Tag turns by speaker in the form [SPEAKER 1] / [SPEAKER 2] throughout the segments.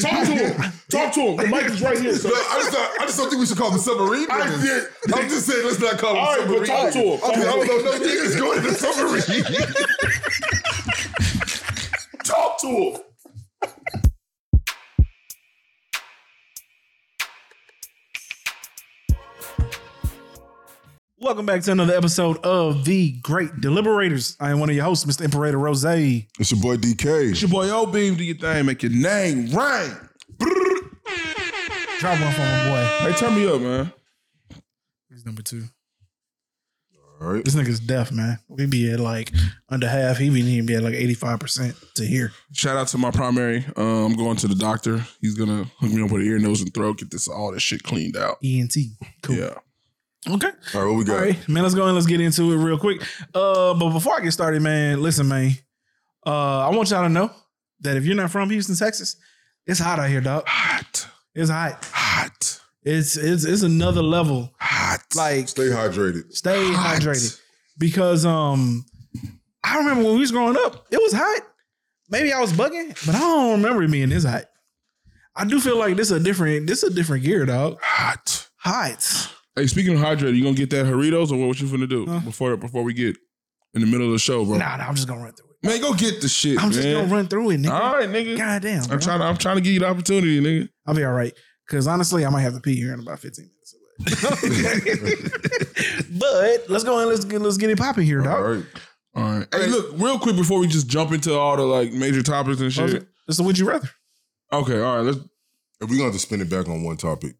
[SPEAKER 1] to him. Talk to him. The mic is right here,
[SPEAKER 2] No,
[SPEAKER 1] son.
[SPEAKER 2] I just, don't- I just don't think we should call them submarine
[SPEAKER 1] I
[SPEAKER 2] niggas.
[SPEAKER 1] did.
[SPEAKER 2] I'm just saying, let's not call them
[SPEAKER 1] All right,
[SPEAKER 2] submarine
[SPEAKER 1] but talk to
[SPEAKER 2] niggas.
[SPEAKER 1] him.
[SPEAKER 2] I mean, I
[SPEAKER 1] Talk to
[SPEAKER 2] don't know if no niggas going to the submarine.
[SPEAKER 1] Talk to him.
[SPEAKER 3] Welcome back to another episode of The Great Deliberators. I am one of your hosts, Mr. Imperator Rose. What's
[SPEAKER 2] It's your boy DK.
[SPEAKER 4] It's your boy O Beam. Do your thing. Make your name ring. Brrr.
[SPEAKER 3] Drop one for my boy.
[SPEAKER 4] Hey, turn me up, man.
[SPEAKER 3] He's number two.
[SPEAKER 2] All right.
[SPEAKER 3] This nigga's deaf, man. We be at like under half. He be, he be at like 85% to hear.
[SPEAKER 4] Shout out to my primary. Uh, I'm going to the doctor. He's gonna hook me up with an ear, nose, and throat. Get this all this shit cleaned out.
[SPEAKER 3] ENT. E Cool.
[SPEAKER 4] Yeah.
[SPEAKER 3] Okay.
[SPEAKER 2] All right, what we
[SPEAKER 3] All
[SPEAKER 2] got?
[SPEAKER 3] right, man. Let's go and let's get into it real quick. Uh, but before I get started, man, listen, man. Uh, I want y'all to know that if you're not from Houston, Texas, it's hot out here, dog.
[SPEAKER 4] Hot,
[SPEAKER 3] It's hot.
[SPEAKER 4] hot,
[SPEAKER 3] It's it's it's another level.
[SPEAKER 4] hot.
[SPEAKER 3] Like
[SPEAKER 2] Stay hydrated.
[SPEAKER 3] stay
[SPEAKER 4] hot.
[SPEAKER 3] hydrated because um I remember when we was growing up, it was hot. Maybe I was bugging, but I don't remember it being this hot. I do feel like this a different this a different gear, dog.
[SPEAKER 4] hot.
[SPEAKER 3] Hot.
[SPEAKER 4] Hey, speaking of hydrated, you gonna get that Doritos or what you finna do
[SPEAKER 3] Huh?
[SPEAKER 4] before before we get in the middle of the show, bro?
[SPEAKER 3] Nah, nah, I'm just gonna run through it.
[SPEAKER 4] Man, go get the shit,
[SPEAKER 3] I'm
[SPEAKER 4] man.
[SPEAKER 3] just gonna run through it, nigga.
[SPEAKER 4] all right, nigga.
[SPEAKER 3] God damn.
[SPEAKER 4] I'm trying. To, I'm trying to give you the opportunity, nigga.
[SPEAKER 3] I'll be all right. Cause honestly, I might have to pee here in about 15 minutes. but let's go and let's get let's get it popping here,
[SPEAKER 2] All
[SPEAKER 3] dog.
[SPEAKER 2] right.
[SPEAKER 4] All right.
[SPEAKER 3] Hey.
[SPEAKER 4] Hey, look, real quick before we just jump into all the like major topics and
[SPEAKER 3] This
[SPEAKER 4] shit.
[SPEAKER 3] is would you rather?
[SPEAKER 4] Okay, all right. Let's.
[SPEAKER 2] And we're going to have to spin it back on one topic.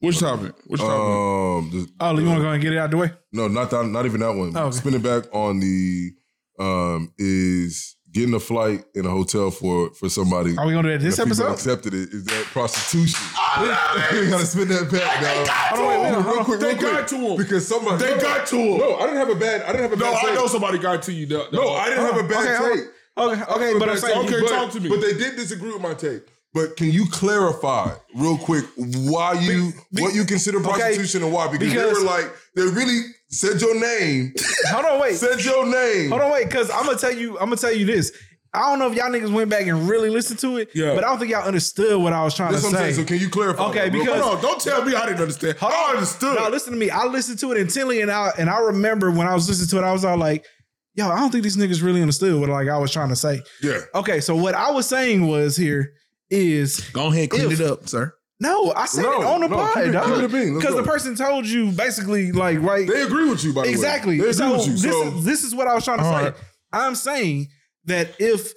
[SPEAKER 4] Which topic? Which topic?
[SPEAKER 2] Um, the-
[SPEAKER 3] Oh, you wanna go and get it out the way?
[SPEAKER 2] No, not that, not even that one.
[SPEAKER 3] Oh, okay.
[SPEAKER 2] Spinning back on the um is getting a flight in a hotel for for somebody.
[SPEAKER 3] Are we gonna do that this
[SPEAKER 2] And if people
[SPEAKER 3] episode?
[SPEAKER 2] accepted it. Is that prostitution? you gotta spin that back, dog.
[SPEAKER 3] Hold on, wait, wait, hold
[SPEAKER 2] real
[SPEAKER 3] on.
[SPEAKER 2] quick,
[SPEAKER 1] They
[SPEAKER 2] real quick.
[SPEAKER 1] got to him.
[SPEAKER 2] because somebody
[SPEAKER 1] They got to him.
[SPEAKER 2] No, I didn't have a bad. I didn't have a bad. take.
[SPEAKER 4] somebody got to you. Though.
[SPEAKER 2] No, I didn't have a bad
[SPEAKER 3] okay,
[SPEAKER 2] take.
[SPEAKER 3] Okay, okay, but I'm saying,
[SPEAKER 2] okay,
[SPEAKER 4] but-
[SPEAKER 2] talk to me. But they did disagree with my take. But can you clarify real quick why you
[SPEAKER 3] Be- be-
[SPEAKER 2] what you consider
[SPEAKER 3] okay,
[SPEAKER 2] prostitution and why? Because,
[SPEAKER 3] because-
[SPEAKER 2] they were like they really said your name,
[SPEAKER 3] hold on, wait,
[SPEAKER 2] said your name.
[SPEAKER 3] hold on, wait, because I'm gonna tell you, I'm gonna tell you this. I don't know if y'all niggas went back and really listened to it,
[SPEAKER 4] Yeah.
[SPEAKER 3] but I don't think y'all understood what I was trying
[SPEAKER 2] That's
[SPEAKER 3] to
[SPEAKER 2] what I'm
[SPEAKER 3] say.
[SPEAKER 2] saying. So can you clarify?
[SPEAKER 3] Okay,
[SPEAKER 2] that real
[SPEAKER 3] because-
[SPEAKER 2] quick?
[SPEAKER 4] No, don't tell me I didn't understand.
[SPEAKER 3] Hold
[SPEAKER 4] I
[SPEAKER 3] on.
[SPEAKER 4] understood.
[SPEAKER 3] Now listen to me. I listened to it intently, and I and I remember when I was listening to it, I was all like, "Yo, I don't think these niggas really understood what like I was trying to say."
[SPEAKER 2] yeah,
[SPEAKER 3] Okay, so what I was saying was here is
[SPEAKER 4] Go ahead,
[SPEAKER 3] clean If- it
[SPEAKER 4] up, sir.
[SPEAKER 3] no, I said
[SPEAKER 2] No,
[SPEAKER 3] it on the
[SPEAKER 2] no, keep
[SPEAKER 3] pod,
[SPEAKER 2] it- keep it a bean. Let's
[SPEAKER 3] because
[SPEAKER 2] go.
[SPEAKER 3] the person told you basically like right
[SPEAKER 2] they agree with you. By the
[SPEAKER 3] Exactly.
[SPEAKER 2] way, they agree
[SPEAKER 3] So,
[SPEAKER 2] with you.
[SPEAKER 3] this,
[SPEAKER 2] So
[SPEAKER 3] is, this is what I was trying to
[SPEAKER 4] All
[SPEAKER 3] say.
[SPEAKER 4] right.
[SPEAKER 3] I'm saying that if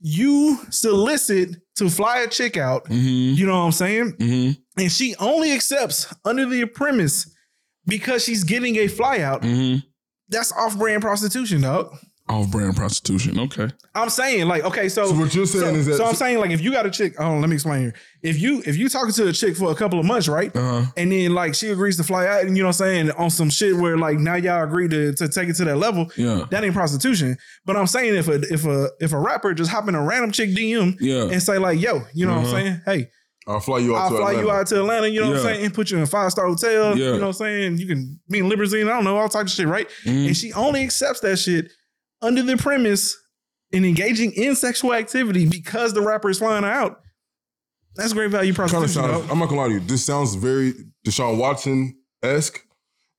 [SPEAKER 3] you solicit to fly a chick out,
[SPEAKER 4] Mm-hmm.
[SPEAKER 3] you know what I'm saying?
[SPEAKER 4] Mm-hmm.
[SPEAKER 3] And she only accepts under the premise because she's getting a fly out,
[SPEAKER 4] Mm-hmm.
[SPEAKER 3] that's off brand prostitution, dog.
[SPEAKER 4] Off-brand prostitution. Okay.
[SPEAKER 3] I'm saying, like, okay, so,
[SPEAKER 2] So what you're saying
[SPEAKER 3] so-
[SPEAKER 2] is that-
[SPEAKER 3] So I'm saying, like, if you got a chick, oh, let me explain here. If you if you talking to a chick for a couple of months, right?
[SPEAKER 4] Uh-huh.
[SPEAKER 3] and then like she agrees to fly out, and you know what I'm saying, on some shit where like now y'all agree to, to take it to that level.
[SPEAKER 4] Yeah.
[SPEAKER 3] That ain't prostitution. But I'm saying if a if a if a rapper just hop in a random chick DM
[SPEAKER 4] Yeah.
[SPEAKER 3] and say like, yo, you
[SPEAKER 4] Mhm.
[SPEAKER 3] know what I'm saying? Hey,
[SPEAKER 2] I'll fly you out
[SPEAKER 3] I'll
[SPEAKER 2] to
[SPEAKER 3] fly
[SPEAKER 2] Atlanta.
[SPEAKER 3] you out to Atlanta, you know what I'm
[SPEAKER 4] Yeah.
[SPEAKER 3] saying? Put you in a five star hotel,
[SPEAKER 4] Yeah.
[SPEAKER 3] you know what I'm saying? You can be in limousine, I don't know, all types of shit, right?
[SPEAKER 4] Mhm.
[SPEAKER 3] And she only accepts that shit under the premise in engaging in sexual activity because the rapper is flying her out. That's great value
[SPEAKER 2] Kinda
[SPEAKER 3] prostitution.
[SPEAKER 2] sounds-
[SPEAKER 3] dog.
[SPEAKER 2] I'm not gonna lie to you. This sounds very Deshaun Watson esque,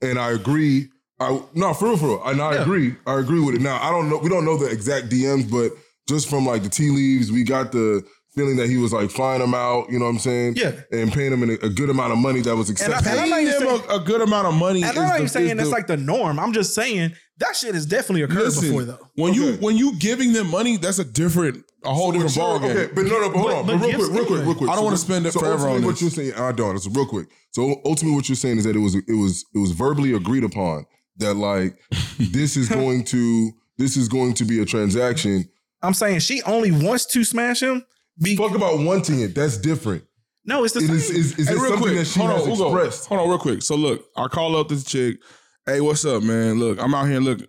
[SPEAKER 2] and I agree. I no for real, for real. And I
[SPEAKER 3] Yeah.
[SPEAKER 2] agree. I agree with it. Now I don't know. We don't know the exact DMs, but just from like the tea leaves, we got the feeling that he was like flying them out. You know what I'm saying?
[SPEAKER 3] Yeah.
[SPEAKER 2] And paying them a, a good amount of money that was
[SPEAKER 3] and I'm
[SPEAKER 2] acceptable.
[SPEAKER 3] not
[SPEAKER 4] Paying
[SPEAKER 3] even
[SPEAKER 4] them
[SPEAKER 3] saying-
[SPEAKER 4] a, a good amount of money.
[SPEAKER 3] And
[SPEAKER 4] is
[SPEAKER 3] I'm not
[SPEAKER 4] the-
[SPEAKER 3] even
[SPEAKER 4] is
[SPEAKER 3] saying that's
[SPEAKER 4] the-
[SPEAKER 3] like the norm. I'm just saying that shit has definitely occurred
[SPEAKER 4] Listen,
[SPEAKER 3] before though.
[SPEAKER 4] when you
[SPEAKER 2] Okay.
[SPEAKER 4] when you giving them money, that's a different, a whole different ballgame.
[SPEAKER 2] Okay, but no, no, but hold
[SPEAKER 3] But-
[SPEAKER 2] on.
[SPEAKER 3] but
[SPEAKER 2] But, real
[SPEAKER 3] gifts
[SPEAKER 2] quick, real quick,
[SPEAKER 3] anyway.
[SPEAKER 2] real quick.
[SPEAKER 4] I don't wanna spend it forever
[SPEAKER 2] ultimately
[SPEAKER 4] on
[SPEAKER 2] what
[SPEAKER 4] this.
[SPEAKER 2] you're saying. I don't. It's real quick. So ultimately, what you're saying is that it was it was it was verbally agreed upon that like this is going to this is going to be a transaction.
[SPEAKER 3] I'm saying she only wants to smash him. Be-
[SPEAKER 2] Fuck about wanting it. That's different.
[SPEAKER 3] no, it's the
[SPEAKER 2] It
[SPEAKER 3] same.
[SPEAKER 2] is is, is
[SPEAKER 4] Hey,
[SPEAKER 2] it
[SPEAKER 4] real
[SPEAKER 2] something
[SPEAKER 4] quick,
[SPEAKER 2] that she
[SPEAKER 4] hold
[SPEAKER 2] has
[SPEAKER 4] on, Ugo.
[SPEAKER 2] expressed.
[SPEAKER 4] Hold on, real quick. So look, I call up this chick. Hey, what's up, man? Look, I'm out here. Look,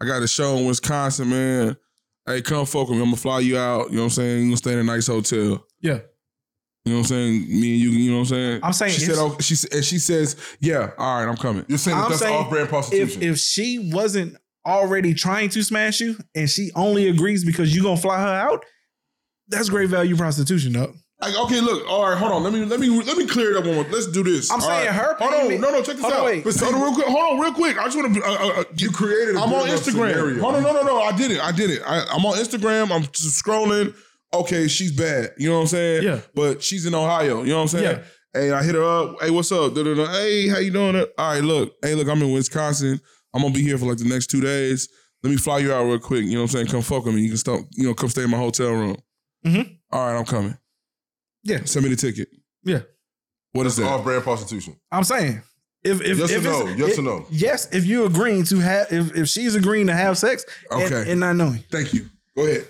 [SPEAKER 4] I got a show in Wisconsin, man. Hey, come fuck with me. I'm gonna fly you out. You know what I'm saying? You gonna stay in a nice hotel.
[SPEAKER 3] yeah.
[SPEAKER 4] You know what I'm saying? Me and you. You know what I'm saying?
[SPEAKER 3] I'm saying
[SPEAKER 4] she
[SPEAKER 3] it's-
[SPEAKER 4] said. Oh, she s- and she says, yeah. All right, I'm coming.
[SPEAKER 2] You're saying that
[SPEAKER 3] I'm
[SPEAKER 2] that's
[SPEAKER 3] saying
[SPEAKER 2] off-brand
[SPEAKER 3] If
[SPEAKER 2] prostitution.
[SPEAKER 3] if she wasn't already trying to smash you and she only agrees because you gonna fly her out, that's great value prostitution, though.
[SPEAKER 4] Like, okay, look, all right, hold on. Let me let me let me clear it up one more. Let's do this.
[SPEAKER 3] I'm
[SPEAKER 4] All
[SPEAKER 3] saying
[SPEAKER 4] right.
[SPEAKER 3] her
[SPEAKER 4] Hold on,
[SPEAKER 3] payment-
[SPEAKER 4] no, no, check this
[SPEAKER 3] Hold on,
[SPEAKER 4] out.
[SPEAKER 3] wait.
[SPEAKER 4] But see- hold on, real quick. Hold on, real quick. I just want to. Uh, uh,
[SPEAKER 2] You created. A
[SPEAKER 4] I'm on
[SPEAKER 2] build-up
[SPEAKER 4] Instagram.
[SPEAKER 2] Scenario.
[SPEAKER 4] Hold on, no, no, no. I did it. I did it. I, I'm on Instagram. I'm just scrolling. Okay, she's bad. You know what I'm saying?
[SPEAKER 5] Yeah.
[SPEAKER 4] But she's in Ohio. You know what I'm saying?
[SPEAKER 5] Yeah.
[SPEAKER 4] Hey, I hit her up. Hey, what's up? Da-da-da. Hey, how you doing? All right, look. Hey, look, I'm in Wisconsin. I'm gonna be here for like the next two days. Let me fly you out real quick. You know what I'm saying? Come fuck with me. You can stop. You know, come stay in my hotel room.
[SPEAKER 3] Mhm.
[SPEAKER 4] All right, I'm coming.
[SPEAKER 3] Yeah.
[SPEAKER 4] Send me the ticket.
[SPEAKER 5] Yeah.
[SPEAKER 4] What is that?
[SPEAKER 2] Off-brand prostitution.
[SPEAKER 3] I'm saying if if
[SPEAKER 2] Yes
[SPEAKER 3] if
[SPEAKER 2] or no?
[SPEAKER 3] it's-
[SPEAKER 2] Yes
[SPEAKER 3] if-
[SPEAKER 2] or no?
[SPEAKER 3] Yes, if you're agreeing to have if, if she's agreeing to have sex, okay, and,
[SPEAKER 4] Okay.
[SPEAKER 3] and not knowing.
[SPEAKER 4] Thank you. Go ahead.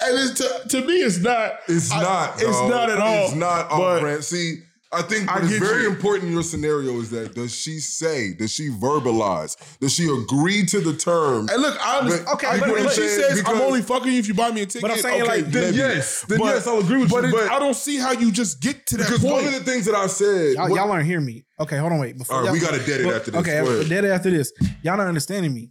[SPEAKER 4] and it's to, to me, it's not.
[SPEAKER 2] It's
[SPEAKER 4] I-
[SPEAKER 2] not.
[SPEAKER 4] It's
[SPEAKER 2] dog.
[SPEAKER 4] not at all.
[SPEAKER 2] It's not
[SPEAKER 4] But-
[SPEAKER 2] off brand. See, I think
[SPEAKER 4] I
[SPEAKER 2] what's
[SPEAKER 4] get
[SPEAKER 2] very
[SPEAKER 4] you.
[SPEAKER 2] important in your scenario is that does she say? Does she verbalize? Does she agree to the terms?
[SPEAKER 4] And look, I understand.
[SPEAKER 2] But-
[SPEAKER 4] okay,
[SPEAKER 2] I
[SPEAKER 4] but
[SPEAKER 2] get
[SPEAKER 4] if
[SPEAKER 2] what
[SPEAKER 4] she
[SPEAKER 2] you're saying
[SPEAKER 4] says I'm
[SPEAKER 2] because-
[SPEAKER 4] only fucking you if you buy me a ticket.
[SPEAKER 3] But I'm saying,
[SPEAKER 4] okay,
[SPEAKER 3] like,
[SPEAKER 2] Then
[SPEAKER 4] maybe.
[SPEAKER 2] yes. Then
[SPEAKER 4] But-
[SPEAKER 2] yes, I'll agree with
[SPEAKER 4] But
[SPEAKER 2] you.
[SPEAKER 4] it-
[SPEAKER 2] but
[SPEAKER 4] I don't see how you just get to that
[SPEAKER 2] because one
[SPEAKER 4] point.
[SPEAKER 2] of the things that I said.
[SPEAKER 3] Oh, Y'all,
[SPEAKER 2] what-
[SPEAKER 3] y'all aren't hearing me. Okay, hold on, wait. Before
[SPEAKER 2] all right,
[SPEAKER 3] y'all-
[SPEAKER 2] we got to dead it
[SPEAKER 3] But-
[SPEAKER 2] after this.
[SPEAKER 3] Okay,
[SPEAKER 2] Go ahead.
[SPEAKER 3] dead after this. Y'all not understanding me.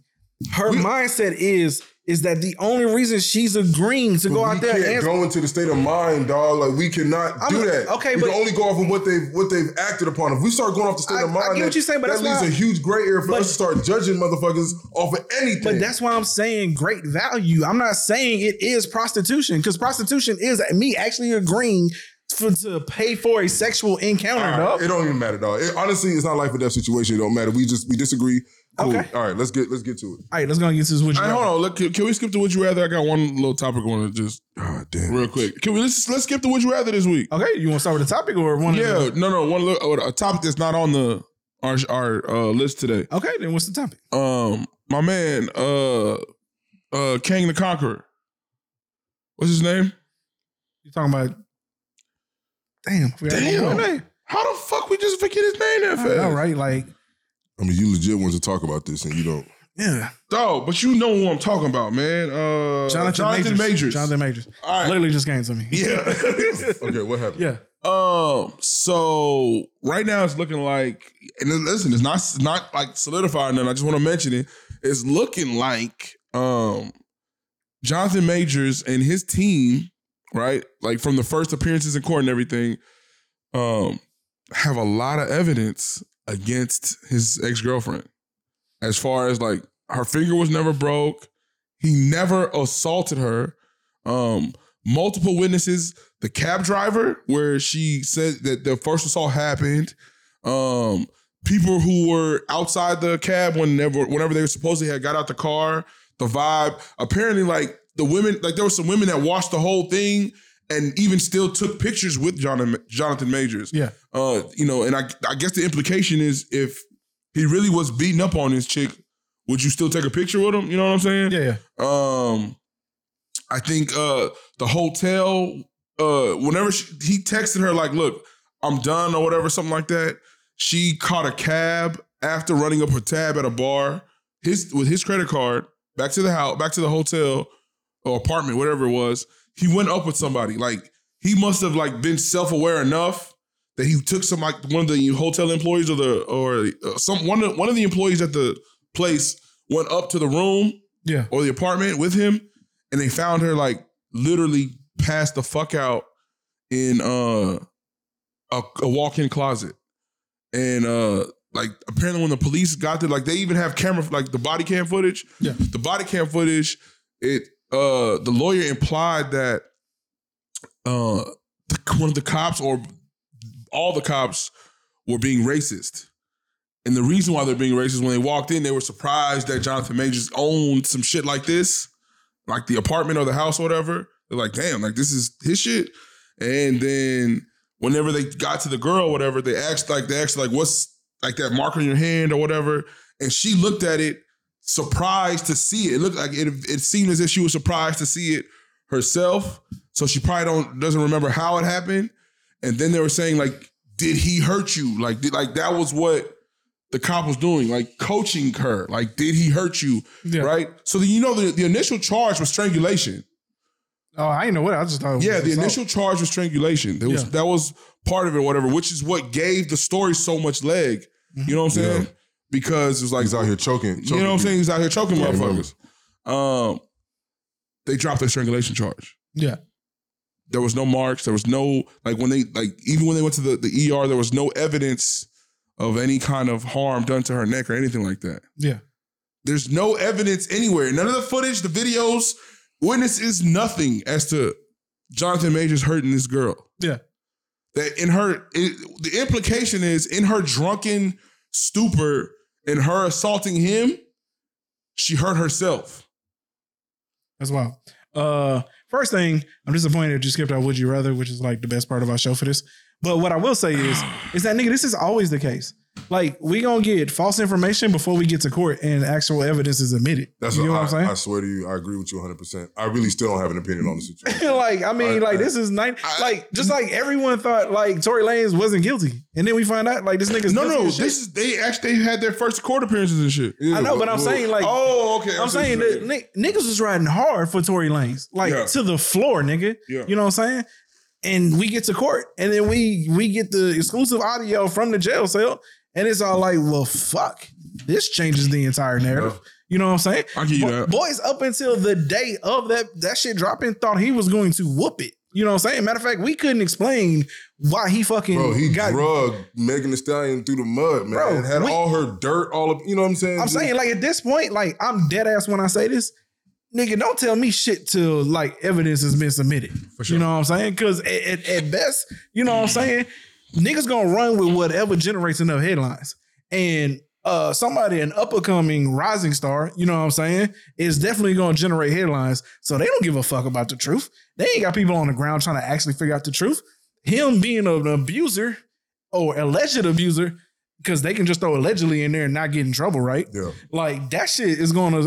[SPEAKER 3] Her mindset is is that the only reason she's agreeing to go
[SPEAKER 2] But
[SPEAKER 3] out
[SPEAKER 2] we
[SPEAKER 3] there
[SPEAKER 2] can't
[SPEAKER 3] and
[SPEAKER 2] go into the state of mind, dog. Like we cannot
[SPEAKER 3] I'm-
[SPEAKER 2] do that.
[SPEAKER 3] okay,
[SPEAKER 2] we
[SPEAKER 3] but-
[SPEAKER 2] can only go off of what they've what they've acted upon. If we start going off the state
[SPEAKER 3] I-
[SPEAKER 2] of
[SPEAKER 3] I
[SPEAKER 2] mind,
[SPEAKER 3] get what
[SPEAKER 2] that-
[SPEAKER 3] you're saying, but
[SPEAKER 2] that leaves
[SPEAKER 3] that's why-
[SPEAKER 2] a huge gray area for
[SPEAKER 3] but-
[SPEAKER 2] us to start judging motherfuckers off of anything.
[SPEAKER 3] But that's why I'm saying great value. I'm not saying it is prostitution because prostitution is me actually agreeing for, to pay for a sexual encounter.
[SPEAKER 2] All right,
[SPEAKER 3] dog.
[SPEAKER 2] It don't even matter, dog. It, honestly, it's not life or death situation. It don't matter. We just we disagree. Cool.
[SPEAKER 3] Okay.
[SPEAKER 2] All right, let's get let's get to it.
[SPEAKER 3] All right, let's go and get to this. Would you
[SPEAKER 4] Hey,
[SPEAKER 3] rather.
[SPEAKER 4] hold on. Look, can, can we skip to Would You Rather? I got one little topic I want to just
[SPEAKER 2] God damn.
[SPEAKER 4] real quick. Can we let's let's skip to Would You Rather this week?
[SPEAKER 3] Okay, you want to start with the topic or one? of
[SPEAKER 4] Yeah,
[SPEAKER 3] the-
[SPEAKER 4] no, no. One look, a topic that's not on the our our uh, list today.
[SPEAKER 3] Okay, then what's the topic?
[SPEAKER 4] Um, my man, uh, uh, Kang the Conqueror. What's his name?
[SPEAKER 3] You talking about? Damn, I forgot
[SPEAKER 4] Damn.
[SPEAKER 3] his name.
[SPEAKER 4] How the fuck we just forget his name that
[SPEAKER 3] I
[SPEAKER 4] fast?
[SPEAKER 3] know, right? Like,
[SPEAKER 2] I mean, you legit want to talk about this, and you don't.
[SPEAKER 3] yeah,
[SPEAKER 4] Dog, but you know who I'm talking about, man. Uh,
[SPEAKER 3] Jonathan, Majors. Jonathan Majors.
[SPEAKER 4] All right.
[SPEAKER 3] Literally just came to me.
[SPEAKER 4] Yeah.
[SPEAKER 2] Okay, what happened?
[SPEAKER 3] Yeah.
[SPEAKER 4] Um. So right now it's looking like, and then listen, it's not it's not like solidified. or Nothing. I just want to mention it. It's looking like um, Jonathan Majors and his team, right? Like from the first appearances in court and everything, um, have a lot of evidence against his ex girlfriend, as far as like her finger was never broke, he never assaulted her. Um, multiple witnesses the cab driver where she said that the first assault happened um people who were outside the cab whenever whenever they were supposedly had got out the car the vibe apparently like the women like there were some women that watched the whole thing and even still took pictures with Jonathan, Jonathan Majors.
[SPEAKER 3] Yeah.
[SPEAKER 4] Uh, you know, and I I guess the implication is if he really was beating up on this chick, would you still take a picture with him? You know what I'm saying?
[SPEAKER 3] Yeah, yeah.
[SPEAKER 4] Um, I think uh the hotel. Uh, whenever she, he texted her like, "Look, I'm done" or whatever, something like that. She caught a cab after running up her tab at a bar. His with his credit card back to the house, back to the hotel or apartment, whatever it was. He went up with somebody. Like he must have like been self aware enough that he took some like one of the hotel employees or the or uh, some one of one of the employees at the place went up to the room
[SPEAKER 3] Yeah.
[SPEAKER 4] or the apartment with him, and they found her like literally passed the fuck out in uh a, a walk-in closet, and uh like apparently when the police got there, like they even have camera like the body cam footage.
[SPEAKER 3] Yeah.
[SPEAKER 4] the body cam footage. It uh the lawyer implied that uh the, one of the cops or all the cops were being racist. And the reason why they're being racist when they walked in, they were surprised that Jonathan Majors owned some shit like this, like the apartment or the house or whatever. They're like, damn, like this is his shit. And then whenever they got to the girl, whatever, they asked like they asked like what's like that mark on your hand or whatever. And she looked at it, surprised to see it. It looked like it it seemed as if she was surprised to see it herself. So she probably don't doesn't remember how it happened. And then they were saying like, did he hurt you? Like, did, like that was what the cop was doing, like coaching her. Like, did he hurt you?
[SPEAKER 3] Yeah.
[SPEAKER 4] Right. So then you know the, the initial charge was strangulation.
[SPEAKER 3] Oh, I didn't know what. I just thought. it was
[SPEAKER 4] Yeah, the
[SPEAKER 3] assault.
[SPEAKER 4] initial charge was strangulation. That was
[SPEAKER 3] Yeah.
[SPEAKER 4] that was part of it, or whatever, which is what gave the story so much leg. You know what I'm saying? Because it was like
[SPEAKER 2] He's out here choking. choking
[SPEAKER 4] you know what I'm
[SPEAKER 2] people.
[SPEAKER 4] saying? He's out here choking
[SPEAKER 2] Yeah, I remember.
[SPEAKER 4] motherfuckers. Um, they dropped their strangulation charge.
[SPEAKER 3] Yeah.
[SPEAKER 4] There was no marks. There was no like when they like even when they went to the, the ER, there was no evidence of any kind of harm done to her neck or anything like that.
[SPEAKER 3] Yeah.
[SPEAKER 4] There's no evidence anywhere. None of the footage, the videos, witnesses, nothing as to Jonathan Majors hurting this girl.
[SPEAKER 3] Yeah.
[SPEAKER 4] That in her, it, the implication is in her drunken stupor and her assaulting him, she hurt herself.
[SPEAKER 3] That's wild. Uh, first thing, I'm disappointed you skipped our Would You Rather, which is like the best part of our show for this. But what I will say is, is that nigga, this is always the case. Like we gonna get false information before we get to court and actual evidence is admitted.
[SPEAKER 2] That's
[SPEAKER 3] you know
[SPEAKER 2] what,
[SPEAKER 3] what
[SPEAKER 2] I,
[SPEAKER 3] I'm saying?
[SPEAKER 2] I swear to you, I agree with you 100. percent I really still don't have an opinion on the situation.
[SPEAKER 3] like I mean,
[SPEAKER 2] I-
[SPEAKER 3] like this is nine.
[SPEAKER 4] I-
[SPEAKER 3] like just like everyone thought, like Tory Lanez wasn't guilty, and then we find out like this nigga's
[SPEAKER 4] No,
[SPEAKER 3] guilty
[SPEAKER 4] no,
[SPEAKER 3] as shit.
[SPEAKER 4] this is they actually they had their first court appearances and shit.
[SPEAKER 2] Yeah,
[SPEAKER 3] I know, but I'm saying like
[SPEAKER 4] oh, okay.
[SPEAKER 3] I'm saying that ni- niggas was riding hard for Tory Lanez, like
[SPEAKER 4] Yeah.
[SPEAKER 3] to the floor, nigga.
[SPEAKER 4] Yeah.
[SPEAKER 3] You know what I'm saying? And we get to court, and then we we get the exclusive audio from the jail cell, and it's all like, well, fuck, this changes the entire narrative. You know what I'm saying?
[SPEAKER 4] I give you
[SPEAKER 3] Bo-
[SPEAKER 4] that.
[SPEAKER 3] Boys, up until the day of that that shit dropping, thought he was going to whoop it. You know what I'm saying? Matter of fact, we couldn't explain why he fucking
[SPEAKER 2] Bro, he
[SPEAKER 3] got.
[SPEAKER 2] drugged Megan Thee Stallion through the mud, man.
[SPEAKER 3] Bro,
[SPEAKER 2] and had
[SPEAKER 3] we-
[SPEAKER 2] all her dirt, all of you know what I'm saying.
[SPEAKER 3] I'm saying, like at this point, like I'm dead ass when I say this, nigga. Don't tell me shit till like evidence has been submitted. You know what I'm saying? Because at, at, at best, you know what I'm saying, niggas gonna run with whatever generates enough headlines. And uh, somebody an up and coming rising star, you know what I'm saying, is definitely gonna generate headlines. So they don't give a fuck about the truth. They ain't got people on the ground trying to actually figure out the truth. Him being an abuser or alleged abuser, because they can just throw allegedly in there and not get in trouble, right?
[SPEAKER 2] yeah.
[SPEAKER 3] Like that shit is gonna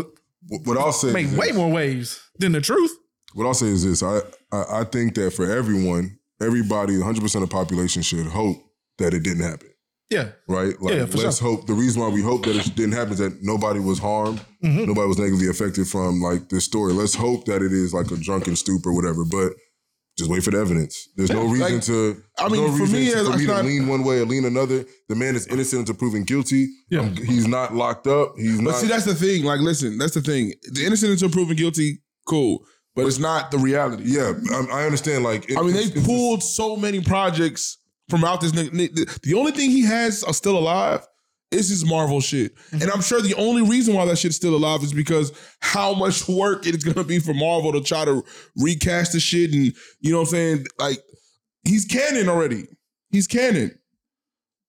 [SPEAKER 2] What, what I'll say,
[SPEAKER 3] make
[SPEAKER 2] is
[SPEAKER 3] way
[SPEAKER 2] this.
[SPEAKER 3] more waves than the truth.
[SPEAKER 2] What I'll say is this: I I, I think that for everyone, everybody, 100 percent of the population should hope that it didn't happen.
[SPEAKER 3] Yeah.
[SPEAKER 2] right? Like,
[SPEAKER 3] Yeah, for
[SPEAKER 2] let's hope the reason why we hope that it didn't happen is that nobody was harmed,
[SPEAKER 4] Mm-hmm.
[SPEAKER 2] nobody was negatively affected from like this story. Let's hope that it is like a drunken stupor or whatever, but just wait for the evidence. There's no reason
[SPEAKER 4] like,
[SPEAKER 2] to.
[SPEAKER 4] I
[SPEAKER 2] there's
[SPEAKER 4] mean,
[SPEAKER 2] no
[SPEAKER 4] for
[SPEAKER 2] reason
[SPEAKER 4] me,
[SPEAKER 2] to,
[SPEAKER 4] as-
[SPEAKER 2] for
[SPEAKER 4] it's
[SPEAKER 2] me to
[SPEAKER 4] not-
[SPEAKER 2] lean one way or lean another. The man is innocent until proven guilty.
[SPEAKER 3] Yeah.
[SPEAKER 2] I'm- he's not locked up. He's
[SPEAKER 4] But
[SPEAKER 2] not.
[SPEAKER 4] see, that's the thing. Like, listen, that's the thing. The innocent until proven guilty, cool, but it's not the reality.
[SPEAKER 2] yeah, I, I understand. Like, it-
[SPEAKER 4] I mean, they
[SPEAKER 2] it's- it's-
[SPEAKER 4] pulled so many projects from out this nigga. ni- The the only thing he has are still alive is his Marvel shit.
[SPEAKER 3] Mm-hmm.
[SPEAKER 4] And I'm sure the only reason why that shit's still alive is because how much work it's gonna be for Marvel to try to recast the shit and you know what I'm saying? Like he's canon already. He's canon.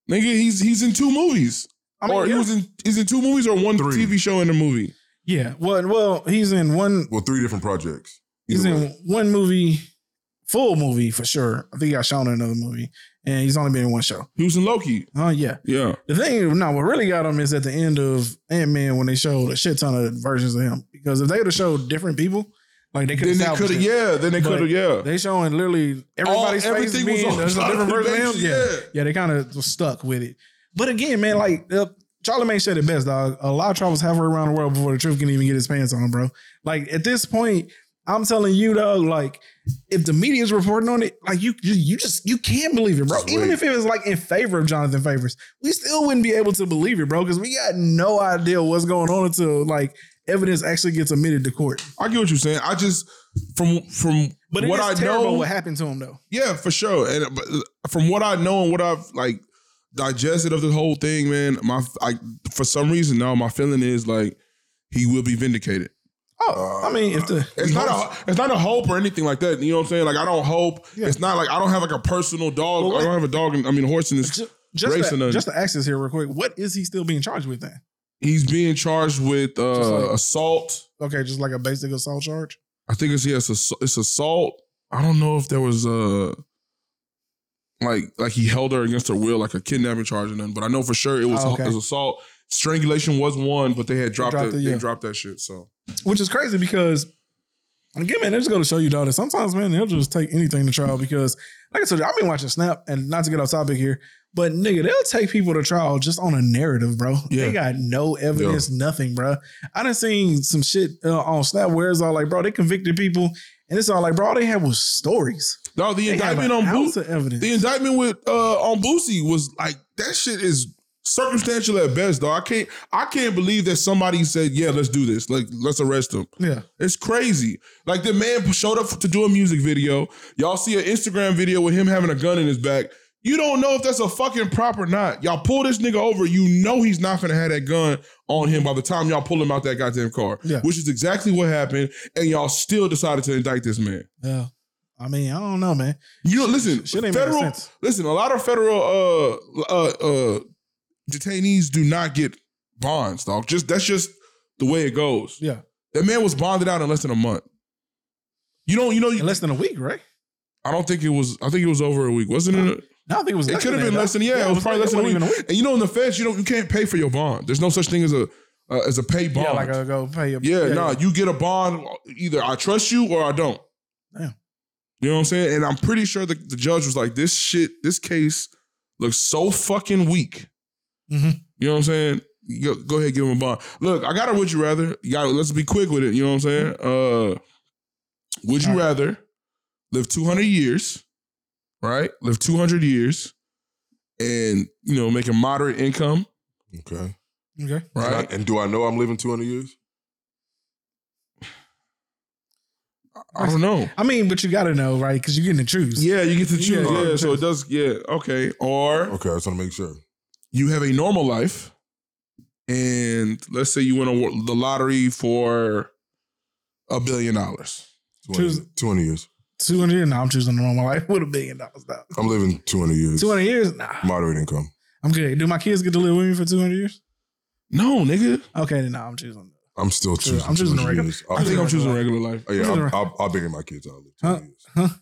[SPEAKER 4] Nigga, he's he's in two movies.
[SPEAKER 3] I mean,
[SPEAKER 4] or he
[SPEAKER 3] yeah.
[SPEAKER 4] was in he's in two movies or one
[SPEAKER 2] Three.
[SPEAKER 4] TV show and a movie.
[SPEAKER 3] yeah. Well, well, he's in one.
[SPEAKER 2] well three different projects.
[SPEAKER 3] He's
[SPEAKER 2] Either way.
[SPEAKER 3] in one movie, full movie for sure. I think he got shown in another movie, and he's only been in one show.
[SPEAKER 4] He was in Loki.
[SPEAKER 3] Oh yeah.
[SPEAKER 4] Yeah.
[SPEAKER 3] The thing, no, what really got him is at the end of Ant Man when they showed a shit ton of versions of him. Because if they would have showed different people, like they could
[SPEAKER 4] Then
[SPEAKER 3] have
[SPEAKER 4] they could have, yeah. Then they
[SPEAKER 3] But
[SPEAKER 4] could have, yeah.
[SPEAKER 3] They showing literally everybody's
[SPEAKER 4] All-
[SPEAKER 3] face is
[SPEAKER 4] everything was
[SPEAKER 3] being
[SPEAKER 4] on
[SPEAKER 3] there's a different
[SPEAKER 4] Jonathan
[SPEAKER 3] version of him.
[SPEAKER 4] Majors,
[SPEAKER 3] Yeah.
[SPEAKER 4] yeah.
[SPEAKER 3] yeah, They kind of was stuck with it. But again, man, like uh, Charlie May said it best, dog. A lot of troubles halfway around the world before the truth can even get his pants on, bro. Like at this point, I'm telling you, dog. Like if the media is reporting on it, like you, you, you just you can't believe it, bro.
[SPEAKER 2] Just
[SPEAKER 3] even
[SPEAKER 2] wait.
[SPEAKER 3] if it was like in favor of Jonathan Favors, we still wouldn't be able to believe it, bro, because we got no idea what's going on until like evidence actually gets admitted to court.
[SPEAKER 4] I get what you're saying. I just from from
[SPEAKER 3] But
[SPEAKER 4] what
[SPEAKER 3] it is
[SPEAKER 4] I
[SPEAKER 3] terrible
[SPEAKER 4] know,
[SPEAKER 3] what happened to him, though.
[SPEAKER 4] yeah, for sure. And but from what I know and what I've like digested of the whole thing, man, my I, for some reason now my feeling is like he will be vindicated.
[SPEAKER 3] Oh, I mean, if the
[SPEAKER 4] Uh, It's not a it's not a hope or anything like that. You know what I'm saying? Like I don't hope. It's not like I don't have like a personal dog.
[SPEAKER 3] Well,
[SPEAKER 4] I don't have a dog. In, I mean, a horse in this.
[SPEAKER 3] Ju- just
[SPEAKER 4] Race or
[SPEAKER 3] to,
[SPEAKER 4] nothing.
[SPEAKER 3] just to access here real quick, what is he still being charged with then?
[SPEAKER 4] He's being charged with
[SPEAKER 3] Just
[SPEAKER 4] uh,
[SPEAKER 3] like-
[SPEAKER 4] assault.
[SPEAKER 3] Okay, just like a basic assault charge.
[SPEAKER 4] I think it's yes, ass- it's assault. I don't know if there was uh like like he held her against her will, like a kidnapping charge or nothing. But I know for sure it was,
[SPEAKER 3] Oh, okay.
[SPEAKER 4] it was assault. Strangulation was one, but they had dropped,
[SPEAKER 3] dropped
[SPEAKER 4] that,
[SPEAKER 3] it, yeah.
[SPEAKER 4] they dropped that shit. So
[SPEAKER 3] which is crazy because again, man, they're just going to show you, dog. That sometimes, man, they'll just take anything to trial because, like I told you, I've been watching Snap, and not to get off topic here, but nigga, they'll take people to trial just on a narrative, bro.
[SPEAKER 4] Yeah.
[SPEAKER 3] They got no evidence, nothing, bro. I done seen some shit uh, on Snap where it's all like, bro, they convicted people, and it's all like, bro, all they had was stories.
[SPEAKER 4] no, the
[SPEAKER 3] They have
[SPEAKER 4] indictment
[SPEAKER 3] an
[SPEAKER 4] on
[SPEAKER 3] ounce
[SPEAKER 4] Boosie,
[SPEAKER 3] of evidence.
[SPEAKER 4] the indictment with uh on Boosie was like that shit is circumstantial at best, though. I can't I can't believe that somebody said, yeah, let's do this. Like, let's arrest him.
[SPEAKER 3] Yeah.
[SPEAKER 4] It's crazy. Like the man showed up to do a music video. Y'all see an Instagram video with him having a gun in his back. You don't know if that's a fucking prop or not. Y'all pull this nigga over. You know he's not gonna have that gun on him by the time y'all pull him out that goddamn car,
[SPEAKER 3] Yeah.
[SPEAKER 4] which is exactly what happened. And y'all still decided to indict this man.
[SPEAKER 3] Yeah. I mean, I don't know, man.
[SPEAKER 4] You know, listen,
[SPEAKER 3] Shit ain't
[SPEAKER 4] federal.
[SPEAKER 3] making sense.
[SPEAKER 4] Listen, a lot of federal uh, uh uh detainees do not get bonds, dog. Just that's just the way it goes.
[SPEAKER 3] Yeah.
[SPEAKER 4] That man was bonded out in less than a month. You don't, you know,
[SPEAKER 3] In less than a week, right?
[SPEAKER 4] I don't think it was. I think it was over a week, wasn't it?
[SPEAKER 3] No, I think it was.
[SPEAKER 4] It
[SPEAKER 3] less
[SPEAKER 4] could have
[SPEAKER 3] than
[SPEAKER 4] been
[SPEAKER 3] that,
[SPEAKER 4] less than
[SPEAKER 3] though.
[SPEAKER 4] yeah. it was probably less than a
[SPEAKER 3] wasn't
[SPEAKER 4] week.
[SPEAKER 3] even
[SPEAKER 4] And you know, in the feds, you don't, you can't pay for your bond. There's no such thing as a uh, as a pay bond.
[SPEAKER 3] Yeah, like I go pay. A,
[SPEAKER 4] Yeah, nah, you get a bond either I trust you or I don't.
[SPEAKER 3] Damn.
[SPEAKER 4] You know what I'm saying? And I'm pretty sure the, the judge was like, this shit, this case looks so fucking weak.
[SPEAKER 3] Mhm.
[SPEAKER 4] You know what I'm saying? Go, go ahead, give him a bond. Look, I got a would you rather. You got let's be quick with it. You know what I'm saying? Uh would you
[SPEAKER 3] All right.
[SPEAKER 4] rather live 200 years, right? Live 200 years and, you know, make a moderate income,
[SPEAKER 2] Okay.
[SPEAKER 3] Okay.
[SPEAKER 2] And,
[SPEAKER 4] right?
[SPEAKER 2] I- and do I know I'm living 200 years?
[SPEAKER 4] I don't know.
[SPEAKER 3] I mean, but you got to know, right? Because you're getting to choose.
[SPEAKER 4] Yeah, you get to choose.
[SPEAKER 3] Yeah,
[SPEAKER 4] Yeah,
[SPEAKER 3] yeah,
[SPEAKER 4] so it does. Yeah, okay. Or
[SPEAKER 2] Okay, I just want to make sure.
[SPEAKER 4] you have a normal life, and let's say you win a, wa- the lottery for a billion dollars.
[SPEAKER 2] 20,
[SPEAKER 3] Choose-
[SPEAKER 2] 200 years.
[SPEAKER 3] Two hundred. No, I'm choosing the normal life with a billion dollars. Though.
[SPEAKER 2] I'm living 200 years.
[SPEAKER 3] Two hundred years. Nah,
[SPEAKER 2] Moderate income.
[SPEAKER 3] I'm good. Do my kids get to live with me for two hundred years?
[SPEAKER 4] No, nigga.
[SPEAKER 3] Okay, then no, I'm choosing.
[SPEAKER 2] I'm still
[SPEAKER 3] True.
[SPEAKER 2] choosing.
[SPEAKER 3] I'm choosing the
[SPEAKER 2] 200
[SPEAKER 3] regular-
[SPEAKER 2] years.
[SPEAKER 4] I
[SPEAKER 2] I'll,
[SPEAKER 4] think I'm
[SPEAKER 3] Regular
[SPEAKER 4] choosing
[SPEAKER 3] life.
[SPEAKER 4] regular life.
[SPEAKER 2] oh, yeah,
[SPEAKER 3] choosing
[SPEAKER 2] I'm,
[SPEAKER 3] the-
[SPEAKER 2] I'll, I'll beg my kids. I'll live 200
[SPEAKER 3] Huh?
[SPEAKER 2] years.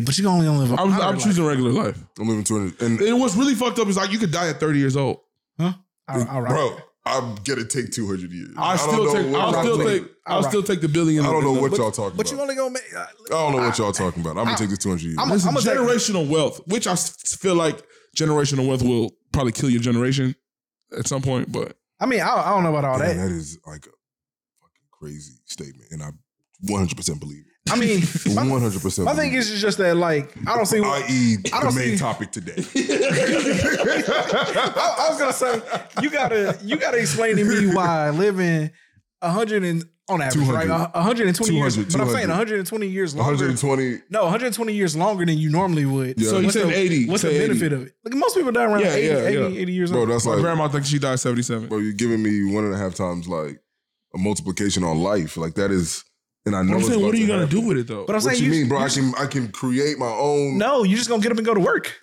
[SPEAKER 3] Nigga, but you can only live. a
[SPEAKER 4] I'm,
[SPEAKER 3] hundred
[SPEAKER 4] I'm
[SPEAKER 3] life.
[SPEAKER 4] choosing regular life.
[SPEAKER 2] I'm living 200. And
[SPEAKER 4] And what's really fucked up is like you could die at 30 years old.
[SPEAKER 3] All right, all right.
[SPEAKER 2] bro, I'm gonna take 200 years.
[SPEAKER 4] I,
[SPEAKER 2] don't
[SPEAKER 4] still
[SPEAKER 2] know
[SPEAKER 4] take.
[SPEAKER 2] what
[SPEAKER 4] I'll
[SPEAKER 2] y'all
[SPEAKER 4] still
[SPEAKER 2] talking-
[SPEAKER 4] take. I'll
[SPEAKER 3] Alright.
[SPEAKER 4] still take the billion.
[SPEAKER 2] I don't know what
[SPEAKER 4] But
[SPEAKER 2] y'all talking
[SPEAKER 3] But
[SPEAKER 2] about.
[SPEAKER 3] you only gonna make. I
[SPEAKER 2] I don't know what y'all talking about. I'm gonna take the 200 years.
[SPEAKER 3] I'm a-
[SPEAKER 4] It's
[SPEAKER 3] I'ma take-
[SPEAKER 4] generational wealth, which I s- feel like generational wealth will probably kill your generation at some point. But
[SPEAKER 3] I mean, I, I don't know about all
[SPEAKER 2] Damn,
[SPEAKER 3] that.
[SPEAKER 2] that is like a fucking crazy statement, and I 100 percent believe it.
[SPEAKER 3] I mean, my,
[SPEAKER 2] 100 percent.
[SPEAKER 3] my thing is just that, like, I don't see. What,
[SPEAKER 2] i.e. E,
[SPEAKER 3] I
[SPEAKER 2] the
[SPEAKER 3] don't
[SPEAKER 2] main
[SPEAKER 3] see-
[SPEAKER 2] topic today.
[SPEAKER 3] I, I was gonna say you gotta you gotta explain to me why living a hundred and on average,
[SPEAKER 2] 200.
[SPEAKER 3] right? A hundred and twenty years.
[SPEAKER 2] 200,
[SPEAKER 3] But I'm saying
[SPEAKER 2] 200.
[SPEAKER 3] hundred and twenty years longer.
[SPEAKER 2] 120.
[SPEAKER 3] No, 120 years longer than you normally would.
[SPEAKER 2] Yeah. So you
[SPEAKER 3] what's
[SPEAKER 4] said
[SPEAKER 3] the-
[SPEAKER 4] 80,
[SPEAKER 3] What's the
[SPEAKER 4] say 80.
[SPEAKER 3] benefit of it? Like most people die around
[SPEAKER 4] Yeah,
[SPEAKER 3] 80,
[SPEAKER 4] yeah,
[SPEAKER 3] 80,
[SPEAKER 4] yeah.
[SPEAKER 3] 80 years
[SPEAKER 2] Bro,
[SPEAKER 3] old.
[SPEAKER 2] that's
[SPEAKER 4] my
[SPEAKER 2] like
[SPEAKER 4] grandma thinks she died 77.
[SPEAKER 2] bro, you're giving me one and a half times like a multiplication on life. Like that is, and I know.
[SPEAKER 4] I'm
[SPEAKER 2] it's
[SPEAKER 4] saying,
[SPEAKER 2] about
[SPEAKER 4] what are you
[SPEAKER 2] to
[SPEAKER 4] gonna
[SPEAKER 2] happen.
[SPEAKER 4] do with it though?
[SPEAKER 3] But I'm
[SPEAKER 2] What
[SPEAKER 3] saying
[SPEAKER 2] you, mean, bro? I can I can create my own.
[SPEAKER 3] No, you're just gonna get up and go to work.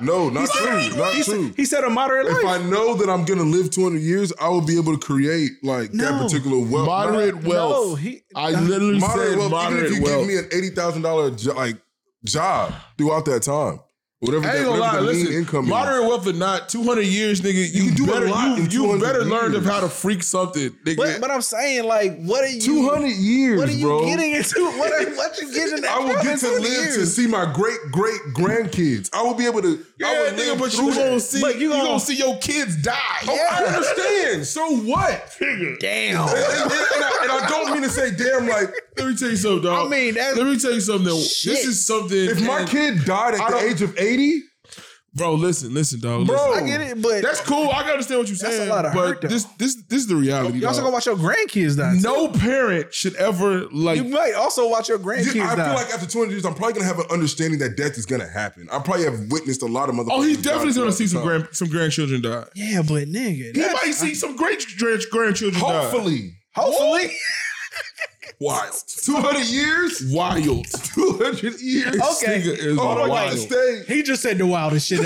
[SPEAKER 2] No, not
[SPEAKER 3] He said-
[SPEAKER 2] true. Not
[SPEAKER 3] he said-
[SPEAKER 2] true.
[SPEAKER 3] He said a moderate
[SPEAKER 2] If
[SPEAKER 3] life.
[SPEAKER 2] I know that I'm gonna live 200 years, I will be able to create like that
[SPEAKER 3] No.
[SPEAKER 2] particular wealth.
[SPEAKER 4] Moderate wealth.
[SPEAKER 3] No, he.
[SPEAKER 4] I literally
[SPEAKER 2] moderate
[SPEAKER 4] said
[SPEAKER 2] wealth.
[SPEAKER 4] moderate
[SPEAKER 2] even if you
[SPEAKER 4] wealth.
[SPEAKER 2] give me an eighty thousand dollar like job throughout that time, whatever
[SPEAKER 4] I
[SPEAKER 2] that,
[SPEAKER 4] ain't gonna lie.
[SPEAKER 2] whatever the mean
[SPEAKER 4] Listen,
[SPEAKER 2] income
[SPEAKER 4] moderate
[SPEAKER 2] is.
[SPEAKER 4] wealth or not, 200 years, nigga. You,
[SPEAKER 2] can do a
[SPEAKER 4] better,
[SPEAKER 2] lot
[SPEAKER 4] you,
[SPEAKER 2] in
[SPEAKER 4] you
[SPEAKER 2] 200
[SPEAKER 4] better learn
[SPEAKER 2] years.
[SPEAKER 4] how to freak something, nigga.
[SPEAKER 3] But, but I'm saying, like, what are you?
[SPEAKER 2] Two hundred years,
[SPEAKER 3] What are you
[SPEAKER 2] bro.
[SPEAKER 3] getting into? What are what you getting?
[SPEAKER 2] I will
[SPEAKER 3] after
[SPEAKER 2] get to
[SPEAKER 3] 200
[SPEAKER 2] live to
[SPEAKER 3] years?
[SPEAKER 2] see my great great grandkids. I will be able to. I
[SPEAKER 4] yeah,
[SPEAKER 2] will
[SPEAKER 4] nigga,
[SPEAKER 2] live
[SPEAKER 4] but you
[SPEAKER 2] through
[SPEAKER 4] gonna
[SPEAKER 2] that.
[SPEAKER 4] see,
[SPEAKER 3] But
[SPEAKER 4] you
[SPEAKER 3] you
[SPEAKER 4] gonna,
[SPEAKER 3] gonna-
[SPEAKER 4] see your kids die.
[SPEAKER 2] Oh, I
[SPEAKER 3] Yeah.
[SPEAKER 2] understand. So what? And,
[SPEAKER 3] Damn.
[SPEAKER 2] and- and I, and I don't mean to say damn. Like
[SPEAKER 4] Let me tell you something, dog.
[SPEAKER 3] I mean, that's-
[SPEAKER 4] let me tell you something. though. This
[SPEAKER 3] Shit.
[SPEAKER 4] is something.
[SPEAKER 2] if my
[SPEAKER 4] and-
[SPEAKER 2] kid died
[SPEAKER 4] I
[SPEAKER 2] at the
[SPEAKER 4] don't-
[SPEAKER 2] age of eighty,
[SPEAKER 4] bro, listen, listen, dog.
[SPEAKER 2] Bro,
[SPEAKER 4] listen.
[SPEAKER 3] I get it, but
[SPEAKER 4] that's cool. I can understand what you're
[SPEAKER 3] That's a
[SPEAKER 4] saying.
[SPEAKER 3] lot of
[SPEAKER 4] but
[SPEAKER 3] hurt, though.
[SPEAKER 4] this, this, this is the reality.
[SPEAKER 3] you also
[SPEAKER 4] dog.
[SPEAKER 3] gonna watch your grandkids die. too.
[SPEAKER 4] no parent should ever like.
[SPEAKER 3] you might also watch your
[SPEAKER 2] I
[SPEAKER 3] grandkids
[SPEAKER 2] feel
[SPEAKER 3] die.
[SPEAKER 2] like after 200 years, I'm probably gonna have an understanding that death is gonna happen. I probably have witnessed a lot of motherfuckers.
[SPEAKER 4] Oh, he's
[SPEAKER 2] die
[SPEAKER 4] definitely gonna
[SPEAKER 2] throughout
[SPEAKER 4] see
[SPEAKER 2] the
[SPEAKER 4] some
[SPEAKER 2] time.
[SPEAKER 4] grand some grandchildren die.
[SPEAKER 3] yeah, but nigga,
[SPEAKER 4] He
[SPEAKER 3] that's-
[SPEAKER 4] might see some great grand, grandchildren
[SPEAKER 2] Hopefully,
[SPEAKER 3] hopefully.
[SPEAKER 4] die. Wild.
[SPEAKER 2] 200 years,
[SPEAKER 4] Wild.
[SPEAKER 2] 200 years.
[SPEAKER 3] Okay.
[SPEAKER 4] This nigga is
[SPEAKER 2] Oh, my
[SPEAKER 4] wild.
[SPEAKER 2] God, stay.
[SPEAKER 3] He just said the wildest shit.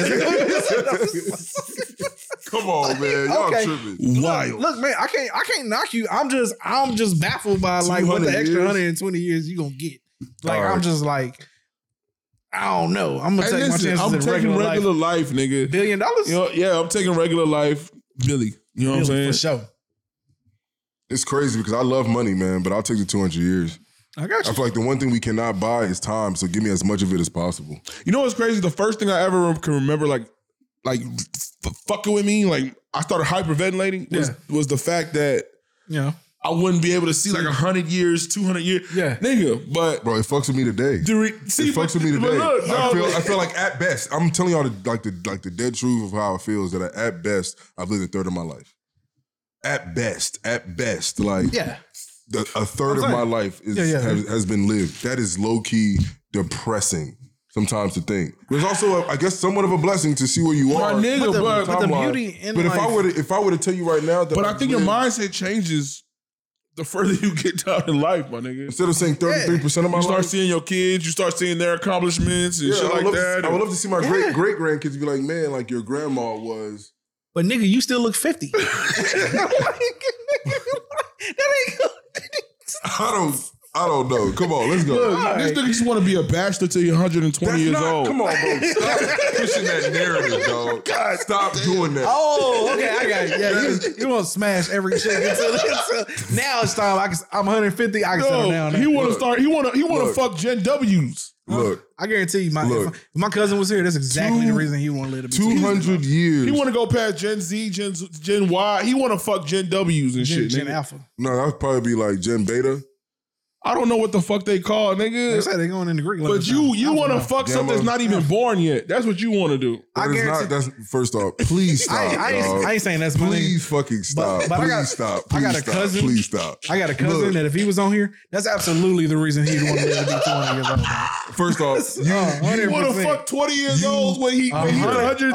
[SPEAKER 2] Come on, man, y'all
[SPEAKER 3] Okay.
[SPEAKER 2] tripping.
[SPEAKER 4] Wild.
[SPEAKER 3] Look, man, I can't, I can't knock you. I'm just, I'm just baffled by like what the
[SPEAKER 2] 200
[SPEAKER 3] extra
[SPEAKER 2] years?
[SPEAKER 3] 120 years you gonna get. Like,
[SPEAKER 2] All right.
[SPEAKER 3] I'm just like, I don't know. I'm gonna
[SPEAKER 4] Hey,
[SPEAKER 3] take my
[SPEAKER 4] listen,
[SPEAKER 3] chances.
[SPEAKER 4] I'm
[SPEAKER 3] at
[SPEAKER 4] taking regular, life,
[SPEAKER 3] life.
[SPEAKER 4] nigga.
[SPEAKER 3] billion dollars.
[SPEAKER 4] You know, yeah, I'm taking regular life, Billy. You know what I'm
[SPEAKER 3] Billion
[SPEAKER 4] saying?
[SPEAKER 3] for sure.
[SPEAKER 2] It's crazy because I love money, man, but I'll take the 200 years.
[SPEAKER 3] I got
[SPEAKER 2] I
[SPEAKER 3] you.
[SPEAKER 2] feel like the one thing we cannot buy is time, so give me as much of it as possible.
[SPEAKER 4] You know what's crazy? The first thing I ever can remember, like, like f- fucking with me, like I started hyperventilating was
[SPEAKER 3] Yeah.
[SPEAKER 4] was the fact that
[SPEAKER 3] Yeah.
[SPEAKER 4] I wouldn't be able to see like hundred years, two hundred years,
[SPEAKER 3] Yeah.
[SPEAKER 4] nigga. But
[SPEAKER 2] Bro, it fucks with me today.
[SPEAKER 4] the re- see,
[SPEAKER 2] it fucks
[SPEAKER 4] but-
[SPEAKER 2] with me
[SPEAKER 4] but
[SPEAKER 2] today.
[SPEAKER 4] look,
[SPEAKER 2] I
[SPEAKER 4] dog,
[SPEAKER 2] feel I feel like at best, I'm telling y'all the, like the like the dead truth of how I feel is that at best I've lived a third of my life. At best, at best, like
[SPEAKER 3] Yeah.
[SPEAKER 2] the, a third
[SPEAKER 3] I'm
[SPEAKER 2] of
[SPEAKER 3] saying.
[SPEAKER 2] my life is
[SPEAKER 3] Yeah, yeah.
[SPEAKER 2] Has, has been lived. That is low key depressing sometimes to think. There's also, a, I guess, somewhat of a blessing to see where you
[SPEAKER 4] my
[SPEAKER 2] are.
[SPEAKER 4] nigga,
[SPEAKER 3] But the-
[SPEAKER 4] but,
[SPEAKER 3] but the
[SPEAKER 2] timeline.
[SPEAKER 3] beauty in
[SPEAKER 2] but if I
[SPEAKER 3] life-
[SPEAKER 2] were to, if I were to tell you right now, that
[SPEAKER 4] but I think your
[SPEAKER 2] lived-
[SPEAKER 4] mindset changes the further you get down in life, my nigga.
[SPEAKER 2] instead of saying 33 percent of my
[SPEAKER 4] You start
[SPEAKER 2] life,
[SPEAKER 4] seeing your kids, you start seeing their accomplishments and
[SPEAKER 2] yeah,
[SPEAKER 4] shit
[SPEAKER 2] I, would
[SPEAKER 4] like
[SPEAKER 2] love
[SPEAKER 4] that.
[SPEAKER 2] To, I would love to see my
[SPEAKER 3] Yeah.
[SPEAKER 2] great great grandkids be like, man, like your grandma was.
[SPEAKER 3] But nigga, you still look 50. Like, that ain't
[SPEAKER 2] I don't. I don't know. Come on, let's go.
[SPEAKER 4] Look, This nigga just want to be a bachelor till you're 120
[SPEAKER 2] That's
[SPEAKER 4] years
[SPEAKER 2] not-
[SPEAKER 4] old.
[SPEAKER 2] Come on, bro. Stop pushing that narrative, dog. Stop doing that.
[SPEAKER 3] Oh, okay, I got it. Yeah, you, you want to smash every chick until, until- now it's time. I can, I'm 150. I can settle
[SPEAKER 4] No,
[SPEAKER 3] down.
[SPEAKER 4] he want to
[SPEAKER 2] Look.
[SPEAKER 4] start. He want to. He want to
[SPEAKER 2] Look.
[SPEAKER 4] fuck Gen W's.
[SPEAKER 2] Look,
[SPEAKER 3] I guarantee you, my
[SPEAKER 2] Look.
[SPEAKER 3] if my- if my cousin was here. That's exactly
[SPEAKER 2] Two-
[SPEAKER 3] the reason he want to live. to be
[SPEAKER 2] two hundred years.
[SPEAKER 4] He want to go past Gen Z, Gen Z- Gen Y. He want to fuck Gen W's and
[SPEAKER 3] Gen,
[SPEAKER 4] shit.
[SPEAKER 3] Gen
[SPEAKER 4] nigga.
[SPEAKER 3] Alpha.
[SPEAKER 2] No, that would probably be like Gen Beta.
[SPEAKER 4] I don't know what the fuck they call
[SPEAKER 3] They
[SPEAKER 4] nigga.
[SPEAKER 3] said they going in the Greek. letter
[SPEAKER 4] But you
[SPEAKER 3] now.
[SPEAKER 4] you
[SPEAKER 3] Alpha
[SPEAKER 4] want to
[SPEAKER 3] now.
[SPEAKER 4] fuck
[SPEAKER 2] Gamma.
[SPEAKER 4] something that's not even born yet. That's what you want to do.
[SPEAKER 3] I
[SPEAKER 2] That is
[SPEAKER 3] guarantee-
[SPEAKER 2] not. That's first off. Please stop.
[SPEAKER 3] I, ain't- I,
[SPEAKER 2] dog.
[SPEAKER 3] ain't, I ain't saying that's my nigga.
[SPEAKER 2] Please fucking stop.
[SPEAKER 3] but I
[SPEAKER 2] please
[SPEAKER 3] got-
[SPEAKER 2] stop.
[SPEAKER 3] I
[SPEAKER 2] Please
[SPEAKER 3] got a
[SPEAKER 2] stop.
[SPEAKER 3] cousin.
[SPEAKER 2] Please stop.
[SPEAKER 3] I got a cousin
[SPEAKER 2] Look.
[SPEAKER 3] that if he was on here, that's absolutely the reason he'd want to live to be 200 years old. man.
[SPEAKER 2] First off, you,
[SPEAKER 3] Oh,
[SPEAKER 4] You want to
[SPEAKER 3] 100%.
[SPEAKER 4] fuck 20 years
[SPEAKER 2] You-
[SPEAKER 4] old when he when he's
[SPEAKER 3] Uh,
[SPEAKER 4] 130.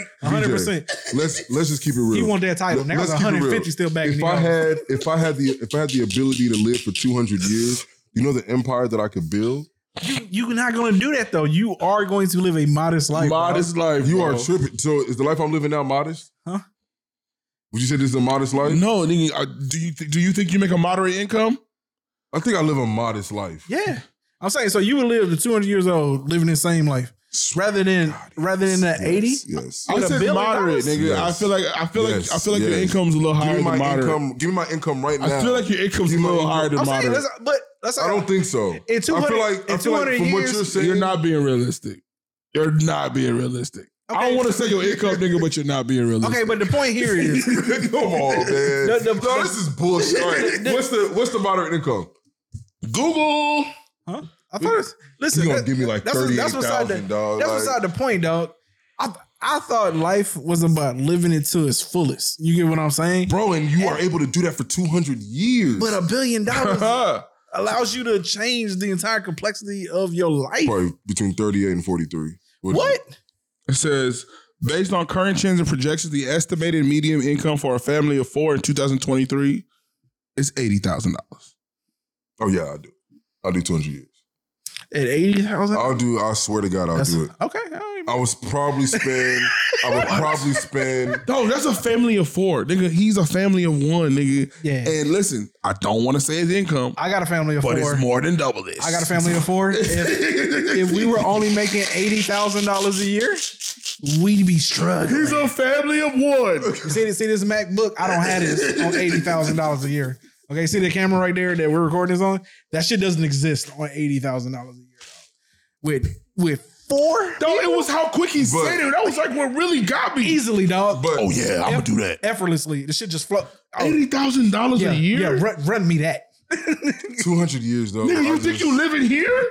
[SPEAKER 3] uh, 100 percent.
[SPEAKER 2] Let's let's just keep it real.
[SPEAKER 3] He want that title.
[SPEAKER 2] Let-
[SPEAKER 3] Now it's
[SPEAKER 2] let's keep it real.
[SPEAKER 3] 150 still back in
[SPEAKER 2] If
[SPEAKER 3] the
[SPEAKER 2] I
[SPEAKER 3] office.
[SPEAKER 2] had if I had the if I had the ability to live for two hundred years, you know the empire that I could build.
[SPEAKER 3] You, you're not going to do that though. You are going to live a modest life. bro.
[SPEAKER 4] modest life.
[SPEAKER 2] You
[SPEAKER 4] bro.
[SPEAKER 2] are tripping. So is the life I'm living now modest?
[SPEAKER 3] Huh?
[SPEAKER 2] Would you say this is a modest life?
[SPEAKER 4] No, nigga. uh, Do you th- do you think you make a moderate income?
[SPEAKER 2] I think I live a modest life.
[SPEAKER 3] Yeah. I'm saying so you would live to 200 years old living the same life rather than rather than the 80.
[SPEAKER 2] Yes. yes.
[SPEAKER 4] I
[SPEAKER 3] With a
[SPEAKER 4] said
[SPEAKER 3] billion
[SPEAKER 4] moderate,
[SPEAKER 3] dollars?
[SPEAKER 4] nigga. I
[SPEAKER 2] Yes.
[SPEAKER 4] feel like I feel
[SPEAKER 2] Yes,
[SPEAKER 4] like I feel like your
[SPEAKER 2] yes.
[SPEAKER 4] income's a little
[SPEAKER 2] Give
[SPEAKER 4] higher
[SPEAKER 2] me
[SPEAKER 4] than
[SPEAKER 2] my
[SPEAKER 4] moderate.
[SPEAKER 2] income. Give me my income right now.
[SPEAKER 4] I feel like your income's a
[SPEAKER 2] Give me my
[SPEAKER 4] little higher than
[SPEAKER 3] I'm saying
[SPEAKER 4] moderate.
[SPEAKER 3] let's, but let's say
[SPEAKER 2] I don't think so.
[SPEAKER 3] in
[SPEAKER 2] I
[SPEAKER 3] 200
[SPEAKER 2] feel like I
[SPEAKER 3] in
[SPEAKER 2] feel like
[SPEAKER 3] 200
[SPEAKER 2] from what
[SPEAKER 3] years,
[SPEAKER 2] you're saying,
[SPEAKER 4] You're not being realistic. You're not being realistic. I
[SPEAKER 3] Okay.
[SPEAKER 4] don't want to say your income, nigga, but you're not being realistic.
[SPEAKER 3] Okay, but the point here is
[SPEAKER 2] Come on, man.
[SPEAKER 3] The- the-
[SPEAKER 2] no, this is bullshit. All right, what's the what's the moderate income?
[SPEAKER 4] Google.
[SPEAKER 3] Huh? I thought it's listen.
[SPEAKER 2] You gonna
[SPEAKER 3] that-
[SPEAKER 2] give me like
[SPEAKER 3] that's what-
[SPEAKER 2] thirty eight
[SPEAKER 3] that's what's out
[SPEAKER 2] thousand
[SPEAKER 3] the-
[SPEAKER 2] dollars?
[SPEAKER 3] That's beside the point, dog. I I thought life was about living it to its fullest. You get what I'm saying?
[SPEAKER 2] bro, and you are able to do that for two hundred years.
[SPEAKER 3] But um, a billion dollars
[SPEAKER 4] That's
[SPEAKER 3] allows you to change the entire complexity of your life.
[SPEAKER 2] probably between thirty eight and forty three.
[SPEAKER 3] What?
[SPEAKER 4] It says, based on current trends and projections, the estimated median income for a family of four in 2023 is eighty thousand dollars.
[SPEAKER 2] Oh yeah, I do. I'll do two hundred years.
[SPEAKER 3] At eighty thousand?
[SPEAKER 2] I'll do. I swear to God, I'll
[SPEAKER 3] That's
[SPEAKER 2] do it.
[SPEAKER 3] okay. all right.
[SPEAKER 2] I was probably spend. I would probably spend.
[SPEAKER 4] No, that's a family of four, nigga. He's a family of one, nigga.
[SPEAKER 3] Yeah.
[SPEAKER 4] And listen, I don't want to say his income,
[SPEAKER 3] I got a family of
[SPEAKER 4] but
[SPEAKER 3] four.
[SPEAKER 4] it's more than double this.
[SPEAKER 3] I got a family of four. If, if we were only making eighty thousand dollars a year, we'd be struggling.
[SPEAKER 4] He's a family of one.
[SPEAKER 3] See, this- see this MacBook? I don't have this on eighty thousand dollars a year. Okay, see the camera right there that we're recording this on? That shit doesn't exist on eighty thousand dollars a year. dog. With with four
[SPEAKER 4] No, it was how quick he said it. That was like what really got me.
[SPEAKER 3] easily, dog.
[SPEAKER 2] But
[SPEAKER 4] Oh yeah, I'm gonna do that.
[SPEAKER 3] effortlessly, the shit just flow. Oh,
[SPEAKER 4] Eighty thousand dollars
[SPEAKER 3] yeah,
[SPEAKER 4] a
[SPEAKER 3] yeah.
[SPEAKER 4] year.
[SPEAKER 3] Run, run me that.
[SPEAKER 2] two hundred years though.
[SPEAKER 4] Nigga,
[SPEAKER 2] I'll
[SPEAKER 4] you
[SPEAKER 2] just-
[SPEAKER 4] think you living here?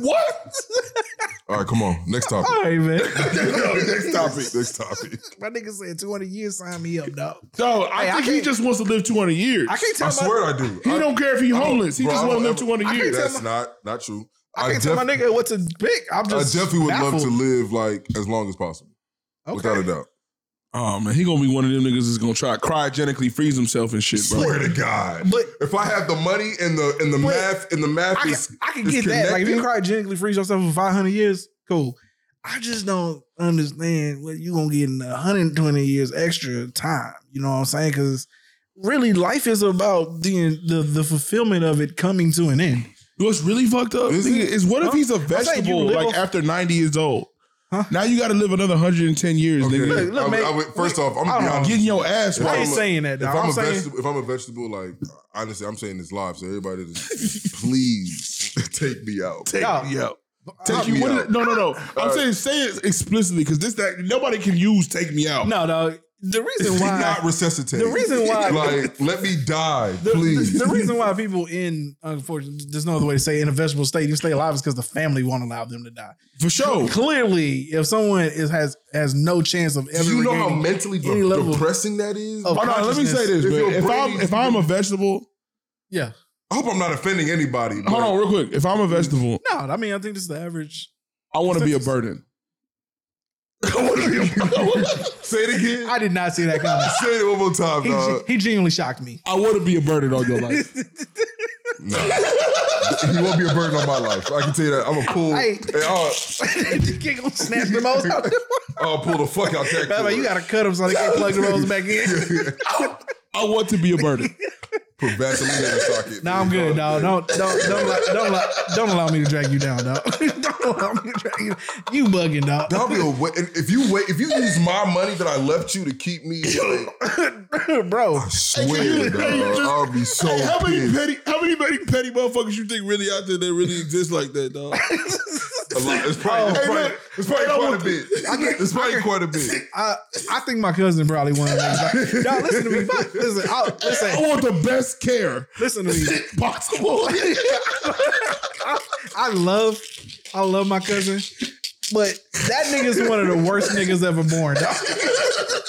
[SPEAKER 4] what?
[SPEAKER 2] All right, come on. Next topic.
[SPEAKER 3] All right, man.
[SPEAKER 2] Next topic. Next topic.
[SPEAKER 3] My nigga said two hundred years. Sign me up, dog.
[SPEAKER 4] No, I
[SPEAKER 3] Hey, I
[SPEAKER 4] think he
[SPEAKER 3] can't-
[SPEAKER 4] just wants to live two hundred years.
[SPEAKER 3] I can't tell
[SPEAKER 2] I
[SPEAKER 3] my
[SPEAKER 2] swear I do.
[SPEAKER 4] He
[SPEAKER 2] I-
[SPEAKER 4] don't care if he's homeless. He
[SPEAKER 2] Bro,
[SPEAKER 4] just
[SPEAKER 2] I
[SPEAKER 4] want to
[SPEAKER 2] don't
[SPEAKER 4] live two
[SPEAKER 2] ever-
[SPEAKER 4] hundred
[SPEAKER 3] I can't
[SPEAKER 4] years.
[SPEAKER 3] tell
[SPEAKER 2] That's not not true.
[SPEAKER 3] I can't tell my
[SPEAKER 2] def-
[SPEAKER 3] nigga what to pick. I'm
[SPEAKER 2] I
[SPEAKER 3] just
[SPEAKER 2] definitely would
[SPEAKER 3] baffled.
[SPEAKER 2] love to live like as long as possible,
[SPEAKER 3] Okay.
[SPEAKER 2] without a doubt.
[SPEAKER 4] Oh man, he gonna be one of them niggas that's gonna try to cryogenically freeze himself and shit, bro.
[SPEAKER 2] Swear to God,
[SPEAKER 3] But-
[SPEAKER 2] if I have the money and the and the
[SPEAKER 3] But-
[SPEAKER 2] math and the math
[SPEAKER 3] I can,
[SPEAKER 2] is,
[SPEAKER 3] I can
[SPEAKER 2] is
[SPEAKER 3] get that. Like if you
[SPEAKER 2] connected-
[SPEAKER 3] cryogenically freeze yourself for 500 years, cool. I just don't understand what you gonna get in 120 years extra time. You know what I'm saying? Because really, life is about the, the the fulfillment of it coming to an end.
[SPEAKER 4] What's really fucked up
[SPEAKER 2] Is
[SPEAKER 4] nigga,
[SPEAKER 2] it?
[SPEAKER 4] is what if
[SPEAKER 3] Huh?
[SPEAKER 4] he's a
[SPEAKER 3] you
[SPEAKER 4] vegetable
[SPEAKER 3] live
[SPEAKER 4] like
[SPEAKER 3] off-
[SPEAKER 4] after ninety years old?
[SPEAKER 3] Huh?
[SPEAKER 4] Now you got to live another hundred and ten years,
[SPEAKER 2] Okay,
[SPEAKER 4] nigga.
[SPEAKER 3] Look, look,
[SPEAKER 2] I would-
[SPEAKER 3] man,
[SPEAKER 2] I would- first
[SPEAKER 3] look,
[SPEAKER 2] off, I'm
[SPEAKER 3] I
[SPEAKER 2] gonna be
[SPEAKER 3] don't
[SPEAKER 2] honest.
[SPEAKER 3] know.
[SPEAKER 4] Getting your ass
[SPEAKER 3] I ain't
[SPEAKER 4] wiped.
[SPEAKER 3] saying that.
[SPEAKER 2] If
[SPEAKER 3] Though.
[SPEAKER 2] I'm,
[SPEAKER 3] I'm,
[SPEAKER 2] a
[SPEAKER 3] saying
[SPEAKER 2] vegetable, if I'm a vegetable, like honestly, I'm saying this live, so everybody just please take me out.
[SPEAKER 4] Take
[SPEAKER 3] No.
[SPEAKER 4] me out.
[SPEAKER 2] Take
[SPEAKER 4] Take you.
[SPEAKER 2] me
[SPEAKER 4] What is,
[SPEAKER 2] out.
[SPEAKER 4] no, no, no. I'm
[SPEAKER 2] right.
[SPEAKER 4] saying say it explicitly because this that nobody can use. Take me out.
[SPEAKER 3] no, dog. the reason
[SPEAKER 2] Did
[SPEAKER 3] why
[SPEAKER 2] not resuscitate.
[SPEAKER 3] The reason why-
[SPEAKER 2] like, let me die,
[SPEAKER 3] the,
[SPEAKER 2] please.
[SPEAKER 3] the- the reason why people in unfortunately there's no other way to say it, in a vegetable state you stay alive is because the family won't allow them to die.
[SPEAKER 4] For
[SPEAKER 3] Oh.
[SPEAKER 4] sure.
[SPEAKER 3] Clearly, if someone is has has no chance of ever
[SPEAKER 2] Do you know how
[SPEAKER 3] regaining
[SPEAKER 2] mentally
[SPEAKER 3] any
[SPEAKER 2] de-
[SPEAKER 3] level
[SPEAKER 2] depressing that is?
[SPEAKER 3] of
[SPEAKER 4] Oh, no, let me
[SPEAKER 3] consciousness-
[SPEAKER 4] say this,
[SPEAKER 2] If
[SPEAKER 4] man.
[SPEAKER 2] your
[SPEAKER 4] If
[SPEAKER 2] brain
[SPEAKER 4] I'm
[SPEAKER 2] is-
[SPEAKER 4] if I'm a vegetable,
[SPEAKER 3] yeah.
[SPEAKER 2] I hope I'm not offending anybody. but-
[SPEAKER 4] hold on real quick. If I'm a vegetable,
[SPEAKER 3] No, I mean I think this is the average.
[SPEAKER 4] I want to be a burden.
[SPEAKER 2] I wanna be a- Say it again.
[SPEAKER 3] I did not see that coming.
[SPEAKER 2] Say it one more time,
[SPEAKER 3] He,
[SPEAKER 2] dog.
[SPEAKER 3] he genuinely shocked me.
[SPEAKER 4] I want to be a burden on your life.
[SPEAKER 2] No. he won't be a burden on my life. I can tell you that. I'm a uh, pull.
[SPEAKER 3] Hey.
[SPEAKER 2] Hey, I'll,
[SPEAKER 3] you can't go snatch the most out.
[SPEAKER 2] I'll pull the fuck out that.
[SPEAKER 3] Baba,
[SPEAKER 2] cord.
[SPEAKER 3] you gotta cut them so they can't plug the rolls back in.
[SPEAKER 4] I want to be a burden.
[SPEAKER 2] put Vaseline in the socket.
[SPEAKER 3] Nah, I'm good, dog. Don't don't don't allow, don't allow, don't allow me to drag you down, dog. don't allow me to drag you. You bugging, dog.
[SPEAKER 2] That'll be a wa- if you wait if you use my money that I left you to keep me. Like,
[SPEAKER 3] bro.
[SPEAKER 2] I swear, dog, I'll be so
[SPEAKER 4] Hey, how many
[SPEAKER 2] pissed.
[SPEAKER 4] petty, how many petty, petty motherfuckers you think really out there that really exist like that, dog?
[SPEAKER 2] A lot. It's probably, it's
[SPEAKER 4] Hey,
[SPEAKER 2] probably,
[SPEAKER 4] look.
[SPEAKER 2] it's probably
[SPEAKER 4] Hey, I
[SPEAKER 2] quite
[SPEAKER 4] want
[SPEAKER 2] a bit. It's probably quite a bit.
[SPEAKER 3] I I think my cousin probably won. Dog, listen to me. Fuck, Listen, I,
[SPEAKER 4] I
[SPEAKER 3] listen,
[SPEAKER 4] want the best care
[SPEAKER 3] listen to me.
[SPEAKER 4] possible.
[SPEAKER 3] I love, I love my cousin, but that nigga's one of the worst niggas ever born. Dog.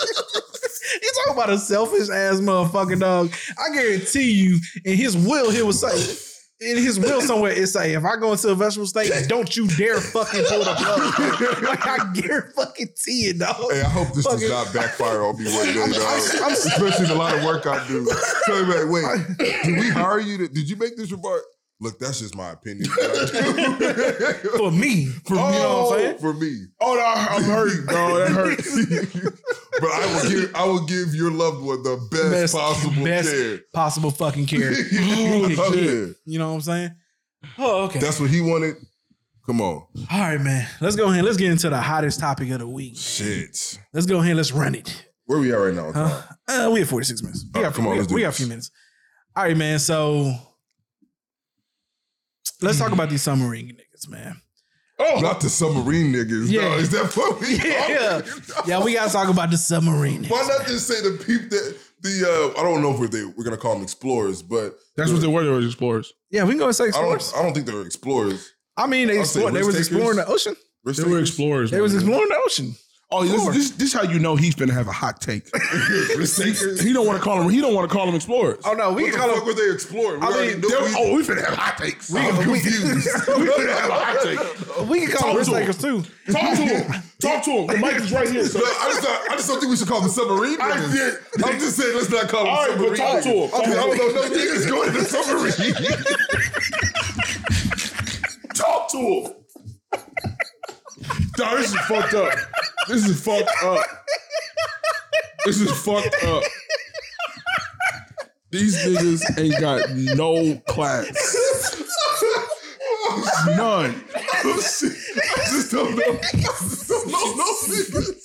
[SPEAKER 3] You talking about a selfish ass motherfucker, dog. I guarantee you, in his will, he was say, in his will somewhere, it say, if I go into a vegetable state, don't you dare fucking pull the plug. like I guarantee fucking see it, dog.
[SPEAKER 2] Hey, I hope this
[SPEAKER 3] Fucking-
[SPEAKER 2] does not backfire on me one day, dog.
[SPEAKER 3] I'm- I'm-
[SPEAKER 2] Especially the lot of work I do. So like, wait, did we hire you? To, did you make this report? Look, that's just my opinion.
[SPEAKER 3] For me, Oh. for, you know what I'm saying.
[SPEAKER 2] For me.
[SPEAKER 4] oh no, I'm hurt, bro. That hurt.
[SPEAKER 2] but I will give I will give your loved one the best, possible
[SPEAKER 3] best
[SPEAKER 2] care.
[SPEAKER 3] possible fucking care.
[SPEAKER 2] Oh, yeah.
[SPEAKER 3] You know what I'm saying? Oh, okay.
[SPEAKER 2] That's what he wanted. Come on.
[SPEAKER 3] All right, man. Let's go ahead. Let's get into the hottest topic of the week.
[SPEAKER 2] Shit.
[SPEAKER 3] Let's go ahead. Let's run it.
[SPEAKER 2] Where we at right now?
[SPEAKER 3] Huh? Uh, we have 46 minutes. We
[SPEAKER 2] Oh,
[SPEAKER 3] got,
[SPEAKER 2] come on,
[SPEAKER 3] we,
[SPEAKER 2] let's do
[SPEAKER 3] we got a
[SPEAKER 2] this.
[SPEAKER 3] few minutes. All right, man. So let's talk about these submarine niggas, man.
[SPEAKER 2] Oh. Not the submarine niggas. Yeah.
[SPEAKER 3] Yeah.
[SPEAKER 2] is that what we
[SPEAKER 3] Yeah.
[SPEAKER 2] talking
[SPEAKER 3] Yeah, we got to talk about the submarine.
[SPEAKER 2] Why not just say the peep that the uh, I don't know if we're they, we're gonna call them explorers, but
[SPEAKER 4] That's what they were. They were explorers.
[SPEAKER 3] Yeah, we can go and say
[SPEAKER 2] I don't
[SPEAKER 3] explorers.
[SPEAKER 2] I don't think they're explorers.
[SPEAKER 3] I, mean, they,
[SPEAKER 2] I'll say Mm-hmm.
[SPEAKER 3] explored, they
[SPEAKER 2] risk
[SPEAKER 3] was
[SPEAKER 2] takers.
[SPEAKER 3] exploring the ocean.
[SPEAKER 2] Risk
[SPEAKER 4] They were
[SPEAKER 2] takers?
[SPEAKER 4] explorers.
[SPEAKER 3] They was
[SPEAKER 4] man.
[SPEAKER 3] exploring the ocean.
[SPEAKER 4] Oh, this,
[SPEAKER 3] explorers.
[SPEAKER 4] this this how you know he's gonna have a hot take.
[SPEAKER 2] Risk takers.
[SPEAKER 4] he don't want to call him. He don't want to call him explorers.
[SPEAKER 3] Oh, no. We
[SPEAKER 2] What the
[SPEAKER 3] can call
[SPEAKER 2] fuck
[SPEAKER 3] them.
[SPEAKER 2] were they exploring? We
[SPEAKER 3] I mean,
[SPEAKER 2] already know
[SPEAKER 4] They-
[SPEAKER 2] we-
[SPEAKER 4] oh, we finna have hot takes.
[SPEAKER 2] I'm confused.
[SPEAKER 4] we finna have a hot take.
[SPEAKER 3] We can call them
[SPEAKER 4] Talk
[SPEAKER 3] risk
[SPEAKER 4] to 'em.
[SPEAKER 3] takers too.
[SPEAKER 1] Talk to him. Talk to him. The mic is right here.
[SPEAKER 2] No,
[SPEAKER 1] So.
[SPEAKER 2] I just, don't- I just don't think we should call them submarine
[SPEAKER 1] I
[SPEAKER 2] niggas.
[SPEAKER 1] did.
[SPEAKER 2] I'm just saying, let's not call them
[SPEAKER 1] All right,
[SPEAKER 2] submarine
[SPEAKER 1] but talk to
[SPEAKER 2] niggas.
[SPEAKER 1] him. Talk
[SPEAKER 2] I mean,
[SPEAKER 1] to
[SPEAKER 2] I
[SPEAKER 1] him.
[SPEAKER 2] don't know no niggas going in the submarine.
[SPEAKER 1] Talk to him.
[SPEAKER 4] Dawg, this is fucked up. This is fucked up. This is fucked up. These niggas ain't got no class. None.
[SPEAKER 2] Oh, shit. I just don't know. I just don't know no niggas.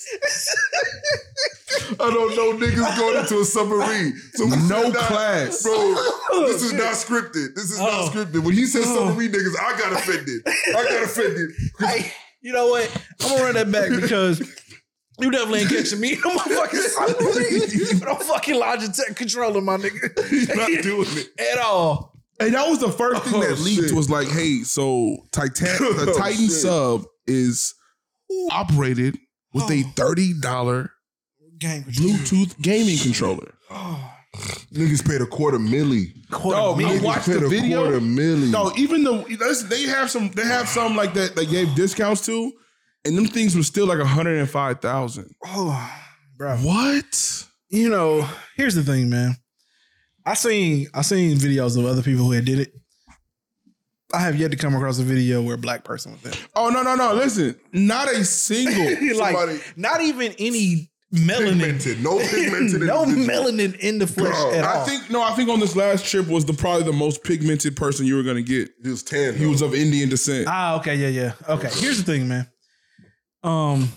[SPEAKER 2] I don't know niggas going into a submarine. So we
[SPEAKER 4] No
[SPEAKER 2] should not-
[SPEAKER 4] class.
[SPEAKER 2] Bro, this
[SPEAKER 1] Oh,
[SPEAKER 2] is not scripted. This is
[SPEAKER 3] Oh.
[SPEAKER 2] not scripted. When he said submarine niggas, I got offended. I got offended.
[SPEAKER 3] Hey, you know what? I'm gonna run that back because you definitely ain't catching me. I'm a fucking submarine. You don't fucking Logitech controller, my nigga,
[SPEAKER 2] Not doing it.
[SPEAKER 3] at all.
[SPEAKER 4] And that was the first thing
[SPEAKER 2] Oh,
[SPEAKER 4] that leaked
[SPEAKER 2] shit.
[SPEAKER 4] was like, hey, so Titan the
[SPEAKER 2] Oh,
[SPEAKER 4] Titan
[SPEAKER 2] shit.
[SPEAKER 4] sub is operated with a $30
[SPEAKER 3] Gang Oh, controller.
[SPEAKER 4] Bluetooth gaming controller.
[SPEAKER 2] Niggas paid a quarter milli.
[SPEAKER 3] Quarter
[SPEAKER 4] Dog,
[SPEAKER 3] million.
[SPEAKER 4] I watched the
[SPEAKER 2] paid a
[SPEAKER 4] video.
[SPEAKER 2] quarter milli.
[SPEAKER 4] No, even though listen, they have some, they have some like that they gave discounts to, and them things were still like one hundred and five thousand.
[SPEAKER 3] Oh, bro.
[SPEAKER 4] What?
[SPEAKER 3] You know, here's the thing, man. I seen I seen videos of other people who had did it. I have yet to come across a video where a black person was it.
[SPEAKER 4] Oh no no no! Listen, not a single.
[SPEAKER 3] like,
[SPEAKER 2] Somebody-
[SPEAKER 3] not even any melanin.
[SPEAKER 2] Pigmented. No pigmented.
[SPEAKER 3] no
[SPEAKER 2] individual.
[SPEAKER 3] melanin in the flesh
[SPEAKER 2] Bro,
[SPEAKER 3] at all.
[SPEAKER 4] I think no. I think on this last trip was the probably the most pigmented person you were gonna get.
[SPEAKER 2] He was tan.
[SPEAKER 4] He was of Indian descent.
[SPEAKER 3] Ah, okay, yeah, yeah. Okay. Here's the thing, man. Um,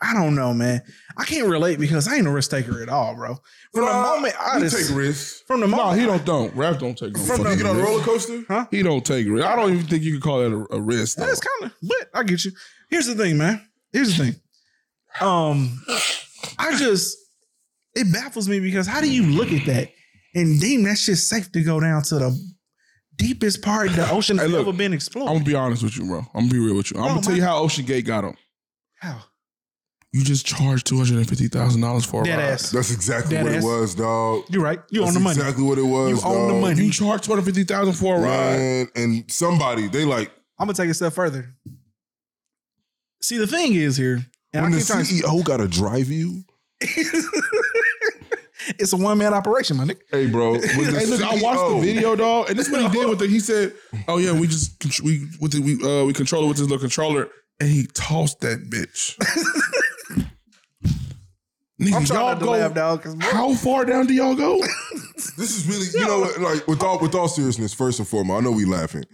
[SPEAKER 3] I don't know, man. I can't relate because I ain't a risk taker at all, bro. From the moment I
[SPEAKER 2] You
[SPEAKER 3] just,
[SPEAKER 2] take risks.
[SPEAKER 3] from the
[SPEAKER 4] No,
[SPEAKER 3] moment
[SPEAKER 4] Ah, he don't don't. Rap don't take. No
[SPEAKER 3] From
[SPEAKER 4] fucking
[SPEAKER 2] You get on a
[SPEAKER 4] risk.
[SPEAKER 2] roller coaster?
[SPEAKER 4] He don't take risk. I don't even think you could call that a, a risk. though.
[SPEAKER 3] that's kind of but I get you. Here's the thing, man. Here's the thing. Um, I just it baffles me because how do you look at that and deem that shit safe to go down to the deepest part the ocean has
[SPEAKER 4] Hey, look,
[SPEAKER 3] ever been
[SPEAKER 4] I'm
[SPEAKER 3] explored?
[SPEAKER 4] gonna be honest with you, bro. I'm gonna be real with you. I'm
[SPEAKER 3] Bro,
[SPEAKER 4] gonna tell
[SPEAKER 3] my-
[SPEAKER 4] you how Ocean Gate got him.
[SPEAKER 3] How?
[SPEAKER 4] You just charged two hundred and fifty thousand dollars for a
[SPEAKER 3] Dead
[SPEAKER 4] ride.
[SPEAKER 3] ass.
[SPEAKER 2] That's exactly
[SPEAKER 3] Dead
[SPEAKER 2] what
[SPEAKER 3] ass.
[SPEAKER 2] it was, dog.
[SPEAKER 3] You're right. You
[SPEAKER 2] That's
[SPEAKER 3] own the money.
[SPEAKER 2] exactly what it was.
[SPEAKER 3] You own the
[SPEAKER 2] dawg.
[SPEAKER 3] money.
[SPEAKER 4] You charged two hundred fifty thousand for a ride.
[SPEAKER 2] Man, and somebody they like
[SPEAKER 3] I'm gonna take it a step further. See, the thing is here, and
[SPEAKER 2] when the
[SPEAKER 3] I
[SPEAKER 2] E
[SPEAKER 3] keep trying. to-
[SPEAKER 2] CEO got to drive you.
[SPEAKER 3] it's a one man operation, my nigga.
[SPEAKER 2] Hey, bro. When the E
[SPEAKER 4] Hey, look, I watched the
[SPEAKER 2] CEO
[SPEAKER 4] video, dog, and this is what he did with it. He said, "Oh yeah, we just contr- we with the, we uh, we control it with this little controller," and he tossed that bitch. Nigga,
[SPEAKER 3] I'm trying
[SPEAKER 4] y'all
[SPEAKER 3] not to
[SPEAKER 4] go-
[SPEAKER 3] laugh, dog. 'cause-
[SPEAKER 4] How far down do y'all go?
[SPEAKER 2] This is really, you know, what, like with all with all seriousness. First and foremost, I know we laughing.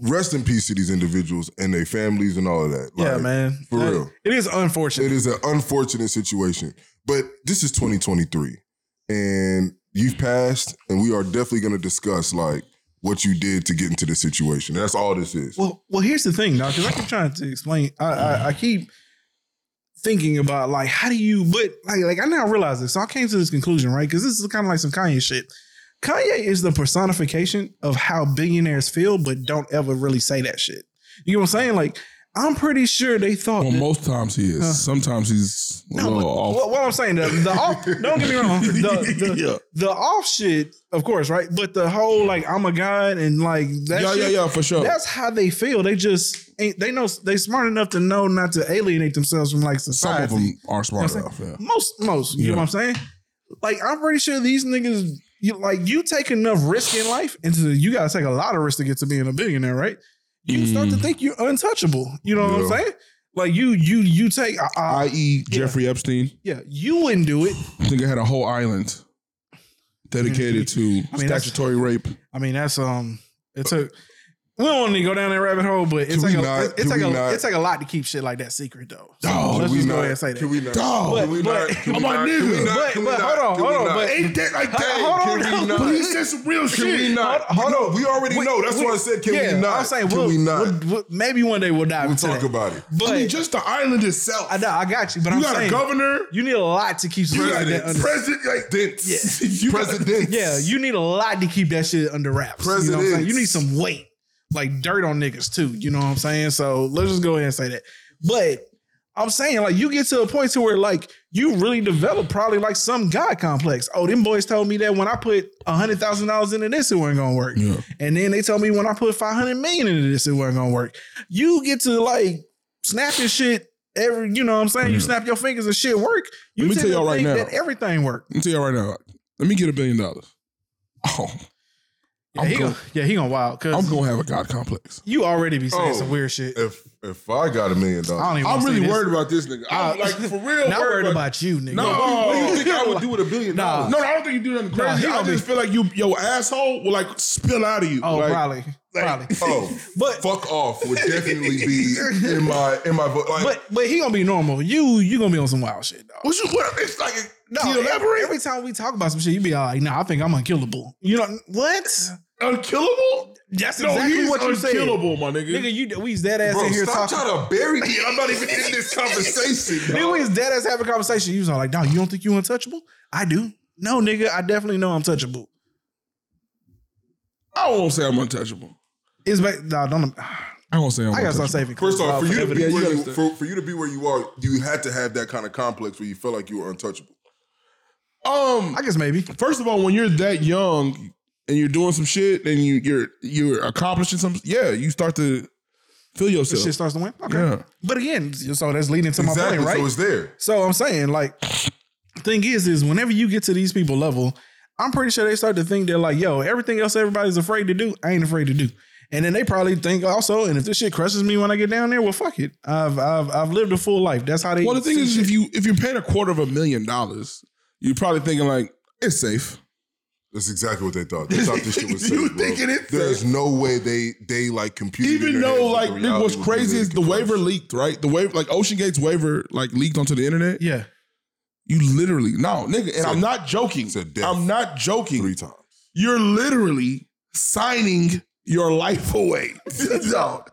[SPEAKER 2] Rest in peace to these individuals and their families and all of that.
[SPEAKER 3] yeah,
[SPEAKER 2] Like,
[SPEAKER 3] man.
[SPEAKER 2] for
[SPEAKER 3] That-
[SPEAKER 2] real.
[SPEAKER 3] It is unfortunate.
[SPEAKER 2] It is an unfortunate situation, but this is 2023, and you've passed, and we are definitely going to discuss like what you did to get into this situation. That's all this is.
[SPEAKER 3] Well, well, here's the thing, now, because I keep trying to explain. I, I, I keep thinking about like, how do you? But like, like I now realize this. So I came to this conclusion, right? Because this is kind of like some Kanye shit. Kanye is the personification of how billionaires feel, but don't ever really say that shit. You know what I'm saying? Like, I'm pretty sure they thought.
[SPEAKER 4] Well,
[SPEAKER 3] that-
[SPEAKER 4] most times he is. Sometimes he's a
[SPEAKER 3] no,
[SPEAKER 4] little
[SPEAKER 3] but
[SPEAKER 4] off.
[SPEAKER 3] What, what I'm saying, the, the off, don't get me wrong, the, the,
[SPEAKER 4] Oh. Yeah.
[SPEAKER 3] the off shit, of course, right? But the whole like I'm a god and like that
[SPEAKER 4] yeah,
[SPEAKER 3] shit,
[SPEAKER 4] yeah, yeah, for sure.
[SPEAKER 3] that's how they feel. They just ain't, they know they smart enough to know not to alienate themselves from like
[SPEAKER 4] Some
[SPEAKER 3] society.
[SPEAKER 4] of them are smart
[SPEAKER 3] You know what
[SPEAKER 4] enough. Yeah.
[SPEAKER 3] Most most, you know
[SPEAKER 4] Yeah.
[SPEAKER 3] what I'm saying? Like I'm pretty sure these niggas, you like you take enough risk in life, and to, you gotta take a lot of risk to get to being a billionaire, right? You start
[SPEAKER 4] Mm.
[SPEAKER 3] to think you're untouchable. You know what
[SPEAKER 2] Yeah.
[SPEAKER 3] I'm saying? Like you you you take uh, uh,
[SPEAKER 4] I.e., E, Jeffrey Epstein.
[SPEAKER 3] yeah, you wouldn't do it.
[SPEAKER 4] I think I had a whole island dedicated to
[SPEAKER 3] I mean, that's-
[SPEAKER 4] statutory rape.
[SPEAKER 3] I mean that's um it took. We don't want to go down that rabbit hole, but it's
[SPEAKER 2] Can
[SPEAKER 3] like
[SPEAKER 2] we
[SPEAKER 3] a,
[SPEAKER 2] not-
[SPEAKER 3] it's
[SPEAKER 2] can
[SPEAKER 3] like
[SPEAKER 2] we
[SPEAKER 3] a
[SPEAKER 2] not-
[SPEAKER 3] it's like a lot to keep shit like that secret though. So
[SPEAKER 4] Dog,
[SPEAKER 3] let's
[SPEAKER 2] Can we
[SPEAKER 3] just go
[SPEAKER 2] not-
[SPEAKER 3] ahead and say that.
[SPEAKER 2] Can we not?
[SPEAKER 4] Dog.
[SPEAKER 2] Can we not?
[SPEAKER 3] But-
[SPEAKER 2] Can we
[SPEAKER 4] I'm a
[SPEAKER 2] not? Can we
[SPEAKER 4] nigga.
[SPEAKER 2] not?
[SPEAKER 3] But-
[SPEAKER 2] Can we
[SPEAKER 3] but
[SPEAKER 2] not?
[SPEAKER 3] hold on,
[SPEAKER 2] Can we
[SPEAKER 3] hold on,
[SPEAKER 2] not?
[SPEAKER 3] but-
[SPEAKER 2] ain't that like
[SPEAKER 3] Hold
[SPEAKER 2] that?
[SPEAKER 3] on,
[SPEAKER 2] Can
[SPEAKER 3] hold
[SPEAKER 2] we
[SPEAKER 3] on.
[SPEAKER 2] not?
[SPEAKER 3] But he
[SPEAKER 2] said some real shit. Can
[SPEAKER 3] shit.
[SPEAKER 2] we not?
[SPEAKER 3] Hold- hold
[SPEAKER 2] no, we already know. That's
[SPEAKER 3] we-
[SPEAKER 2] why I said, can
[SPEAKER 3] yeah,
[SPEAKER 2] we not?
[SPEAKER 3] I'm saying
[SPEAKER 2] can
[SPEAKER 3] we'll,
[SPEAKER 2] we not?
[SPEAKER 3] we'll- we'll- maybe one day we'll dive
[SPEAKER 2] We'll
[SPEAKER 3] into
[SPEAKER 2] talk
[SPEAKER 3] that.
[SPEAKER 2] about it.
[SPEAKER 3] But
[SPEAKER 4] I mean, just the island itself.
[SPEAKER 3] I know I got you, but I'm
[SPEAKER 4] you got
[SPEAKER 3] saying
[SPEAKER 4] a governor.
[SPEAKER 3] you need a lot to keep
[SPEAKER 2] You
[SPEAKER 3] that
[SPEAKER 2] got
[SPEAKER 3] under-
[SPEAKER 2] it. President, like dents. You president.
[SPEAKER 3] yeah, you need a lot to keep that shit under wraps. You know what I'm saying?
[SPEAKER 2] Presidents.
[SPEAKER 3] You need some weight, like dirt on niggas too. You know what I'm saying? So let's just go ahead and say that. But I'm saying like you get to a point to where like you really develop probably like some god complex. Oh, them boys told me that when I put hundred thousand dollars into this, it wasn't gonna work.
[SPEAKER 4] Yeah.
[SPEAKER 3] And then they told me when I put five hundred million into this, it wasn't gonna work. You get to like snapping shit. Every, you know what I'm saying? You
[SPEAKER 4] Yeah.
[SPEAKER 3] snap your fingers and shit work. You
[SPEAKER 4] Mm-hmm. Let me
[SPEAKER 3] tend
[SPEAKER 4] tell
[SPEAKER 3] to
[SPEAKER 4] y'all right
[SPEAKER 3] think
[SPEAKER 4] now.
[SPEAKER 3] that everything work.
[SPEAKER 4] Let me tell you right now. Let me get a billion dollars. Oh,
[SPEAKER 3] Yeah,
[SPEAKER 4] I'm
[SPEAKER 3] he
[SPEAKER 4] go-
[SPEAKER 3] gonna, yeah, he gonna wild. Cause
[SPEAKER 4] I'm gonna have a god complex.
[SPEAKER 3] You already be saying
[SPEAKER 2] Oh.
[SPEAKER 3] some weird shit.
[SPEAKER 2] If if I got a million
[SPEAKER 3] I don't
[SPEAKER 2] dollars,
[SPEAKER 3] even.
[SPEAKER 4] I'm
[SPEAKER 3] wanna say
[SPEAKER 4] really
[SPEAKER 3] this.
[SPEAKER 4] worried about this nigga. I'm like for real.
[SPEAKER 3] Not worried about you, nigga.
[SPEAKER 4] No.
[SPEAKER 2] what do you think I would do with a billion
[SPEAKER 3] Nah.
[SPEAKER 2] dollars?
[SPEAKER 4] No, I don't think you do nothing
[SPEAKER 3] Nah,
[SPEAKER 4] crazy.
[SPEAKER 3] he
[SPEAKER 4] I
[SPEAKER 3] gonna
[SPEAKER 4] just feel like you, your asshole will like spill out of you.
[SPEAKER 3] Oh,
[SPEAKER 4] like,
[SPEAKER 3] probably, probably.
[SPEAKER 2] Oh,
[SPEAKER 3] But-
[SPEAKER 2] fuck off would definitely be in my in my book. Like,
[SPEAKER 3] But but he gonna be normal. You you gonna be on some wild shit, dog.
[SPEAKER 4] What you? What, it's like.
[SPEAKER 3] No,
[SPEAKER 4] can you
[SPEAKER 3] every,
[SPEAKER 4] elaborate?
[SPEAKER 3] every time we talk about some shit, you be like, "Nah, I think I'm unkillable." You know what?
[SPEAKER 4] unkillable?
[SPEAKER 3] That's
[SPEAKER 4] No,
[SPEAKER 3] exactly
[SPEAKER 4] he's
[SPEAKER 3] what you said,
[SPEAKER 4] unkillable, my
[SPEAKER 3] nigga. You we was dead ass
[SPEAKER 2] bro,
[SPEAKER 3] in here
[SPEAKER 2] stop
[SPEAKER 3] talking.
[SPEAKER 2] trying to bury me. I'm not even in this conversation.
[SPEAKER 3] Nigga,
[SPEAKER 2] dog.
[SPEAKER 3] we was dead ass having a conversation. You was all like, "Dog, you don't think you untouchable?" I do. No, nigga, I definitely know I'm touchable.
[SPEAKER 4] I won't say I'm untouchable.
[SPEAKER 3] It's back. Nah, don't.
[SPEAKER 4] I won't say I'm.
[SPEAKER 3] I gotta
[SPEAKER 4] untouchable.
[SPEAKER 3] start saving.
[SPEAKER 2] First
[SPEAKER 3] clues,
[SPEAKER 2] off,
[SPEAKER 3] dog,
[SPEAKER 2] for you to be
[SPEAKER 3] evidence.
[SPEAKER 2] where
[SPEAKER 4] you
[SPEAKER 2] you,
[SPEAKER 4] gotta
[SPEAKER 2] for, for you to be where you are, you had to have that kind of complex where you felt like you were untouchable.
[SPEAKER 4] Um,
[SPEAKER 3] I guess maybe.
[SPEAKER 4] first of all, when you're that young and you're doing some shit and you you're you're accomplishing some, yeah, you start to feel
[SPEAKER 3] The shit
[SPEAKER 4] yourself.
[SPEAKER 3] starts to win. Okay.
[SPEAKER 4] Yeah.
[SPEAKER 3] But again, so that's leading to
[SPEAKER 2] Exactly.
[SPEAKER 3] my point,
[SPEAKER 2] So
[SPEAKER 3] right?
[SPEAKER 2] it's
[SPEAKER 3] So,
[SPEAKER 2] there.
[SPEAKER 3] I'm saying, like, thing is, is whenever you get to these people level, I'm pretty sure they start to think they're like, yo, everything else everybody's afraid to do, I ain't afraid to do. And then they probably think also, and if this shit crushes me when I get down there, well, fuck it. I've I've I've lived a full life. That's how they.
[SPEAKER 4] Well, the thing
[SPEAKER 3] see
[SPEAKER 4] is,
[SPEAKER 3] shit.
[SPEAKER 4] if you if you're paying a quarter of a million dollars, you're probably thinking like it's safe.
[SPEAKER 2] That's exactly what they thought. They thought this shit was
[SPEAKER 4] You
[SPEAKER 2] safe, bro.
[SPEAKER 4] thinking it's
[SPEAKER 2] There's no way they they like computed. in
[SPEAKER 4] Even
[SPEAKER 2] their
[SPEAKER 4] though
[SPEAKER 2] heads
[SPEAKER 4] like
[SPEAKER 2] what
[SPEAKER 4] it
[SPEAKER 2] reality
[SPEAKER 4] was
[SPEAKER 2] was
[SPEAKER 4] crazy
[SPEAKER 2] really
[SPEAKER 4] is the
[SPEAKER 2] gonna
[SPEAKER 4] waiver leaked, right? The waiver like Ocean Gate's waiver like leaked onto the internet.
[SPEAKER 3] yeah,
[SPEAKER 4] You literally no nigga, and I'm not joking.
[SPEAKER 2] it's a death.
[SPEAKER 4] I'm not joking.
[SPEAKER 2] come three times.
[SPEAKER 4] you're literally signing your life away. no,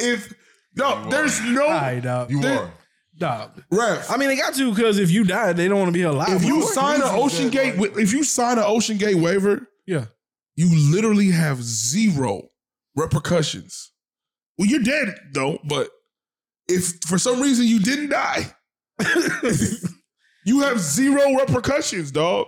[SPEAKER 4] if no, there's no Oh.
[SPEAKER 3] all right, dog.
[SPEAKER 2] You
[SPEAKER 4] There-
[SPEAKER 2] are.
[SPEAKER 3] Dog.
[SPEAKER 4] Ref,
[SPEAKER 3] I mean, they got to because if you die, they don't want to be alive.
[SPEAKER 4] if you
[SPEAKER 3] Well,
[SPEAKER 4] sign an
[SPEAKER 3] reasons
[SPEAKER 4] Ocean
[SPEAKER 3] that,
[SPEAKER 4] Gate,
[SPEAKER 3] like-
[SPEAKER 4] if you sign an Ocean Gate waiver,
[SPEAKER 3] yeah,
[SPEAKER 4] you literally have zero repercussions. Well, you're dead though, but if for some reason you didn't die, you have zero repercussions, dog.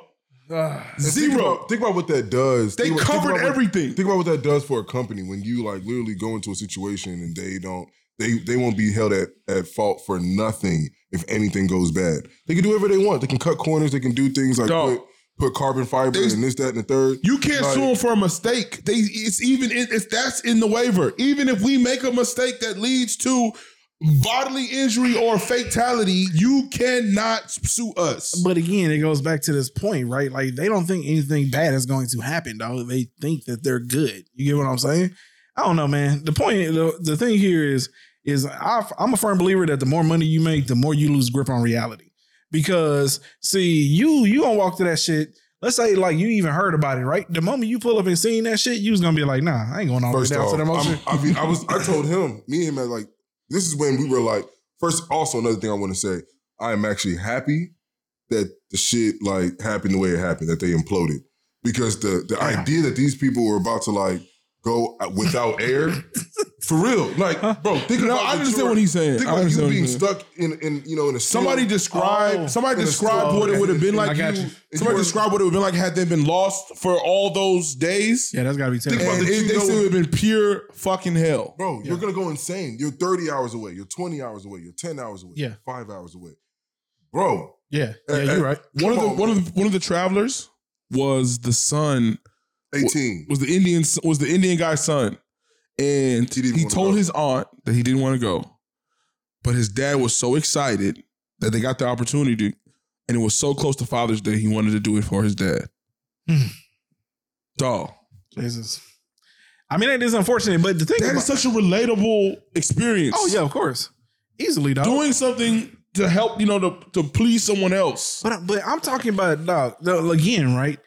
[SPEAKER 3] Ah,
[SPEAKER 2] Think
[SPEAKER 4] Zero.
[SPEAKER 2] about, think about what that does.
[SPEAKER 4] They
[SPEAKER 2] Think about- think
[SPEAKER 4] covered
[SPEAKER 2] about what-
[SPEAKER 4] everything.
[SPEAKER 2] Think about what that does for a company when you like literally go into a situation and they don't they they won't be held at, at fault for nothing if anything goes bad. They can do whatever they want. They can cut corners. They can do things like
[SPEAKER 4] Dog.
[SPEAKER 2] put, put carbon fiber
[SPEAKER 4] There's-
[SPEAKER 2] and this that and the third.
[SPEAKER 4] You can't
[SPEAKER 2] Like-
[SPEAKER 4] sue them for a mistake. They it's even it- it's that's in the waiver. Even if we make a mistake that leads to bodily injury or fatality, you cannot sue us.
[SPEAKER 3] But again, it goes back to this point, right? Like they don't think anything bad is going to happen, dog. They think that they're good. You get what I'm saying? I don't know, man. The point, the, the thing here is, is i I'm a firm believer that the more money you make, the more you lose grip on reality. Because see, you you gonna walk to that shit. Let's say like you even heard about it, right? The moment you pull up and seen that shit, you was gonna be like, nah, I ain't going all the way
[SPEAKER 2] First
[SPEAKER 3] down
[SPEAKER 2] off,
[SPEAKER 3] to the motion.
[SPEAKER 2] I'm- I, mean, I was I told him me and him had like this is when we were like first. Also, another thing I want to say, I am actually happy that the shit like happened the way it happened, that they imploded, because the the
[SPEAKER 3] Yeah.
[SPEAKER 2] idea that these people were about to like go without air, for real, like bro, think
[SPEAKER 4] No,
[SPEAKER 2] about
[SPEAKER 4] I
[SPEAKER 2] the
[SPEAKER 4] understand
[SPEAKER 2] tour-
[SPEAKER 4] what he's saying.
[SPEAKER 2] Think
[SPEAKER 4] I
[SPEAKER 2] about
[SPEAKER 4] understand
[SPEAKER 2] you
[SPEAKER 4] what
[SPEAKER 2] being
[SPEAKER 4] he's saying.
[SPEAKER 2] stuck in in you know in a cell.
[SPEAKER 4] Somebody describe
[SPEAKER 3] Oh.
[SPEAKER 4] somebody
[SPEAKER 2] In a
[SPEAKER 4] describe
[SPEAKER 2] store.
[SPEAKER 4] what it would have been
[SPEAKER 3] I
[SPEAKER 4] like.
[SPEAKER 3] got
[SPEAKER 4] you-
[SPEAKER 3] you.
[SPEAKER 2] If you
[SPEAKER 4] Somebody
[SPEAKER 2] were-
[SPEAKER 4] describe what it would have been like had they been lost for all those days.
[SPEAKER 3] Yeah, that's gotta be
[SPEAKER 2] Think
[SPEAKER 3] terrible.
[SPEAKER 2] about
[SPEAKER 4] And
[SPEAKER 2] the-
[SPEAKER 4] it, they
[SPEAKER 2] you know-
[SPEAKER 4] said it would have been pure fucking hell.
[SPEAKER 2] Bro, you're gonna go insane. You're 30 hours away. You're 20 hours away. You're 10 hours away.
[SPEAKER 3] Yeah.
[SPEAKER 2] Five hours away. Bro,
[SPEAKER 3] Yeah, yeah,
[SPEAKER 2] Eh,
[SPEAKER 3] you're
[SPEAKER 2] eh,
[SPEAKER 3] right.
[SPEAKER 4] One of
[SPEAKER 2] come
[SPEAKER 4] the
[SPEAKER 2] on,
[SPEAKER 4] one of the one of the travelers was the son
[SPEAKER 2] 18.
[SPEAKER 4] was the Indian was the Indian guy's son, and
[SPEAKER 2] He
[SPEAKER 4] he,
[SPEAKER 2] didn't wanna
[SPEAKER 4] told
[SPEAKER 2] go.
[SPEAKER 4] his aunt that he didn't want to go, but his dad was so excited that they got the opportunity, and it was so close to Father's Day, he wanted to do it for his dad.
[SPEAKER 3] Hmm.
[SPEAKER 4] Dog,
[SPEAKER 3] Jesus. I mean, it is unfortunate, but the thing
[SPEAKER 4] that
[SPEAKER 3] about-
[SPEAKER 4] is such a relatable experience.
[SPEAKER 3] Oh yeah, of course, easily, dog.
[SPEAKER 4] doing something to help you know to to please someone else.
[SPEAKER 3] But but I'm talking about dog though, again, right?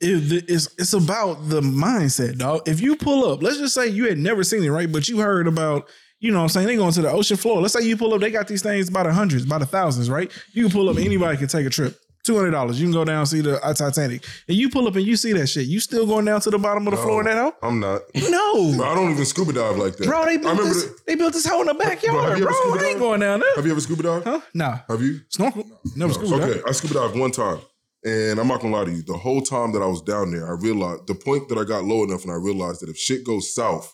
[SPEAKER 3] If the, it's it's about the mindset, dog. If you pull up, let's just say you had never seen it, right? But you heard about, you know, what I'm saying they going to the ocean floor. Let's say you pull up, they got these things by the hundreds, by the thousands, right? You can pull up, anybody can take a trip. Two hundred dollars, you can go down and see the uh, Titanic, and you pull up and you see that shit. You still going down to the bottom of the floor in that hole?
[SPEAKER 2] I'm not. Bro,
[SPEAKER 3] No,
[SPEAKER 2] I don't even scuba dive like that.
[SPEAKER 3] bro. They
[SPEAKER 2] I
[SPEAKER 3] built
[SPEAKER 2] remember
[SPEAKER 3] this.
[SPEAKER 2] the-
[SPEAKER 3] they built this hole in the backyard,
[SPEAKER 2] have you
[SPEAKER 3] bro.
[SPEAKER 2] ever scuba
[SPEAKER 3] I ain't
[SPEAKER 2] dived?
[SPEAKER 3] going down there.
[SPEAKER 2] have you ever scuba dive?
[SPEAKER 3] Huh? Nah,
[SPEAKER 2] Have you?
[SPEAKER 3] snorkel. Never scuba dived.
[SPEAKER 2] okay, I scuba dived one time, and I'm not gonna lie to you. The whole time that I was down there, I realized the point that I got low enough, and I realized that if shit goes south,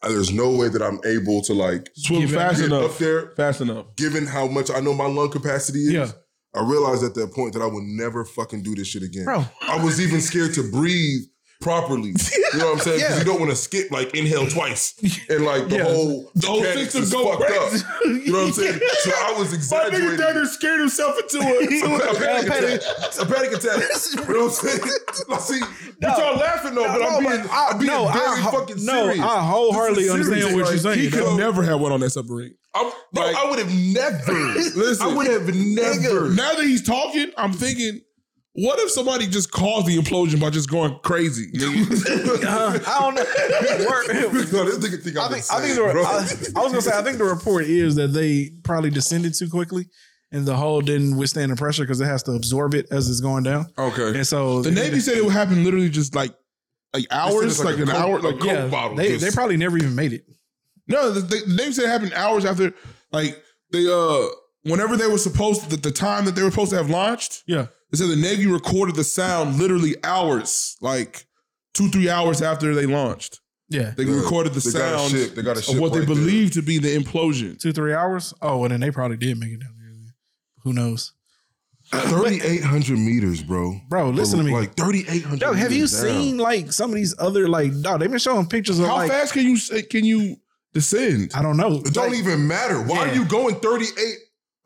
[SPEAKER 2] uh, there's no way that I'm able to like
[SPEAKER 4] Swim
[SPEAKER 3] Give it-
[SPEAKER 4] fast
[SPEAKER 2] get
[SPEAKER 4] enough.
[SPEAKER 2] up there.
[SPEAKER 4] Fast enough.
[SPEAKER 2] Given how much I know my lung capacity is,
[SPEAKER 3] Yeah.
[SPEAKER 2] I realized at that point that I would never fucking do this shit again.
[SPEAKER 3] Bro.
[SPEAKER 2] I was even scared to breathe properly. You know what I'm saying? 'Cause
[SPEAKER 3] Yeah.
[SPEAKER 2] You don't want to skip like inhale twice and like the
[SPEAKER 3] Yeah.
[SPEAKER 2] whole
[SPEAKER 4] The whole
[SPEAKER 2] mechanics
[SPEAKER 4] system
[SPEAKER 2] is
[SPEAKER 4] go
[SPEAKER 2] fucked
[SPEAKER 4] crazy.
[SPEAKER 2] up. You know what I'm saying? So I was
[SPEAKER 4] My
[SPEAKER 2] exaggerating.
[SPEAKER 4] nigga down there scared himself into a,
[SPEAKER 2] It was
[SPEAKER 4] into
[SPEAKER 2] a
[SPEAKER 4] a
[SPEAKER 2] panic attack. A panic attack. You know what I'm saying? Like, see,
[SPEAKER 3] No.
[SPEAKER 2] but y'all laughing though, but I'm
[SPEAKER 3] no,
[SPEAKER 2] being,
[SPEAKER 3] but I-
[SPEAKER 2] I'm being
[SPEAKER 3] no,
[SPEAKER 2] very
[SPEAKER 3] I ho-
[SPEAKER 2] fucking
[SPEAKER 3] no,
[SPEAKER 2] serious.
[SPEAKER 3] I wholeheartedly
[SPEAKER 2] This is serious.
[SPEAKER 3] understand what you're saying,
[SPEAKER 4] He
[SPEAKER 3] He
[SPEAKER 4] could
[SPEAKER 3] could
[SPEAKER 4] never have went on that submarine.
[SPEAKER 2] I'm, bro,
[SPEAKER 4] Like-
[SPEAKER 2] I would have never.
[SPEAKER 4] Listen.
[SPEAKER 2] I would have never.
[SPEAKER 4] Now that he's talking, I'm thinking, what if somebody just caused the implosion by just going crazy?
[SPEAKER 3] Uh, I don't know. Word.
[SPEAKER 2] no, this nigga think I'm
[SPEAKER 3] I think, I,
[SPEAKER 2] insane,
[SPEAKER 3] think the,
[SPEAKER 2] bro.
[SPEAKER 3] I, I was gonna say I think the report is that they probably descended too quickly, and the hull didn't withstand the pressure because it has to absorb it as it's going down.
[SPEAKER 2] okay.
[SPEAKER 3] And so
[SPEAKER 4] the Navy said it would happen literally just like like hours,
[SPEAKER 2] it's like
[SPEAKER 4] like,
[SPEAKER 2] a
[SPEAKER 4] an
[SPEAKER 2] Coke-
[SPEAKER 4] hour,
[SPEAKER 2] a
[SPEAKER 4] like
[SPEAKER 2] Coke
[SPEAKER 3] yeah,
[SPEAKER 2] bottle
[SPEAKER 3] they,
[SPEAKER 2] just-
[SPEAKER 3] they probably never even made it.
[SPEAKER 4] no. The, the, the Navy said it happened hours after, like they uh, whenever they were supposed to, the time that they were supposed to have launched,
[SPEAKER 3] Yeah,
[SPEAKER 4] they said the Navy recorded the sound literally hours, like two three hours after they launched.
[SPEAKER 3] yeah,
[SPEAKER 4] They
[SPEAKER 2] Yeah,
[SPEAKER 4] recorded the
[SPEAKER 2] they got a
[SPEAKER 4] sound
[SPEAKER 2] ship- they got a
[SPEAKER 4] of
[SPEAKER 2] ship
[SPEAKER 4] what they
[SPEAKER 2] right there.
[SPEAKER 4] believed to be the implosion.
[SPEAKER 3] two three hours. Oh, well then they probably did make it down there. Who knows,
[SPEAKER 2] 3,800 meters, bro.
[SPEAKER 3] bro? Listen to me.
[SPEAKER 2] Like 3,800
[SPEAKER 3] Yo, have you
[SPEAKER 2] meters down.
[SPEAKER 3] seen like some of these other like dog? They've been showing pictures of
[SPEAKER 4] How
[SPEAKER 3] like
[SPEAKER 4] fast can you say- can you descend?
[SPEAKER 3] I don't know.
[SPEAKER 2] It don't
[SPEAKER 3] Like,
[SPEAKER 2] even matter. Why
[SPEAKER 3] Yeah.
[SPEAKER 2] are you going 38?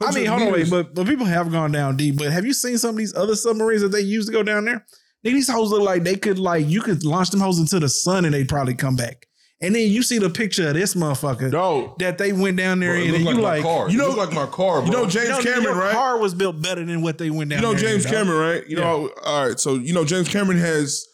[SPEAKER 3] I mean, hold on, wait, but but people have gone down deep. But have you seen some of these other submarines that they used to go down there? Nigga, these hoes look like they could like you could launch them hoes into the sun and they'd probably come back. And then you see the picture of this motherfucker
[SPEAKER 4] No.
[SPEAKER 3] that they went down there
[SPEAKER 2] Bro, it
[SPEAKER 3] in, and
[SPEAKER 2] looked
[SPEAKER 3] you
[SPEAKER 2] my
[SPEAKER 3] like,
[SPEAKER 2] car.
[SPEAKER 4] you
[SPEAKER 2] You
[SPEAKER 4] know-
[SPEAKER 2] know, like my car, bro.
[SPEAKER 4] You know James
[SPEAKER 3] No,
[SPEAKER 4] Cameron,
[SPEAKER 3] your
[SPEAKER 4] right?
[SPEAKER 3] car was built better than what they went down.
[SPEAKER 4] you know
[SPEAKER 3] there in,
[SPEAKER 4] James
[SPEAKER 3] dog.
[SPEAKER 4] Cameron, right? You know, all right. So you know James Cameron has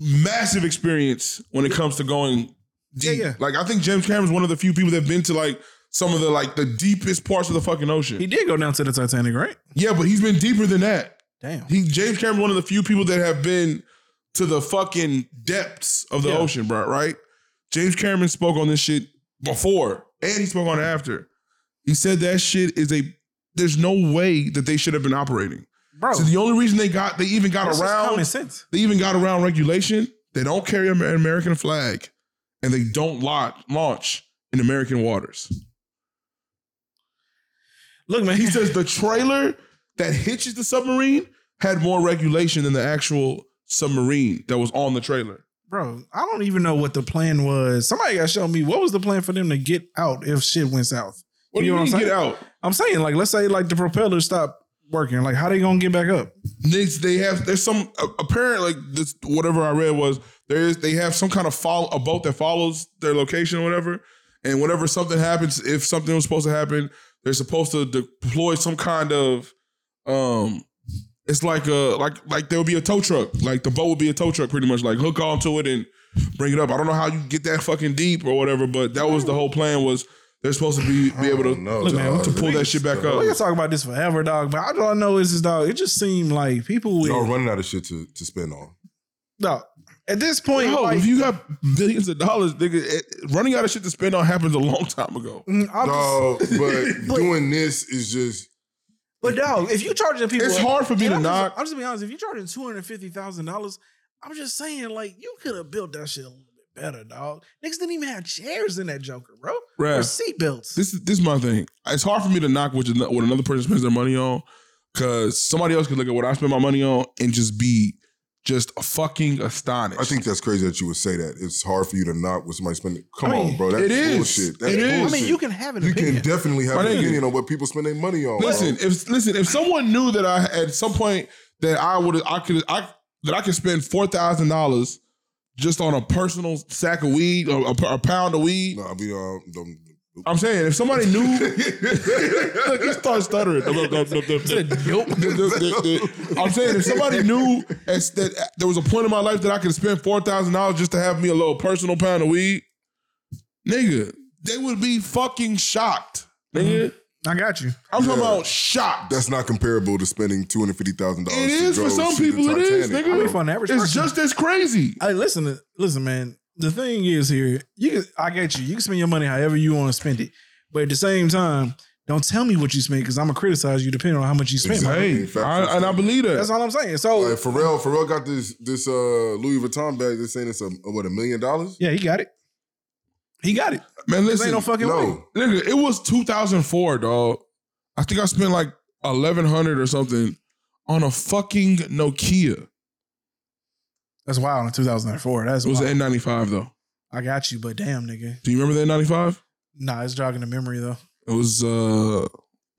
[SPEAKER 4] massive experience when it comes to going deep.
[SPEAKER 3] yeah.
[SPEAKER 4] Like I think James Cameron's one of the few people that've been to like some of the like the deepest parts of the fucking ocean.
[SPEAKER 3] He did go down to the Titanic, right?
[SPEAKER 4] yeah, but he's been deeper than that.
[SPEAKER 3] Damn.
[SPEAKER 4] He James Cameron, one of the few people that have been to the fucking depths of the
[SPEAKER 3] Yeah.
[SPEAKER 4] ocean, bro. Right? James Cameron spoke on this shit before, and he spoke on it after. He said that shit is a. There's no way that they should have been operating.
[SPEAKER 3] Bro,
[SPEAKER 4] So the only reason they got, they even got
[SPEAKER 3] that's just
[SPEAKER 4] around
[SPEAKER 3] common sense.
[SPEAKER 4] they even got around regulation. They don't carry an American flag, and they don't lo- launch in American waters.
[SPEAKER 3] Look, man,
[SPEAKER 4] He says the trailer that hitches the submarine had more regulation than the actual submarine that was on the trailer.
[SPEAKER 3] bro, I don't even know what the plan was. Somebody got to show me what was the plan for them to get out if shit went south.
[SPEAKER 4] What do
[SPEAKER 3] You
[SPEAKER 4] you,
[SPEAKER 3] know
[SPEAKER 4] mean
[SPEAKER 3] what I'm
[SPEAKER 4] get out?
[SPEAKER 3] I'm saying, like, let's say like the propellers stopped working. Like, how they gonna get back up?
[SPEAKER 4] Niggas, they have there's some a- apparent like this whatever I read was there is they have some kind of follow a boat that follows their location or whatever, and whenever something happens, if something was supposed to happen, they're supposed to deploy some kind of um it's like a like like there would be a tow truck like the boat would be a tow truck pretty much like hook onto it and bring it up. I don't know how you get that fucking deep or whatever, but that was the whole plan was they're supposed to be be able to
[SPEAKER 2] know,
[SPEAKER 3] Look, man,
[SPEAKER 2] dog.
[SPEAKER 3] to
[SPEAKER 4] pull that shit back up.
[SPEAKER 3] We can talk about this forever, dog. But all I know is this dog. It just seemed like people with
[SPEAKER 2] Y'all running out of shit to, to spend on.
[SPEAKER 3] no. At this point,
[SPEAKER 4] Yo,
[SPEAKER 3] like,
[SPEAKER 4] if you got billions of dollars, nigga, it, running out of shit to spend on happens a long time ago.
[SPEAKER 3] mm, I'm just,
[SPEAKER 2] No, but, doing this is just
[SPEAKER 3] but dog, if you charging people,
[SPEAKER 4] It's hard for me
[SPEAKER 3] And
[SPEAKER 4] to
[SPEAKER 3] I'm
[SPEAKER 4] knock.
[SPEAKER 3] Just, I'm just being honest. If you charging two hundred fifty thousand dollars, I'm just saying like you could have built that shit a little bit better, dog. Niggas didn't even have chairs in that Joker, bro. Or
[SPEAKER 4] Bruh,
[SPEAKER 3] seatbelts.
[SPEAKER 4] this is this is my thing. It's hard for me to knock what, you- what another person spends their money on, because somebody else could look at what I spend my money on and just be just fucking astonished.
[SPEAKER 2] I think that's crazy that you would say that. It's hard for you to not with somebody spending. Come
[SPEAKER 3] I mean,
[SPEAKER 2] on, bro. That's
[SPEAKER 4] it is.
[SPEAKER 2] bullshit. That's
[SPEAKER 4] It is.
[SPEAKER 2] bullshit.
[SPEAKER 3] I mean, you can have an
[SPEAKER 2] You
[SPEAKER 3] opinion.
[SPEAKER 2] can definitely have
[SPEAKER 4] My
[SPEAKER 2] an
[SPEAKER 4] nigga.
[SPEAKER 2] opinion on what people spend their money on. bro.
[SPEAKER 4] Listen, if listen, if someone knew that I at some point that I would I could I that I could spend four thousand dollars just on a personal sack of weed, a, a, a pound of weed.
[SPEAKER 2] Nah, we um, don't.
[SPEAKER 4] I'm saying if somebody knew Look, he starts stuttering. I'm saying if somebody knew as- that there was a point in my life that I could spend four thousand dollars just to have me a little personal pound of weed, nigga, they would be fucking shocked. Nigga,
[SPEAKER 3] I got you.
[SPEAKER 4] I'm talking
[SPEAKER 2] Yeah.
[SPEAKER 4] about shocked.
[SPEAKER 2] That's not comparable to spending two hundred fifty thousand dollars.
[SPEAKER 4] It is for some people, it is, nigga.
[SPEAKER 3] I mean, for an average
[SPEAKER 4] it's
[SPEAKER 3] person.
[SPEAKER 4] just as crazy.
[SPEAKER 3] Hey, listen, to- listen, man. The thing is here, you can, I get you. You can spend your money however you want to spend it, but at the same time, don't tell me what you spend because I'm gonna criticize you depending on how much you spend.
[SPEAKER 2] Exactly.
[SPEAKER 4] Hey, I, and I believe
[SPEAKER 3] That's
[SPEAKER 4] that.
[SPEAKER 3] all I'm saying. So
[SPEAKER 2] Like Pharrell, Pharrell got this this uh Louis Vuitton bag. They're saying it's a what a million dollars.
[SPEAKER 3] yeah, he got it. He got it.
[SPEAKER 4] Man,
[SPEAKER 3] This
[SPEAKER 4] listen,
[SPEAKER 3] ain't no fucking way.
[SPEAKER 2] No,
[SPEAKER 4] Nigga, it was 2004, dog. I think I spent like 1100 or something on a fucking Nokia.
[SPEAKER 3] That's wild in 2004. That's
[SPEAKER 4] It was
[SPEAKER 3] wild.
[SPEAKER 4] an N95 though.
[SPEAKER 3] I got you, but damn, nigga.
[SPEAKER 4] Do you remember the N95?
[SPEAKER 3] Nah, it's jogging the memory though.
[SPEAKER 4] It was uh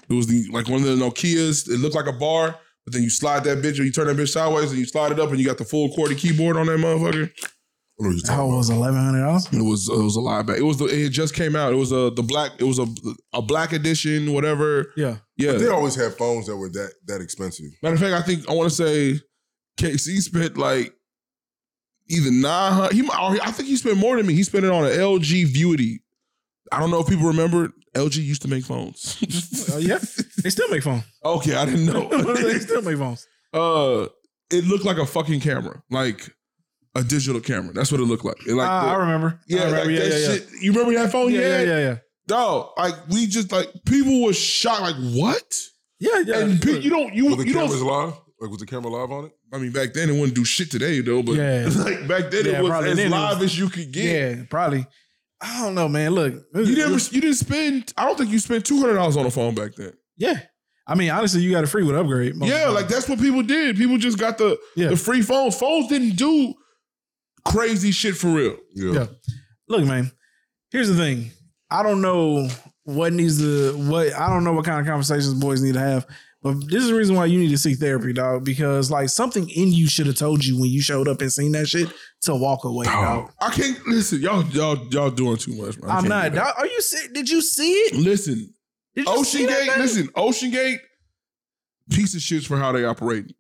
[SPEAKER 4] it was the like one of the Nokias. It looked like a bar, but then you slide that bitch or you turn that bitch sideways and you slide it up and you got the full quarter keyboard on that motherfucker.
[SPEAKER 2] I know what you're
[SPEAKER 3] How
[SPEAKER 2] talking
[SPEAKER 3] was eleven hundred dollars?
[SPEAKER 4] It was it was a live back. It was the it just came out. It was a the black it was a a black edition, whatever.
[SPEAKER 3] Yeah.
[SPEAKER 4] Yeah.
[SPEAKER 2] about. They always had phones that were that that expensive.
[SPEAKER 4] Matter of fact, I think I want to say KC spent like either nine hundred. He, might- or I think he spent more than me. He spent it on an LG Vuity. I don't know if people remember. LG used to make phones.
[SPEAKER 3] Uh, yeah. They still make phones.
[SPEAKER 4] okay, I didn't
[SPEAKER 3] they
[SPEAKER 4] know.
[SPEAKER 3] still make phones.
[SPEAKER 4] uh, it looked like a fucking camera, like a digital camera. That's what it looked like. It like
[SPEAKER 3] Ah,
[SPEAKER 4] the-
[SPEAKER 3] I remember. I
[SPEAKER 4] yeah,
[SPEAKER 3] remember.
[SPEAKER 4] like
[SPEAKER 3] yeah,
[SPEAKER 4] that
[SPEAKER 3] yeah, yeah.
[SPEAKER 4] shit. Oh, You remember that phone?
[SPEAKER 3] yeah,
[SPEAKER 4] you
[SPEAKER 3] yeah,
[SPEAKER 4] had?
[SPEAKER 3] yeah, yeah.
[SPEAKER 4] Dog, like we just like people were shocked. Like what?
[SPEAKER 3] Yeah, yeah.
[SPEAKER 4] and pe- you don't you
[SPEAKER 2] Were the
[SPEAKER 4] you don't
[SPEAKER 2] cameras live? Like was the camera live on it?
[SPEAKER 4] I mean, back then it wouldn't do shit today though. But
[SPEAKER 3] Yeah.
[SPEAKER 4] like back then
[SPEAKER 3] Yeah,
[SPEAKER 4] it was
[SPEAKER 3] probably
[SPEAKER 4] as
[SPEAKER 3] then it was-
[SPEAKER 4] live as you could get.
[SPEAKER 3] yeah, probably. I don't know, man. Look,
[SPEAKER 4] You never, you didn't spend. I don't think you spent two hundred dollars on a phone back then.
[SPEAKER 3] Yeah, I mean, honestly, you got a free with upgrade. most
[SPEAKER 4] yeah,
[SPEAKER 3] of the
[SPEAKER 4] like
[SPEAKER 3] time.
[SPEAKER 4] that's what people did. People just got the
[SPEAKER 3] Oh, Yeah.
[SPEAKER 4] the free phones. Phones didn't do crazy shit for real.
[SPEAKER 3] Yeah. Look, man. Here's the thing. I don't know what needs to what I don't know what kind of conversations boys need to have, but this is the reason why you need to seek therapy, dog. Because like something in you should have told you when you showed up and seen that shit to walk away, dog.
[SPEAKER 4] I can't listen. Y'all, y'all, y'all doing too much, man. I
[SPEAKER 3] I'm
[SPEAKER 4] can't
[SPEAKER 3] not.
[SPEAKER 4] do that.
[SPEAKER 3] Dog, are you sick? Did you see it?
[SPEAKER 4] Listen,
[SPEAKER 3] Did you
[SPEAKER 4] Ocean
[SPEAKER 3] see that
[SPEAKER 4] Gate.
[SPEAKER 3] thing?
[SPEAKER 4] Listen, Ocean Gate. Piece of shits for how they operate.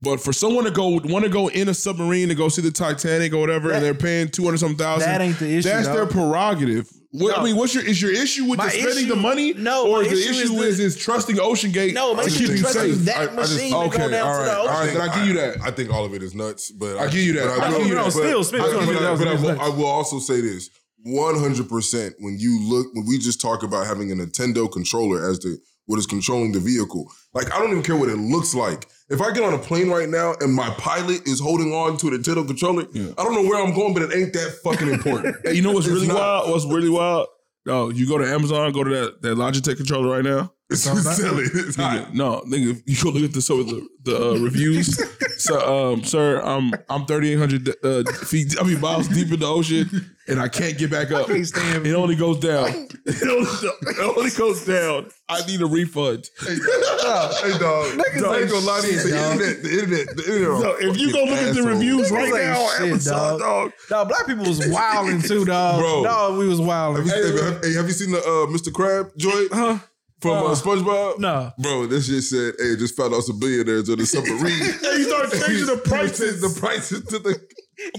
[SPEAKER 4] But for someone to go want to go in a submarine to go see the Titanic or whatever, and
[SPEAKER 3] That-
[SPEAKER 4] they're paying two hundred something thousand,
[SPEAKER 3] That ain't the issue,
[SPEAKER 4] That's
[SPEAKER 3] dog.
[SPEAKER 4] their prerogative. What, I
[SPEAKER 3] No.
[SPEAKER 4] mean, what's your is your issue with
[SPEAKER 3] My
[SPEAKER 4] the spending
[SPEAKER 3] issue-
[SPEAKER 4] the money?
[SPEAKER 3] no,
[SPEAKER 4] or
[SPEAKER 3] my
[SPEAKER 4] the
[SPEAKER 3] issue
[SPEAKER 4] issue, is,
[SPEAKER 3] is the-
[SPEAKER 4] is trusting Ocean Gate
[SPEAKER 3] No,
[SPEAKER 4] to
[SPEAKER 3] but
[SPEAKER 4] keep
[SPEAKER 3] you
[SPEAKER 4] you
[SPEAKER 3] trusting
[SPEAKER 4] safe.
[SPEAKER 3] that
[SPEAKER 2] I- I just-
[SPEAKER 3] machine to
[SPEAKER 4] okay,
[SPEAKER 3] go down
[SPEAKER 4] all
[SPEAKER 3] to
[SPEAKER 4] right,
[SPEAKER 3] the
[SPEAKER 4] all
[SPEAKER 3] ocean.
[SPEAKER 4] right. Then I give you that.
[SPEAKER 2] I think all of it is nuts, but
[SPEAKER 4] I give you that.
[SPEAKER 2] but
[SPEAKER 4] I
[SPEAKER 2] will-
[SPEAKER 4] give you that.
[SPEAKER 2] but-
[SPEAKER 3] Still spend
[SPEAKER 2] but- but I-
[SPEAKER 3] $200,000
[SPEAKER 2] but I
[SPEAKER 3] is
[SPEAKER 2] will-
[SPEAKER 3] nuts.
[SPEAKER 2] I will also say this: one hundred percent. When you look, when we just talk about having a Nintendo controller as the what is controlling the vehicle, like I don't even care what it looks like. If I get on a plane right now and my pilot is holding on to a Nintendo controller, I don't know where I'm going, but it ain't that fucking important.
[SPEAKER 4] Hey, you know what's
[SPEAKER 2] It's
[SPEAKER 4] really
[SPEAKER 2] not.
[SPEAKER 4] wild? What's really wild? No, you go to Amazon, go to that, that Logitech controller right now.
[SPEAKER 2] It's
[SPEAKER 3] Sounds like-
[SPEAKER 2] silly. It's not.
[SPEAKER 4] Nigga, no, nigga, you go look at the so the, the uh, reviews. so, um, sir, I'm I'm 3,800 uh, feet, I mean miles deep in the ocean, and I can't get back up.
[SPEAKER 3] can't stand-
[SPEAKER 4] It only goes down. It only, it only goes down. I need a refund.
[SPEAKER 2] hey dog, dog, I ain't gonna lie to you.
[SPEAKER 3] shit,
[SPEAKER 2] The
[SPEAKER 3] dog.
[SPEAKER 2] internet, the internet, the internet.
[SPEAKER 4] So if you go look at the
[SPEAKER 2] Asshole.
[SPEAKER 4] reviews right
[SPEAKER 3] Like
[SPEAKER 4] now,
[SPEAKER 3] shit,
[SPEAKER 4] on Amazon,
[SPEAKER 3] dog.
[SPEAKER 4] dog.
[SPEAKER 3] No, black people was wilding too, dog.
[SPEAKER 2] Bro.
[SPEAKER 3] No, we was
[SPEAKER 2] Have
[SPEAKER 3] wilding.
[SPEAKER 2] you, hey, have, hey, have you seen the uh, Mr. Crab joint
[SPEAKER 3] Huh?
[SPEAKER 2] from uh,
[SPEAKER 3] Uh,
[SPEAKER 2] SpongeBob?
[SPEAKER 3] No.
[SPEAKER 2] Bro, this shit said, hey, just found out some billionaires on the submarine.
[SPEAKER 4] And you start changing the prices.
[SPEAKER 2] the prices to the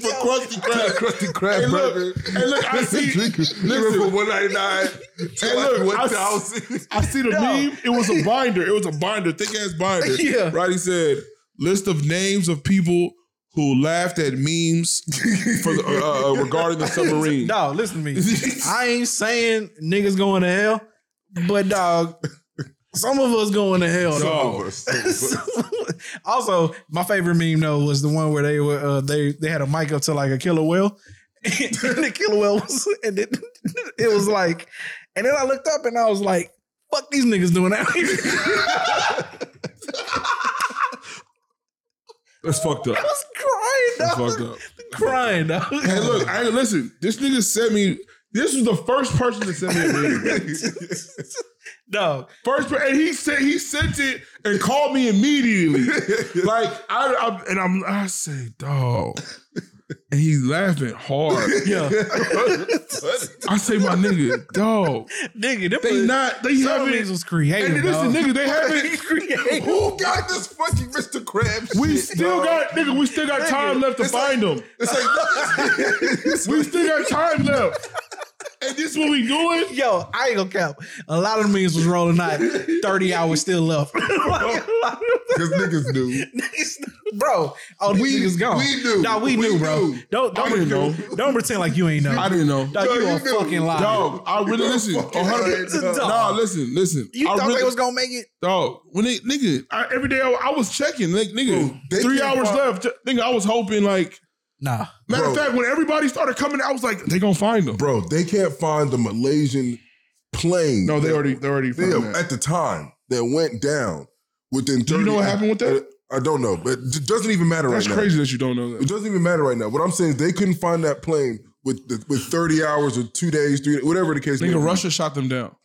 [SPEAKER 4] for Krusty Krab.
[SPEAKER 2] Krusty Krab
[SPEAKER 4] Hey, look.
[SPEAKER 2] burger.
[SPEAKER 4] Hey, look, I see-
[SPEAKER 2] Listen, from one ninety nine to
[SPEAKER 4] Hey,
[SPEAKER 2] like
[SPEAKER 4] look, I
[SPEAKER 2] one
[SPEAKER 4] s-
[SPEAKER 2] thousand.
[SPEAKER 4] I see the
[SPEAKER 3] No.
[SPEAKER 4] meme. It was a binder. It was a binder, thick ass binder.
[SPEAKER 3] Yeah.
[SPEAKER 4] Right? He said, list of names of people who laughed at memes for the, uh, uh, regarding the submarine.
[SPEAKER 3] Dog, listen to me. I ain't saying niggas going to hell, but dog, some of us going to hell, dog. also, my favorite meme though was the one where they were uh, they they had a mic up to like a killer whale, and the killer whale was and it, it was like, and then I looked up and I was like, "Fuck these niggas doing that."
[SPEAKER 4] That's fucked up.
[SPEAKER 3] I was crying,
[SPEAKER 4] That's
[SPEAKER 3] dog.
[SPEAKER 4] fucked up.
[SPEAKER 3] Crying, dog.
[SPEAKER 4] Hey, look, I listen. This nigga sent me. This was the first person to send me a meme.
[SPEAKER 3] dog.
[SPEAKER 4] First, per- and he said he sent it and called me immediately. like I, I and I'm, I say, dog, and he's laughing hard.
[SPEAKER 3] Yeah,
[SPEAKER 4] I say, my nigga, dog.
[SPEAKER 3] nigga, them
[SPEAKER 4] They
[SPEAKER 3] was-
[SPEAKER 4] not. They
[SPEAKER 3] some of
[SPEAKER 4] haven't.
[SPEAKER 3] niggas was creative,
[SPEAKER 4] And listen,
[SPEAKER 3] dog.
[SPEAKER 4] nigga, they haven't.
[SPEAKER 3] Creative.
[SPEAKER 2] Who got this fucking Mr. Krab?
[SPEAKER 4] We
[SPEAKER 2] shit,
[SPEAKER 4] still
[SPEAKER 2] dog?
[SPEAKER 4] got nigga. We still got time left to find them.
[SPEAKER 2] It's like
[SPEAKER 4] We still got time left. And this what we doing?
[SPEAKER 3] Yo, I ain't gonna count. A lot of the memes was rolling out. 30 hours still left. Like, a lot of
[SPEAKER 2] because niggas do.
[SPEAKER 3] niggas- bro, oh, these
[SPEAKER 2] We-
[SPEAKER 3] niggas gone.
[SPEAKER 2] we knew.
[SPEAKER 3] Nah, we,
[SPEAKER 2] We
[SPEAKER 3] knew, bro.
[SPEAKER 2] knew.
[SPEAKER 3] Don't
[SPEAKER 4] I
[SPEAKER 3] don't,
[SPEAKER 4] didn't
[SPEAKER 3] pretend- don't pretend like you ain't know.
[SPEAKER 4] I didn't know.
[SPEAKER 3] Dog,
[SPEAKER 2] No,
[SPEAKER 3] you
[SPEAKER 2] you
[SPEAKER 3] a
[SPEAKER 2] knew.
[SPEAKER 3] fucking liar.
[SPEAKER 4] Dog, I really listen.
[SPEAKER 2] Fucking
[SPEAKER 4] 100.
[SPEAKER 2] liar, dog.
[SPEAKER 4] Nah, listen, listen.
[SPEAKER 3] you
[SPEAKER 4] I
[SPEAKER 3] thought
[SPEAKER 4] really-
[SPEAKER 3] they was gonna make it?
[SPEAKER 4] Dog, when they nigga, I, every day I, I was checking, like nigga,
[SPEAKER 2] Bro, they
[SPEAKER 4] three
[SPEAKER 2] can't
[SPEAKER 4] hours
[SPEAKER 2] find-
[SPEAKER 4] left. Ju- Nigga, I was hoping like
[SPEAKER 3] Nah.
[SPEAKER 4] matter
[SPEAKER 2] Bro.
[SPEAKER 4] of fact, when everybody started coming, I was like, they gonna find them.
[SPEAKER 2] Bro, they can't find the Malaysian plane.
[SPEAKER 4] No, they already, they already
[SPEAKER 2] They,
[SPEAKER 4] found that.
[SPEAKER 2] at the time that went down within. 30,
[SPEAKER 4] Do you know what happened with that?
[SPEAKER 2] I don't know, but it doesn't even matter
[SPEAKER 4] That's
[SPEAKER 2] right
[SPEAKER 4] crazy that you don't know
[SPEAKER 2] now. It
[SPEAKER 4] that.
[SPEAKER 2] doesn't even matter right now. What I'm saying is they couldn't find that plane with the, with 30 hours or two days, three, whatever the case. may
[SPEAKER 4] Nigga,
[SPEAKER 2] be.
[SPEAKER 4] Russia shot them down.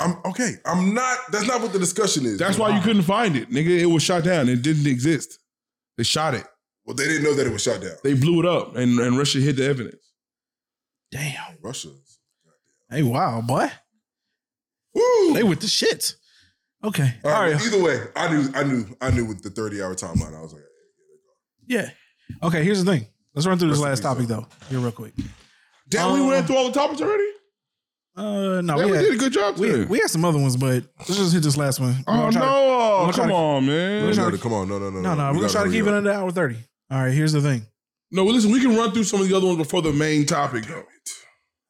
[SPEAKER 2] I'm okay. I'm not. That's not what the discussion is.
[SPEAKER 4] That's why you couldn't find it, nigga. It was shot down. It didn't exist. They shot it.
[SPEAKER 2] well, they didn't know that it was shot down.
[SPEAKER 4] They blew it up, and, and Russia hid the evidence.
[SPEAKER 3] Damn.
[SPEAKER 2] Russia.
[SPEAKER 3] Hey, wow, boy.
[SPEAKER 2] Woo!
[SPEAKER 3] They with the shit. Okay.
[SPEAKER 2] All right.
[SPEAKER 3] All right.
[SPEAKER 2] Either way, I knew. I knew. I knew with the 30 hour timeline. I was like,
[SPEAKER 3] Yeah. Okay, here's the thing. Let's run through this
[SPEAKER 2] Rest
[SPEAKER 3] last
[SPEAKER 2] in
[SPEAKER 3] topic though. Here real quick.
[SPEAKER 4] Damn, we
[SPEAKER 3] Uh,
[SPEAKER 4] ran through all the topics already.
[SPEAKER 3] Uh no,
[SPEAKER 4] Yeah,
[SPEAKER 3] we,
[SPEAKER 4] we
[SPEAKER 3] had,
[SPEAKER 4] did a good job
[SPEAKER 3] we,
[SPEAKER 4] today.
[SPEAKER 3] we had some other ones, but let's just hit this last one. We're
[SPEAKER 4] oh
[SPEAKER 3] gonna try to-
[SPEAKER 4] no!
[SPEAKER 3] we're gonna try
[SPEAKER 4] Come
[SPEAKER 3] to-
[SPEAKER 4] on,
[SPEAKER 2] we
[SPEAKER 4] man.
[SPEAKER 3] try
[SPEAKER 2] gotta,
[SPEAKER 3] to-
[SPEAKER 2] come on, no, no, no,
[SPEAKER 3] No, no,
[SPEAKER 2] we
[SPEAKER 3] we're gonna
[SPEAKER 2] gotta
[SPEAKER 3] try to
[SPEAKER 2] hurry
[SPEAKER 3] keep it
[SPEAKER 2] up.
[SPEAKER 3] under hour thirty. All right, here's the thing.
[SPEAKER 4] No, listen. We can run through some of the other ones before the main topic, though.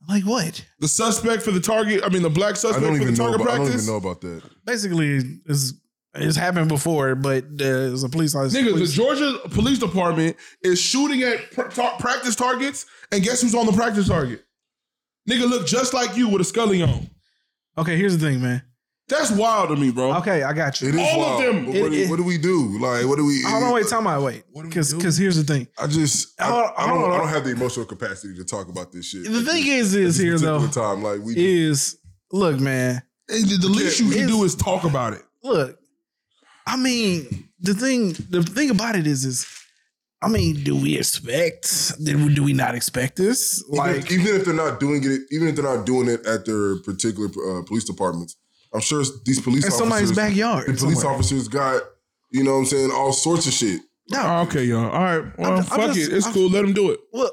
[SPEAKER 3] Like what?
[SPEAKER 4] The suspect for the target, I mean, the black
[SPEAKER 2] I
[SPEAKER 4] suspect
[SPEAKER 2] don't
[SPEAKER 4] for the
[SPEAKER 2] even know.
[SPEAKER 4] target
[SPEAKER 2] About, I don't
[SPEAKER 4] practice.
[SPEAKER 2] even know about that.
[SPEAKER 3] Basically, it's it's happened before, but uh, it's a police officer.
[SPEAKER 4] Nigga, the
[SPEAKER 3] police-
[SPEAKER 4] Georgia Police Department is shooting at pr- tar- practice targets, and guess who's on the practice target? Nigga, look just like you with a scully on.
[SPEAKER 3] okay, here's the thing, man.
[SPEAKER 4] That's wild to me, bro.
[SPEAKER 3] Okay, I got you.
[SPEAKER 2] It is
[SPEAKER 4] All of
[SPEAKER 2] wild,
[SPEAKER 4] them.
[SPEAKER 2] but what,
[SPEAKER 3] It-
[SPEAKER 2] do, what do we do? Like, what do we?
[SPEAKER 3] Hold on, wait, time out, wait,
[SPEAKER 2] What do we
[SPEAKER 3] because
[SPEAKER 2] do?
[SPEAKER 3] because here's the thing.
[SPEAKER 2] I just, I,
[SPEAKER 3] Hold on,
[SPEAKER 2] I don't,
[SPEAKER 3] hold on.
[SPEAKER 2] I don't have the emotional capacity to talk about this shit.
[SPEAKER 3] The
[SPEAKER 2] at
[SPEAKER 3] thing
[SPEAKER 2] this-
[SPEAKER 3] is,
[SPEAKER 2] at
[SPEAKER 3] is
[SPEAKER 2] this
[SPEAKER 3] here
[SPEAKER 2] particular
[SPEAKER 3] though
[SPEAKER 2] Time like we, just-
[SPEAKER 3] is look, man,
[SPEAKER 4] And the, the least you can
[SPEAKER 3] It's-
[SPEAKER 4] do is talk about it.
[SPEAKER 3] look. I mean, the thing the thing about it is is. I mean, do we expect? Did we, do we not expect this?
[SPEAKER 2] even,
[SPEAKER 3] Like,
[SPEAKER 2] if, even if they're not doing it, even if they're not doing it at their particular uh, police departments, I'm sure it's- these police
[SPEAKER 3] in
[SPEAKER 2] officers,
[SPEAKER 3] somebody's backyard.
[SPEAKER 2] the police
[SPEAKER 3] somewhere.
[SPEAKER 2] officers got You know what I'm saying? All sorts of shit.
[SPEAKER 4] Oh, okay, y'all. All right. Well,
[SPEAKER 3] I'm- I'm
[SPEAKER 4] fuck
[SPEAKER 3] just-
[SPEAKER 4] it. It's
[SPEAKER 3] I'm-
[SPEAKER 4] cool. Let them do it.
[SPEAKER 3] What?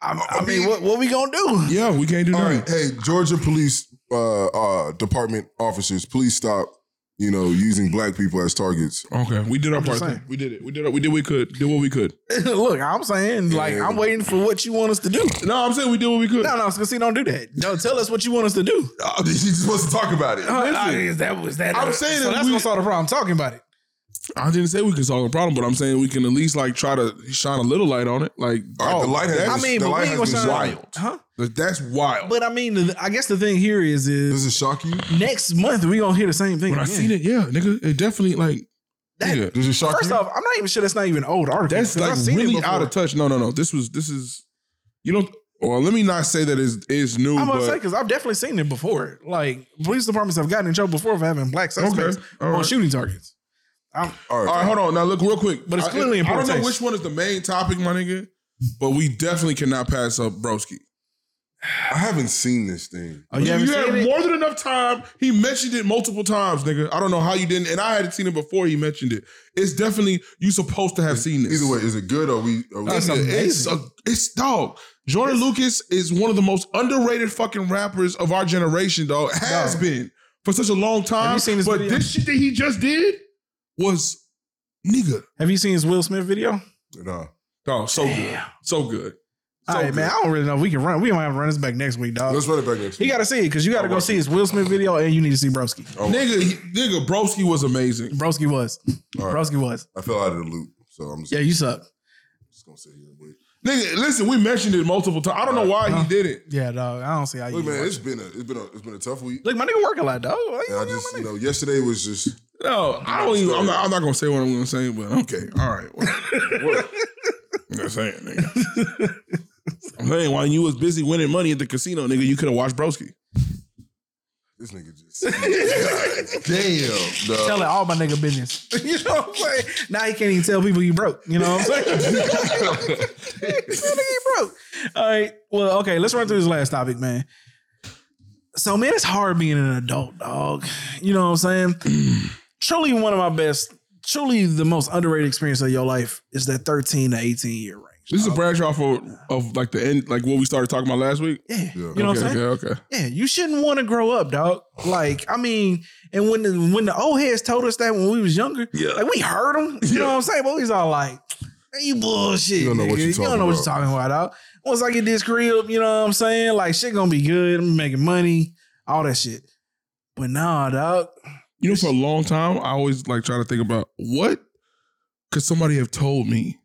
[SPEAKER 3] I, I mean, what what we gonna do?
[SPEAKER 4] Yeah, we can't do
[SPEAKER 2] All
[SPEAKER 4] nothing.
[SPEAKER 2] right, hey, Georgia police uh, uh, department officers, please stop, you know, using black people as targets.
[SPEAKER 4] Okay, we did our
[SPEAKER 3] I'm
[SPEAKER 4] part.
[SPEAKER 3] just
[SPEAKER 4] then.
[SPEAKER 3] saying.
[SPEAKER 4] We did it. We did. It. We did. what We could. Did what we could.
[SPEAKER 3] Look, I'm saying like I'm waiting for what you want us to do.
[SPEAKER 4] No, I'm saying we did what we could.
[SPEAKER 3] No, no, see, don't do that. Don't tell us what you want us to do.
[SPEAKER 2] Oh, you supposed to talk about
[SPEAKER 3] Uh-huh.
[SPEAKER 2] it.
[SPEAKER 3] is that was that?
[SPEAKER 4] I'm saying
[SPEAKER 3] so
[SPEAKER 4] that
[SPEAKER 3] that's
[SPEAKER 4] we-
[SPEAKER 3] gonna solve the problem. Talking about it.
[SPEAKER 4] I didn't say we could solve the problem, but I'm saying we can at least like try to shine a little light on it. Like,
[SPEAKER 2] All right, the light has
[SPEAKER 4] that's-
[SPEAKER 3] I
[SPEAKER 2] It's-
[SPEAKER 3] mean,
[SPEAKER 2] the
[SPEAKER 3] but
[SPEAKER 2] light
[SPEAKER 3] we ain't
[SPEAKER 2] has
[SPEAKER 3] gonna
[SPEAKER 2] been
[SPEAKER 3] sign.
[SPEAKER 2] wild.
[SPEAKER 3] huh?
[SPEAKER 4] that's wild.
[SPEAKER 3] But I mean, the- I guess the thing here is is
[SPEAKER 2] Does it shock you?
[SPEAKER 3] next month we gonna hear the same thing.
[SPEAKER 4] when I
[SPEAKER 3] again.
[SPEAKER 4] seen it, yeah, nigga, it definitely like.
[SPEAKER 3] That-
[SPEAKER 4] nigga,
[SPEAKER 2] Does it shock
[SPEAKER 3] First
[SPEAKER 2] you?
[SPEAKER 3] off, I'm not even sure that's not even an old article.
[SPEAKER 4] that's
[SPEAKER 3] 'cause I've
[SPEAKER 4] like
[SPEAKER 3] seen it
[SPEAKER 4] really
[SPEAKER 3] before.
[SPEAKER 4] out of touch. No, no, no. This was this is you don't. Well, let me not say that is is new,
[SPEAKER 3] I'm gonna say
[SPEAKER 4] but
[SPEAKER 3] because I've definitely seen it before. Like police departments have gotten in trouble before for having black suspects
[SPEAKER 4] all
[SPEAKER 3] or
[SPEAKER 4] right.
[SPEAKER 3] shooting targets. I'm,
[SPEAKER 2] all
[SPEAKER 4] All right, hold on. Now look real quick.
[SPEAKER 3] But it's
[SPEAKER 4] I-
[SPEAKER 3] clearly in
[SPEAKER 4] I,
[SPEAKER 3] poor
[SPEAKER 4] don't know
[SPEAKER 3] taste.
[SPEAKER 4] which one is the main topic, my nigga. But we definitely cannot pass up Broski.
[SPEAKER 2] I haven't seen this thing.
[SPEAKER 3] oh, you haven't
[SPEAKER 4] you
[SPEAKER 3] seen
[SPEAKER 4] had
[SPEAKER 3] it?
[SPEAKER 4] more than enough time. He mentioned it multiple times, nigga. I don't know how you didn't, and I hadn't seen it before he mentioned it. It's definitely you supposed to have seen this.
[SPEAKER 2] Either way, is it good or we? Are we
[SPEAKER 4] Nigga, it's a, it's dog. Jordan Lucas is one of the most underrated fucking rappers of our generation, dog. Has
[SPEAKER 3] Dog.
[SPEAKER 4] been for such a long time.
[SPEAKER 3] you seen his
[SPEAKER 4] but
[SPEAKER 3] video?
[SPEAKER 4] this shit that he just did was nigga.
[SPEAKER 3] Have you seen his Will Smith video?
[SPEAKER 2] Nah.
[SPEAKER 4] Dog, so good.
[SPEAKER 3] Damn.
[SPEAKER 4] So good.
[SPEAKER 3] All
[SPEAKER 4] So
[SPEAKER 3] right, man. I don't really know. if We can run. We might have to run this back next week, dog.
[SPEAKER 2] Let's run it back next.
[SPEAKER 3] He
[SPEAKER 2] week.
[SPEAKER 3] got to see it because you got to go see his Will Smith video and you need to see Broski.
[SPEAKER 2] Oh,
[SPEAKER 4] Nigga, he, nigga, Broski was amazing.
[SPEAKER 3] Broski was.
[SPEAKER 2] All right.
[SPEAKER 3] Broski was.
[SPEAKER 2] I fell out of the loop, so I'm just,
[SPEAKER 3] Yeah, you suck.
[SPEAKER 2] just gonna sit here and wait.
[SPEAKER 4] Nigga, listen, we mentioned it multiple times. I don't know why
[SPEAKER 3] Huh?
[SPEAKER 4] he did it.
[SPEAKER 3] Yeah, dog. I don't see how you.
[SPEAKER 2] Look, man,
[SPEAKER 3] watch
[SPEAKER 2] it's
[SPEAKER 3] it.
[SPEAKER 2] been a it's been a it's been a tough week.
[SPEAKER 3] Look, my nigga work a lot, dog. Why
[SPEAKER 2] And
[SPEAKER 3] you
[SPEAKER 2] I
[SPEAKER 3] on your
[SPEAKER 2] just
[SPEAKER 3] money?
[SPEAKER 2] you know yesterday was just
[SPEAKER 4] No, I don't even. I'm not, I'm not gonna say what I'm gonna say, but okay, all right. Well, well, I'm just saying, nigga. I'm saying, while you was busy winning money at the casino, nigga, you could have watched Broski.
[SPEAKER 2] this nigga just God damn.
[SPEAKER 3] Tell
[SPEAKER 2] dog.
[SPEAKER 3] it all my nigga business. you know what I'm saying? Now he can't even tell people he broke. You know what I'm saying? he broke. All right. Well, okay. Let's run through this last topic, man. So, man, it's hard being an adult, dog. You know what I'm saying? truly one of my best, truly the most underrated experience of your life is that 13 to 18 year range.
[SPEAKER 4] This is a branch off of, of like the end, like what we started talking about last week.
[SPEAKER 3] Yeah. You know
[SPEAKER 2] Okay,
[SPEAKER 3] what I'm
[SPEAKER 4] okay,
[SPEAKER 3] saying?
[SPEAKER 4] okay, okay.
[SPEAKER 3] Yeah, you shouldn't want to grow up, dog. Like, I mean, and when the when the old heads told us that when we was younger,
[SPEAKER 4] Yeah.
[SPEAKER 3] like we heard them. You know what I'm saying? But we was all like, "Man, "You bullshit,
[SPEAKER 2] You
[SPEAKER 3] you
[SPEAKER 2] don't
[SPEAKER 3] don't
[SPEAKER 2] know what you're
[SPEAKER 3] you don't know what you're
[SPEAKER 2] talking
[SPEAKER 3] talking about, dog." Once I get this crib, you know what I'm saying? Like, shit gonna be good. I'm making money, all that shit. But nah, dog.
[SPEAKER 4] You know, for a long time, I always like try to think about what could somebody have told me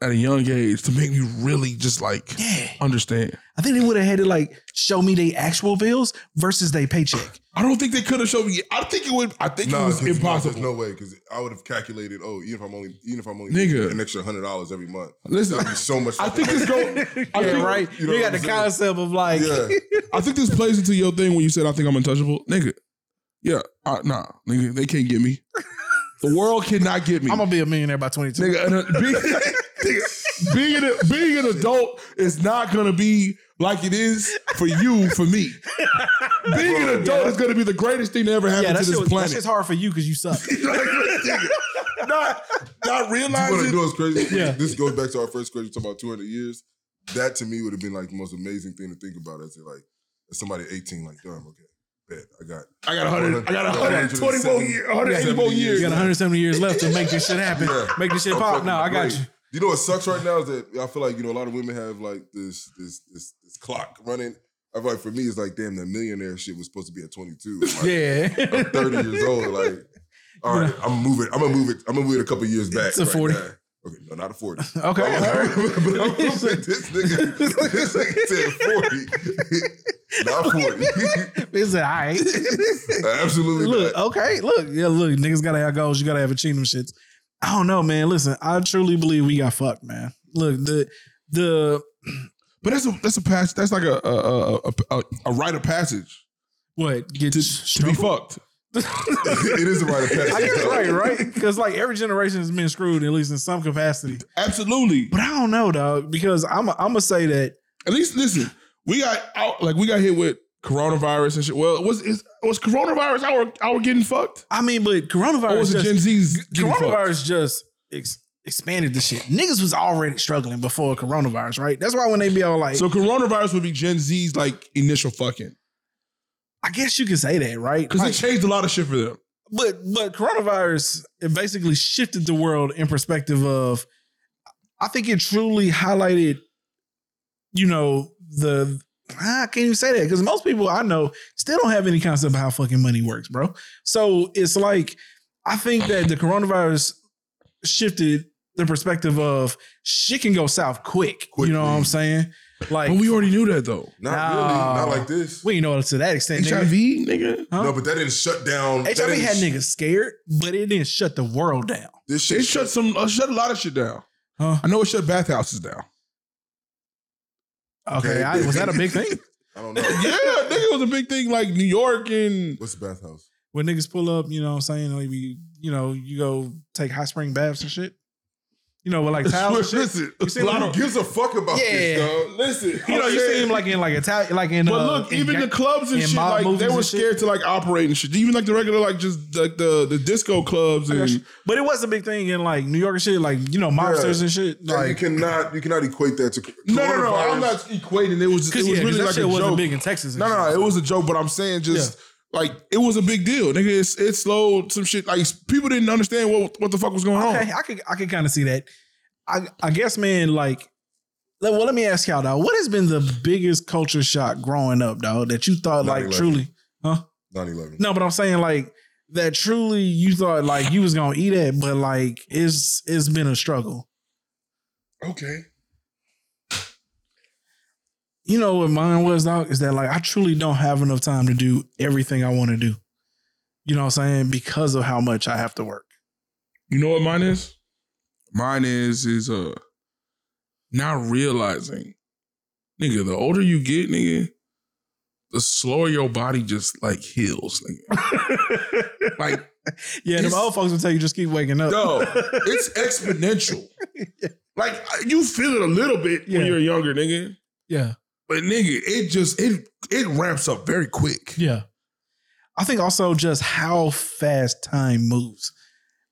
[SPEAKER 4] at a young age to make me really just like
[SPEAKER 3] Yeah,
[SPEAKER 4] understand.
[SPEAKER 3] I think they would have had to like show me they actual bills versus they paycheck.
[SPEAKER 4] I don't think they could have showed me. I think it would. I think
[SPEAKER 2] Nah,
[SPEAKER 4] it was
[SPEAKER 2] 'cause there's No,
[SPEAKER 4] impossible.
[SPEAKER 2] there's no way, because I would have calculated. Oh, even if I'm only, even if I'm only
[SPEAKER 4] Nigga.
[SPEAKER 2] an extra hundred dollars every month,
[SPEAKER 4] Listen,
[SPEAKER 2] that'd be so much.
[SPEAKER 4] I think this go. I
[SPEAKER 3] yeah,
[SPEAKER 4] think,
[SPEAKER 3] right.
[SPEAKER 2] you
[SPEAKER 3] You,
[SPEAKER 2] know what
[SPEAKER 3] got
[SPEAKER 2] I'm
[SPEAKER 3] the
[SPEAKER 2] saying?
[SPEAKER 3] concept of like,
[SPEAKER 2] yeah,
[SPEAKER 4] I think this plays into your thing when you said I think I'm untouchable, nigga. Yeah, I, nah, nigga, they can't get me. The world cannot get me,
[SPEAKER 3] I'm gonna be a millionaire by 22.
[SPEAKER 4] nigga. and, uh, being, nigga, being an, being an adult is not gonna be like it is for you for me. Being an adult is gonna be the greatest thing to ever happen
[SPEAKER 3] yeah,
[SPEAKER 4] to
[SPEAKER 3] that's
[SPEAKER 4] this
[SPEAKER 3] just that's
[SPEAKER 4] planet.
[SPEAKER 3] just hard for you because you suck.
[SPEAKER 4] not not
[SPEAKER 2] what I
[SPEAKER 4] realizing.
[SPEAKER 2] do is crazy.
[SPEAKER 3] Yeah.
[SPEAKER 2] This goes back to our first question talking about 200 years. That to me would have been like the most amazing thing to think about. As in, like as somebody 18, like damn, okay, bet I got.
[SPEAKER 4] I got 100. I got 120 more years. 180
[SPEAKER 2] 170
[SPEAKER 4] more
[SPEAKER 2] years.
[SPEAKER 4] years.
[SPEAKER 3] You got 170 years left to make this shit happen.
[SPEAKER 2] Yeah.
[SPEAKER 3] Make this shit
[SPEAKER 2] I'm
[SPEAKER 3] pop.
[SPEAKER 2] fucking
[SPEAKER 3] No, I got
[SPEAKER 2] great.
[SPEAKER 3] you.
[SPEAKER 2] You know what sucks right now is that I feel like you know a lot of women have like this this this, this clock running. I feel like for me, it's like damn, that millionaire shit was supposed to be at 22. Like,
[SPEAKER 3] Yeah.
[SPEAKER 2] I'm 30 years old. Like, all right, I'm moving. I'm gonna move it. I'm gonna move it a couple years back.
[SPEAKER 3] To 40.
[SPEAKER 2] now. Okay, no, not a 40.
[SPEAKER 3] okay.
[SPEAKER 2] Like, all right, but I'm moving this nigga. This nigga said 40. not 40.
[SPEAKER 3] It's all right.
[SPEAKER 2] Absolutely
[SPEAKER 3] look,
[SPEAKER 2] not.
[SPEAKER 3] okay, look, yeah, look, niggas gotta have goals. You gotta have achievement shits. I don't know, man. Listen, I truly believe we got fucked, man. Look, the the
[SPEAKER 4] But that's a that's a pass. That's like a a a, a, a, a rite of passage
[SPEAKER 3] what get
[SPEAKER 4] to, to be
[SPEAKER 3] struggled?
[SPEAKER 4] fucked.
[SPEAKER 2] it is a right of passage.
[SPEAKER 3] I guess it's right, right? Because like every generation has been screwed, at least in some capacity.
[SPEAKER 4] Absolutely.
[SPEAKER 3] But I don't know, dog, because I'm I'm gonna say that
[SPEAKER 4] At least listen, we got out like we got hit with coronavirus and shit. Well, was is, was coronavirus our our getting fucked?
[SPEAKER 3] I mean, but coronavirus
[SPEAKER 4] Or was it
[SPEAKER 3] just-
[SPEAKER 4] Gen Z's getting fucked?
[SPEAKER 3] coronavirus just ex- expanded the shit. Niggas was already struggling before coronavirus, right? That's why when they be all like,
[SPEAKER 4] So coronavirus would be Gen Z's like initial fucking
[SPEAKER 3] I guess you can say that, right?
[SPEAKER 4] because
[SPEAKER 3] Like,
[SPEAKER 4] it changed a lot of shit for them.
[SPEAKER 3] but but coronavirus it basically shifted the world in perspective of. I think it truly highlighted, you know, the I can't even say that because most people I know still don't have any concept of how fucking money works, bro. So it's like I think that the coronavirus shifted the perspective of shit can go south quick.
[SPEAKER 2] Quickly.
[SPEAKER 3] You know what I'm saying? Like
[SPEAKER 4] But we already knew that though.
[SPEAKER 2] Not
[SPEAKER 3] Nah.
[SPEAKER 2] really. Not like this.
[SPEAKER 3] we know to that extent.
[SPEAKER 4] HIV,
[SPEAKER 3] nigga.
[SPEAKER 4] nigga.
[SPEAKER 3] Huh?
[SPEAKER 2] No, but that didn't shut down. that
[SPEAKER 3] HIV
[SPEAKER 2] didn't
[SPEAKER 3] had
[SPEAKER 2] sh-
[SPEAKER 3] niggas scared, but it didn't shut the world down.
[SPEAKER 2] This shit
[SPEAKER 4] It shut some, uh, shut a lot of shit down.
[SPEAKER 3] Huh?
[SPEAKER 4] I know it shut bathhouses down.
[SPEAKER 3] Okay, I, was that a big thing?
[SPEAKER 2] I don't know.
[SPEAKER 4] Yeah, nigga, it was a big thing like New York and
[SPEAKER 2] What's the bathhouse?
[SPEAKER 3] When niggas pull up, you know what I'm saying? Like we, you know, you go take hot spring baths and shit. You know, with like towels and shit.
[SPEAKER 4] Listen,
[SPEAKER 3] You see
[SPEAKER 4] a
[SPEAKER 3] what
[SPEAKER 4] lot
[SPEAKER 3] I'm
[SPEAKER 4] of-
[SPEAKER 2] Who gives a fuck about
[SPEAKER 3] Yeah.
[SPEAKER 2] this, dog?
[SPEAKER 4] Listen,
[SPEAKER 3] You know,
[SPEAKER 4] I'm
[SPEAKER 3] you see him
[SPEAKER 4] saying-
[SPEAKER 3] like in like Italian, like in.
[SPEAKER 4] But
[SPEAKER 3] uh,
[SPEAKER 4] look,
[SPEAKER 3] in
[SPEAKER 4] even
[SPEAKER 3] Ga-
[SPEAKER 4] the clubs and
[SPEAKER 3] in
[SPEAKER 4] shit,
[SPEAKER 3] mob
[SPEAKER 4] like
[SPEAKER 3] movies
[SPEAKER 4] they were
[SPEAKER 3] and shit.
[SPEAKER 4] scared to like operate and shit. Even like the regular, like just like the the disco clubs
[SPEAKER 3] I got
[SPEAKER 4] and
[SPEAKER 3] you. But it was a big thing in like New York and shit, like you know mobsters
[SPEAKER 2] Yeah.
[SPEAKER 3] and shit.
[SPEAKER 2] Like, you
[SPEAKER 3] Like,
[SPEAKER 2] cannot, you cannot equate that to
[SPEAKER 4] no, no, no.
[SPEAKER 2] coronavirus.
[SPEAKER 4] I'm not equating. It was it was
[SPEAKER 3] because yeah, 'cause
[SPEAKER 4] really
[SPEAKER 3] that
[SPEAKER 4] like
[SPEAKER 3] shit
[SPEAKER 4] a
[SPEAKER 3] wasn't
[SPEAKER 4] joke.
[SPEAKER 3] big in Texas. and
[SPEAKER 4] No,
[SPEAKER 3] shit.
[SPEAKER 4] no, no, it was a joke, but I'm saying just like it was a big deal, nigga. It's, it slowed some shit. Like people didn't understand what what the fuck was going
[SPEAKER 3] Okay,
[SPEAKER 4] on.
[SPEAKER 3] I could I could kind of see that. I I guess, man, like, let- well, let me ask y'all now. What has been the biggest culture shock growing up, dog? That you thought like
[SPEAKER 2] 9/11.
[SPEAKER 3] truly?
[SPEAKER 2] 9/11.
[SPEAKER 3] No, but I'm saying like that. Truly, you thought like you was gonna eat it, but like it's it's been a struggle.
[SPEAKER 4] Okay,
[SPEAKER 3] You know what mine was, dog? Is that like I truly don't have enough time to do everything I want to do. You know what I'm saying? Because of how much I have to work.
[SPEAKER 4] you know what mine is? Mine is is uh not realizing, nigga. The older you get, nigga, the slower your body just like heals, nigga. Like
[SPEAKER 3] yeah, them
[SPEAKER 4] It's-
[SPEAKER 3] old folks will tell you just keep waking up.
[SPEAKER 4] No, it's exponential. Like you feel it a little bit
[SPEAKER 3] Yeah.
[SPEAKER 4] when you're younger, nigga.
[SPEAKER 3] yeah,
[SPEAKER 4] But nigga, it just it it ramps up very quick.
[SPEAKER 3] yeah. I think also just how fast time moves.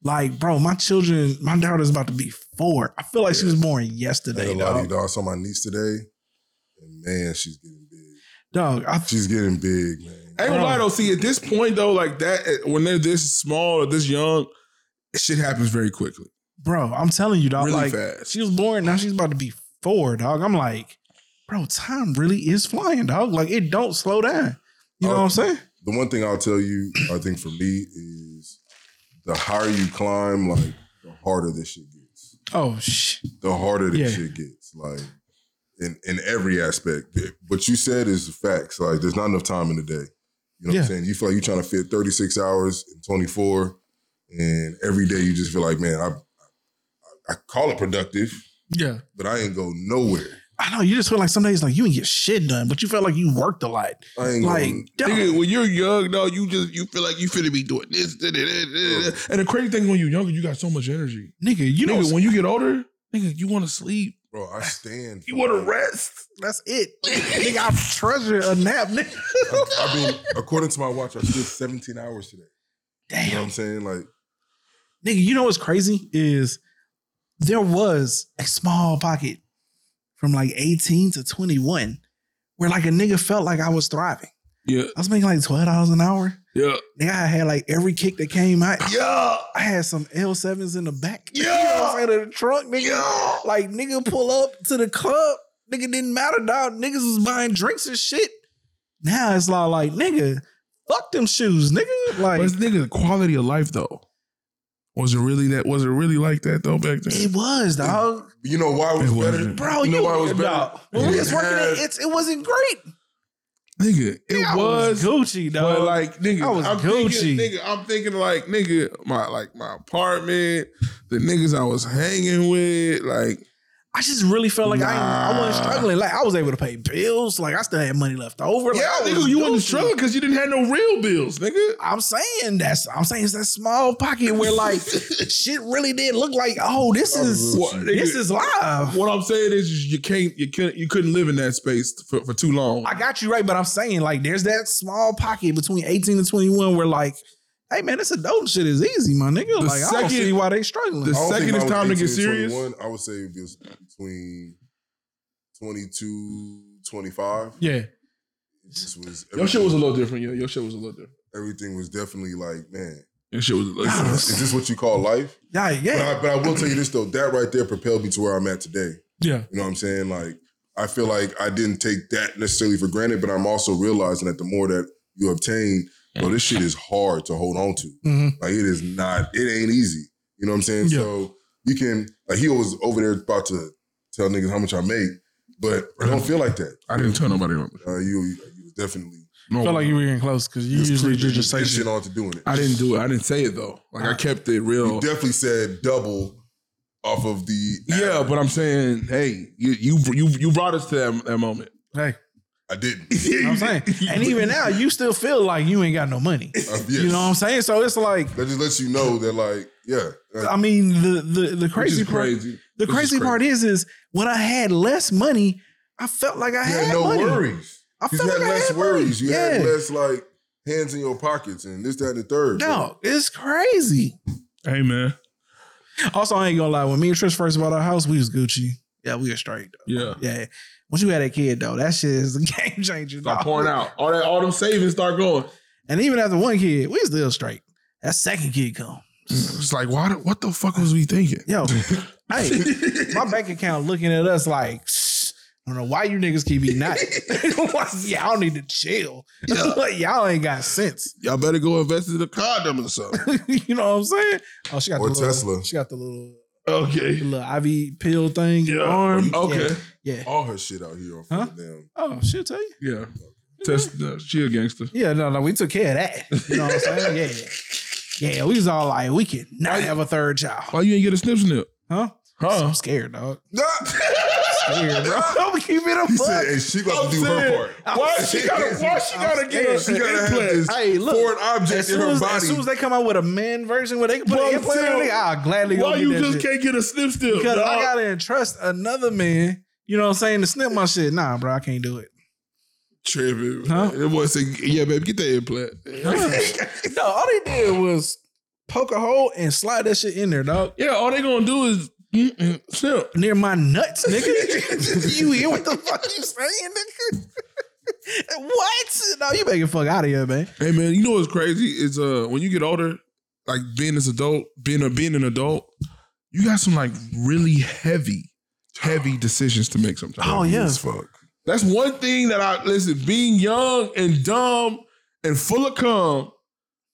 [SPEAKER 3] Like, bro, my children, my daughter's about to be four. I feel like she was born
[SPEAKER 2] I ain't
[SPEAKER 3] yesterday,
[SPEAKER 2] gonna lie to you,
[SPEAKER 3] dog.
[SPEAKER 2] dog. I saw my niece today, and man, she's getting big.
[SPEAKER 3] Dog, I
[SPEAKER 2] She's getting big, man.
[SPEAKER 4] I ain't gonna
[SPEAKER 3] Bro.
[SPEAKER 4] lie though. See, at this point though, like that, eh, when they're this small or this young, shit happens very quickly,
[SPEAKER 3] bro, I'm telling you, dog.
[SPEAKER 4] really
[SPEAKER 3] like,
[SPEAKER 4] fast.
[SPEAKER 3] she was born. Now she's about to be four, dog. I'm like, bro, time really is flying, dog. Like it don't slow down. You know
[SPEAKER 2] Oh.
[SPEAKER 3] what I'm saying?
[SPEAKER 2] the one thing I'll tell you, I think for me is the higher you climb, like the harder this shit gets.
[SPEAKER 3] Oh sh-
[SPEAKER 2] The harder this
[SPEAKER 3] Yeah.
[SPEAKER 2] shit gets, like in in every aspect. What you said is facts. Like there's not enough time in the day. You know what
[SPEAKER 3] Yeah.
[SPEAKER 2] I'm saying? You feel like you're trying to fit 36 hours in 24, and every day you just feel like, man, I I call it productive,
[SPEAKER 3] yeah.
[SPEAKER 2] but I ain't go nowhere.
[SPEAKER 3] I know you just feel like some days like you ain't get shit done, but you felt like you worked a lot.
[SPEAKER 2] I ain't
[SPEAKER 3] Like,
[SPEAKER 2] going.
[SPEAKER 3] dog,
[SPEAKER 4] Mm. Nigga, when you're young, though, you just you feel like you finna be doing this, da, da, da, da, da. and the crazy thing when you're younger, you got so much energy.
[SPEAKER 3] nigga, you
[SPEAKER 4] You
[SPEAKER 3] know
[SPEAKER 4] nigga, when you get older, nigga, you want to sleep,
[SPEAKER 2] Bro, I stand.
[SPEAKER 4] you want to rest.
[SPEAKER 3] that's it. nigga, I treasure a nap, nigga.
[SPEAKER 2] I mean, according to my watch, I stood 17 hours today. You know what
[SPEAKER 3] Damn.
[SPEAKER 2] I'm saying? Like,
[SPEAKER 3] Nigga, you know what's crazy is there was a small pocket from like 18 to 21 where like a nigga felt like I was thriving.
[SPEAKER 4] Yeah,
[SPEAKER 3] I was making like twelve dollars an hour.
[SPEAKER 4] yeah,
[SPEAKER 3] Nigga, I had like every kick that came out.
[SPEAKER 4] yeah,
[SPEAKER 3] I had some L7s in the back. You know
[SPEAKER 4] Yeah.
[SPEAKER 3] what I'm saying? In the trunk, nigga.
[SPEAKER 4] yeah.
[SPEAKER 3] Like, nigga pull up to the club. Nigga didn't matter, dog. Niggas was buying drinks and shit. Now it's all like, nigga, fuck them shoes, nigga. Like,
[SPEAKER 4] But it's nigga, the quality of life though. Was it really that? Was it really like that though back then?
[SPEAKER 3] it was, dog.
[SPEAKER 2] you know why it was
[SPEAKER 4] It wasn't.
[SPEAKER 2] better?
[SPEAKER 3] Bro, you,
[SPEAKER 2] You know why it was better?
[SPEAKER 3] dog, When we was working
[SPEAKER 2] Yeah.
[SPEAKER 3] at it's, it wasn't great.
[SPEAKER 4] nigga, it
[SPEAKER 3] Nigga, I
[SPEAKER 4] was.
[SPEAKER 3] Gucci, dog.
[SPEAKER 4] But like nigga,
[SPEAKER 3] I was
[SPEAKER 4] I'm
[SPEAKER 3] Gucci.
[SPEAKER 4] thinking, nigga, I'm thinking like nigga, my like my apartment, the niggas I was hanging with, like
[SPEAKER 3] I just really felt like I, I wasn't struggling. Like I was able to pay bills. Like I still had money left over. Like,
[SPEAKER 4] Yeah,
[SPEAKER 3] I was
[SPEAKER 4] nigga, you wasn't
[SPEAKER 3] doing-
[SPEAKER 4] struggling because you didn't have no real bills, nigga.
[SPEAKER 3] I'm saying that's I'm saying it's that small pocket where like shit really did look like oh this is
[SPEAKER 4] What, nigga?
[SPEAKER 3] this is live.
[SPEAKER 4] What I'm saying is you can't, you couldn't, you couldn't live in that space for, for too long.
[SPEAKER 3] I got you right, but I'm saying like there's that small pocket between 18 and 21 where like, hey man, this adult shit is easy, my nigga. like I don't
[SPEAKER 4] second-
[SPEAKER 3] see why they struggling. Oh,
[SPEAKER 4] the
[SPEAKER 2] I don't
[SPEAKER 4] second
[SPEAKER 2] think
[SPEAKER 4] it's
[SPEAKER 2] I was
[SPEAKER 4] time to get
[SPEAKER 2] 18,
[SPEAKER 4] serious.
[SPEAKER 2] 21. I would say it was between 22, 25.
[SPEAKER 3] yeah,
[SPEAKER 2] This was
[SPEAKER 4] Your shit was a little different. Yeah, your shit was a little different.
[SPEAKER 2] everything was definitely like, man,
[SPEAKER 4] Your shit was a little
[SPEAKER 3] Ah,
[SPEAKER 4] different.
[SPEAKER 2] is this what you call life?
[SPEAKER 3] yeah,
[SPEAKER 2] But
[SPEAKER 3] yeah,
[SPEAKER 2] I, but I will tell you this though, that right there propelled me to where I'm at today.
[SPEAKER 3] yeah.
[SPEAKER 2] You know what I'm saying? Like, I feel like I didn't take that necessarily for granted, but I'm also realizing that the more that you obtain, bro, this shit is hard to hold on to.
[SPEAKER 3] Mhm.
[SPEAKER 2] Like, it is not, it ain't easy. You know what I'm saying?
[SPEAKER 3] Yeah.
[SPEAKER 2] So you can, like, he was over there about to tell niggas how much I made, but I don't feel like that.
[SPEAKER 4] I didn't tell nobody. No,
[SPEAKER 2] Uh, you, you, was definitely
[SPEAKER 4] no.
[SPEAKER 3] felt like you were getting close because you
[SPEAKER 2] just
[SPEAKER 3] usually
[SPEAKER 2] preaching
[SPEAKER 3] just say
[SPEAKER 2] shit
[SPEAKER 3] shit.
[SPEAKER 2] on to doing it.
[SPEAKER 4] I didn't do it. I didn't say it though. Like I kept it
[SPEAKER 2] You
[SPEAKER 4] real.
[SPEAKER 2] definitely said double off of the.
[SPEAKER 4] Yeah, but I'm saying, hey, you you you you brought us to that, that moment.
[SPEAKER 3] Hey,
[SPEAKER 2] I didn't.
[SPEAKER 3] you know what I'm saying, and even now you still feel like you ain't got no money.
[SPEAKER 2] Uh, yes.
[SPEAKER 3] You know what I'm saying? So it's like,
[SPEAKER 2] That just lets you know that, like, yeah, like,
[SPEAKER 3] I mean, the the the crazy
[SPEAKER 4] Which is
[SPEAKER 3] part.
[SPEAKER 4] crazy.
[SPEAKER 3] The
[SPEAKER 4] Which is
[SPEAKER 3] crazy, part is, is when I had less money, I felt like I
[SPEAKER 2] you
[SPEAKER 3] had,
[SPEAKER 2] had no
[SPEAKER 3] money.
[SPEAKER 2] worries.
[SPEAKER 3] I
[SPEAKER 2] You
[SPEAKER 3] felt
[SPEAKER 2] had
[SPEAKER 3] like I
[SPEAKER 2] less
[SPEAKER 3] had
[SPEAKER 2] worries.
[SPEAKER 3] Money.
[SPEAKER 2] You
[SPEAKER 3] yeah.
[SPEAKER 2] had less like hands in your pockets and this, that, and the third.
[SPEAKER 3] No, it's crazy.
[SPEAKER 4] Hey man,
[SPEAKER 3] Also, I ain't gonna lie. When me and Trish first bought our house, we was Gucci. Yeah, we were straight. Though.
[SPEAKER 4] yeah.
[SPEAKER 3] Yeah. Once you had that kid, though, that shit is a game changer.
[SPEAKER 4] Start
[SPEAKER 3] dog.
[SPEAKER 4] pouring out all that, all them savings start going.
[SPEAKER 3] And even after one kid, we was still straight. That second kid come.
[SPEAKER 4] It's like, why? What the fuck was we thinking?
[SPEAKER 3] Yo, hey, my bank account looking at us like, I don't know why you niggas keep eating that. like, y'all need to chill. like, y'all ain't got sense.
[SPEAKER 4] Y'all better go invest in the condom or something.
[SPEAKER 3] you know what I'm saying? Oh, she got
[SPEAKER 2] Or
[SPEAKER 3] the little,
[SPEAKER 2] Tesla.
[SPEAKER 3] She got the little, the
[SPEAKER 4] okay.
[SPEAKER 3] little IV pill thing. in her
[SPEAKER 4] Yeah.
[SPEAKER 3] Arm.
[SPEAKER 4] Okay.
[SPEAKER 3] Yeah. yeah.
[SPEAKER 2] all her shit out here on
[SPEAKER 3] Huh?
[SPEAKER 2] damn.
[SPEAKER 3] Oh, she'll tell you.
[SPEAKER 4] Yeah. Test. no, she a gangster.
[SPEAKER 3] Yeah, no, no, we took care of that. You know what I'm saying? Yeah. Yeah, we was all like, we can not have a third child.
[SPEAKER 4] Why you ain't get a snip snip?
[SPEAKER 3] Huh?
[SPEAKER 4] Huh?
[SPEAKER 2] Uh-huh.
[SPEAKER 3] I'm scared, dog.
[SPEAKER 2] Nah.
[SPEAKER 3] Scared, bro. I'm keeping it
[SPEAKER 2] he
[SPEAKER 3] a
[SPEAKER 2] said,
[SPEAKER 3] buck.
[SPEAKER 2] "Hey, she got
[SPEAKER 4] I'm
[SPEAKER 2] to do
[SPEAKER 4] saying,
[SPEAKER 2] her part.
[SPEAKER 4] Why she gotta? Why she gotta get a,
[SPEAKER 2] She gotta have
[SPEAKER 4] implant?
[SPEAKER 2] this
[SPEAKER 3] Hey, look.
[SPEAKER 2] foreign object
[SPEAKER 3] As
[SPEAKER 2] in
[SPEAKER 3] soon
[SPEAKER 2] her
[SPEAKER 3] as,
[SPEAKER 2] body."
[SPEAKER 3] as soon as they come out with a man version where they can put
[SPEAKER 4] Bro,
[SPEAKER 3] an implant in
[SPEAKER 4] tell-
[SPEAKER 3] it, I'll gladly go
[SPEAKER 4] Why
[SPEAKER 3] get
[SPEAKER 4] you
[SPEAKER 3] that
[SPEAKER 4] just
[SPEAKER 3] shit.
[SPEAKER 4] can't get a snip snip?
[SPEAKER 3] Because
[SPEAKER 4] dog?
[SPEAKER 3] I gotta entrust another man, you know what I'm saying, to snip my shit. Nah, bro, I can't do it.
[SPEAKER 4] tripping.
[SPEAKER 3] Huh?
[SPEAKER 4] It was a, yeah, baby, get that implant.
[SPEAKER 3] No, all they did was poke a hole and slide that shit in there, dog.
[SPEAKER 4] yeah, all they gonna do is mm, mm, snip.
[SPEAKER 3] Near my nuts, nigga. you hear what the fuck you saying, nigga? what? No, you making fuck out of here, man.
[SPEAKER 4] Hey man, you know what's crazy is uh when you get older, like being this adult, being a being an adult, you got some like really heavy, heavy decisions to make sometimes.
[SPEAKER 3] Oh yeah.
[SPEAKER 2] As fuck.
[SPEAKER 4] That's one thing that I listen. Being young and dumb and full of cum,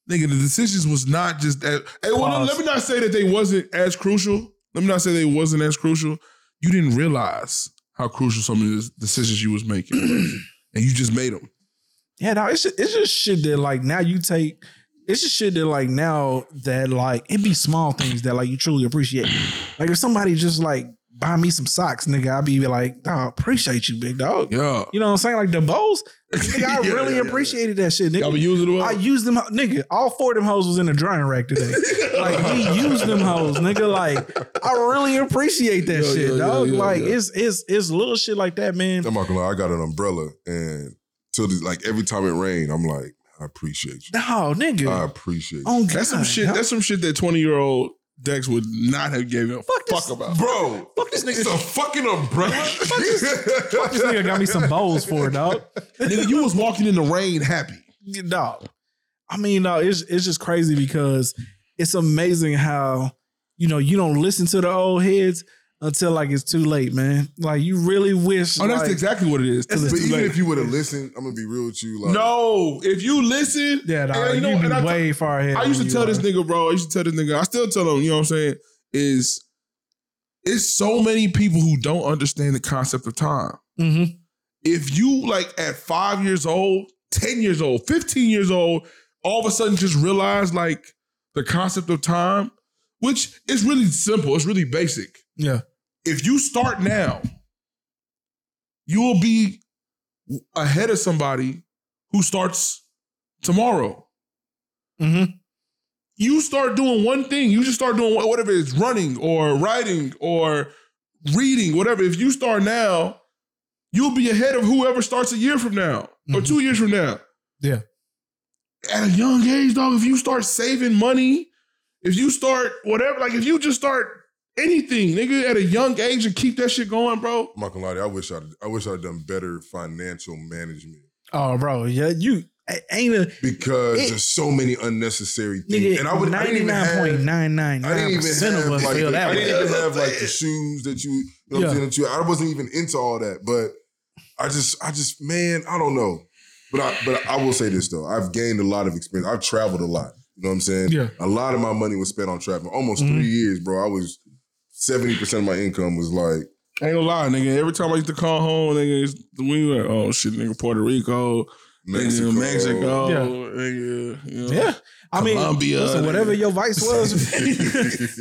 [SPEAKER 4] nigga, the decisions was not just that. Hey, well, no,
[SPEAKER 3] Pause.
[SPEAKER 4] let me not say that they wasn't as crucial. Let me not say they wasn't as crucial. You didn't realize how crucial some of the decisions you was making, and you just made them.
[SPEAKER 3] Yeah, no, it's just, it's just shit that like now you take. It's just shit that like now that like it be small things that like you truly appreciate. Like if somebody just like buy me some socks, nigga, I'd be like, dog, appreciate you, big dog.
[SPEAKER 4] Yeah,
[SPEAKER 3] You know what I'm saying? Like the bows, nigga, I
[SPEAKER 4] Yeah,
[SPEAKER 3] really
[SPEAKER 4] yeah, yeah.
[SPEAKER 3] appreciated that shit,
[SPEAKER 4] y'all
[SPEAKER 3] nigga.
[SPEAKER 4] been using them.
[SPEAKER 3] I used them, nigga. All four of them hoes was in the drying rack today. like we used them hoes, nigga. Like I really appreciate that
[SPEAKER 4] Yeah,
[SPEAKER 3] shit,
[SPEAKER 4] yeah,
[SPEAKER 3] dog.
[SPEAKER 4] yeah, yeah,
[SPEAKER 3] like
[SPEAKER 4] yeah.
[SPEAKER 3] it's it's it's little shit like that, man.
[SPEAKER 2] I'm not gonna lie. I got an umbrella, and till this, like every time it rained, I'm like, I appreciate you.
[SPEAKER 3] No, nigga.
[SPEAKER 2] I appreciate you,
[SPEAKER 3] Oh,
[SPEAKER 4] that's some
[SPEAKER 3] God,
[SPEAKER 4] shit.
[SPEAKER 3] dog.
[SPEAKER 4] That's some shit that twenty year old Dex would not have gave a fuck,
[SPEAKER 3] Fuck this-
[SPEAKER 4] about.
[SPEAKER 2] bro.
[SPEAKER 3] Fuck this nigga.
[SPEAKER 2] It's a fucking umbrella.
[SPEAKER 3] Fuck this nigga got me some bowls for it, dog.
[SPEAKER 4] nigga, you was walking in the rain happy.
[SPEAKER 3] Dog. I mean, no, it's it's just crazy because it's amazing how you know you don't listen to the old heads until like it's too late, man. Like you really wish.
[SPEAKER 4] Oh, that's
[SPEAKER 3] like-
[SPEAKER 4] exactly what it is. till
[SPEAKER 2] but
[SPEAKER 4] it's too
[SPEAKER 2] even
[SPEAKER 4] late.
[SPEAKER 2] if you would have listened, I'm gonna be real with you. Like,
[SPEAKER 4] No, if you listen,
[SPEAKER 3] Yeah, dog,
[SPEAKER 4] and
[SPEAKER 3] you,
[SPEAKER 4] you know,
[SPEAKER 3] be
[SPEAKER 4] and I,
[SPEAKER 3] way far ahead.
[SPEAKER 4] I used
[SPEAKER 3] than
[SPEAKER 4] to
[SPEAKER 3] you
[SPEAKER 4] tell
[SPEAKER 3] are.
[SPEAKER 4] this nigga, bro. I used to tell this nigga. I still tell him. You know what I'm saying? Is it's so many people who don't understand the concept of time.
[SPEAKER 3] Mhm.
[SPEAKER 4] If you like at five years old, ten years old, fifteen years old, all of a sudden just realize like the concept of time, which is really simple. It's really basic.
[SPEAKER 3] Yeah,
[SPEAKER 4] if you start now, you will be ahead of somebody who starts tomorrow.
[SPEAKER 3] Mhm.
[SPEAKER 4] You start doing one thing, you just start doing wha- whatever it's running or writing or reading, whatever. If you start now, you'll be ahead of whoever starts a year from now or
[SPEAKER 3] Mhm.
[SPEAKER 4] two years from now.
[SPEAKER 3] Yeah.
[SPEAKER 4] At a young age, dog, if you start saving money, if you start whatever, like if you just start anything, nigga, at a young age and keep that shit going, bro.
[SPEAKER 2] I'm not gonna lie to you. I wish I'd I wish I'd done better financial management
[SPEAKER 3] Oh, bro, yeah, you a- ain't a
[SPEAKER 2] because
[SPEAKER 3] It-
[SPEAKER 2] there's so many unnecessary things.
[SPEAKER 3] nigga.
[SPEAKER 2] And I would I didn't even have
[SPEAKER 3] 99.999
[SPEAKER 2] I didn't even
[SPEAKER 3] percent
[SPEAKER 2] have
[SPEAKER 3] of us
[SPEAKER 2] like
[SPEAKER 3] feel
[SPEAKER 2] the,
[SPEAKER 3] that
[SPEAKER 2] I
[SPEAKER 3] way.
[SPEAKER 2] didn't even have like the shoes that you you know what I'm
[SPEAKER 3] Yeah.
[SPEAKER 2] saying that you I wasn't even into all that but I just I just man I don't know but I but I will say this though I've gained a lot of experience I've traveled a lot you know what I'm saying
[SPEAKER 3] Yeah.
[SPEAKER 2] a lot of my money was spent on traveling almost
[SPEAKER 3] Mhm.
[SPEAKER 2] three years bro I was seventy percent of my income was like
[SPEAKER 4] I ain't gonna lie, nigga. Every time I used to call home, nigga, it's- we were like, oh shit, nigga, Puerto Rico,
[SPEAKER 2] Mexico,
[SPEAKER 4] nigga, Mexico,
[SPEAKER 3] Yeah.
[SPEAKER 4] nigga, you know,
[SPEAKER 3] Yeah, I mean,
[SPEAKER 4] Colombia,
[SPEAKER 3] listen,
[SPEAKER 4] nigga.
[SPEAKER 3] whatever your vice was,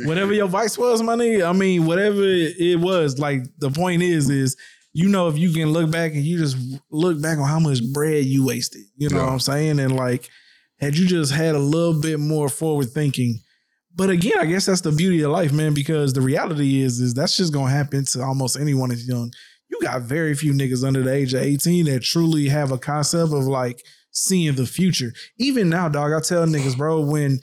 [SPEAKER 3] whatever your vice was, my nigga. I mean, whatever it was, like the point is, is you know, if you can look back and you just look back on how much bread you wasted, you know
[SPEAKER 2] Yeah.
[SPEAKER 3] what I'm saying? And like, had you just had a little bit more forward thinking. But again, I guess that's the beauty of life, man, because the reality is, is that's just gonna happen to almost anyone that's young. You got very few niggas under the age of 18 that truly have a concept of like seeing the future. Even now, dog, I tell niggas, bro, when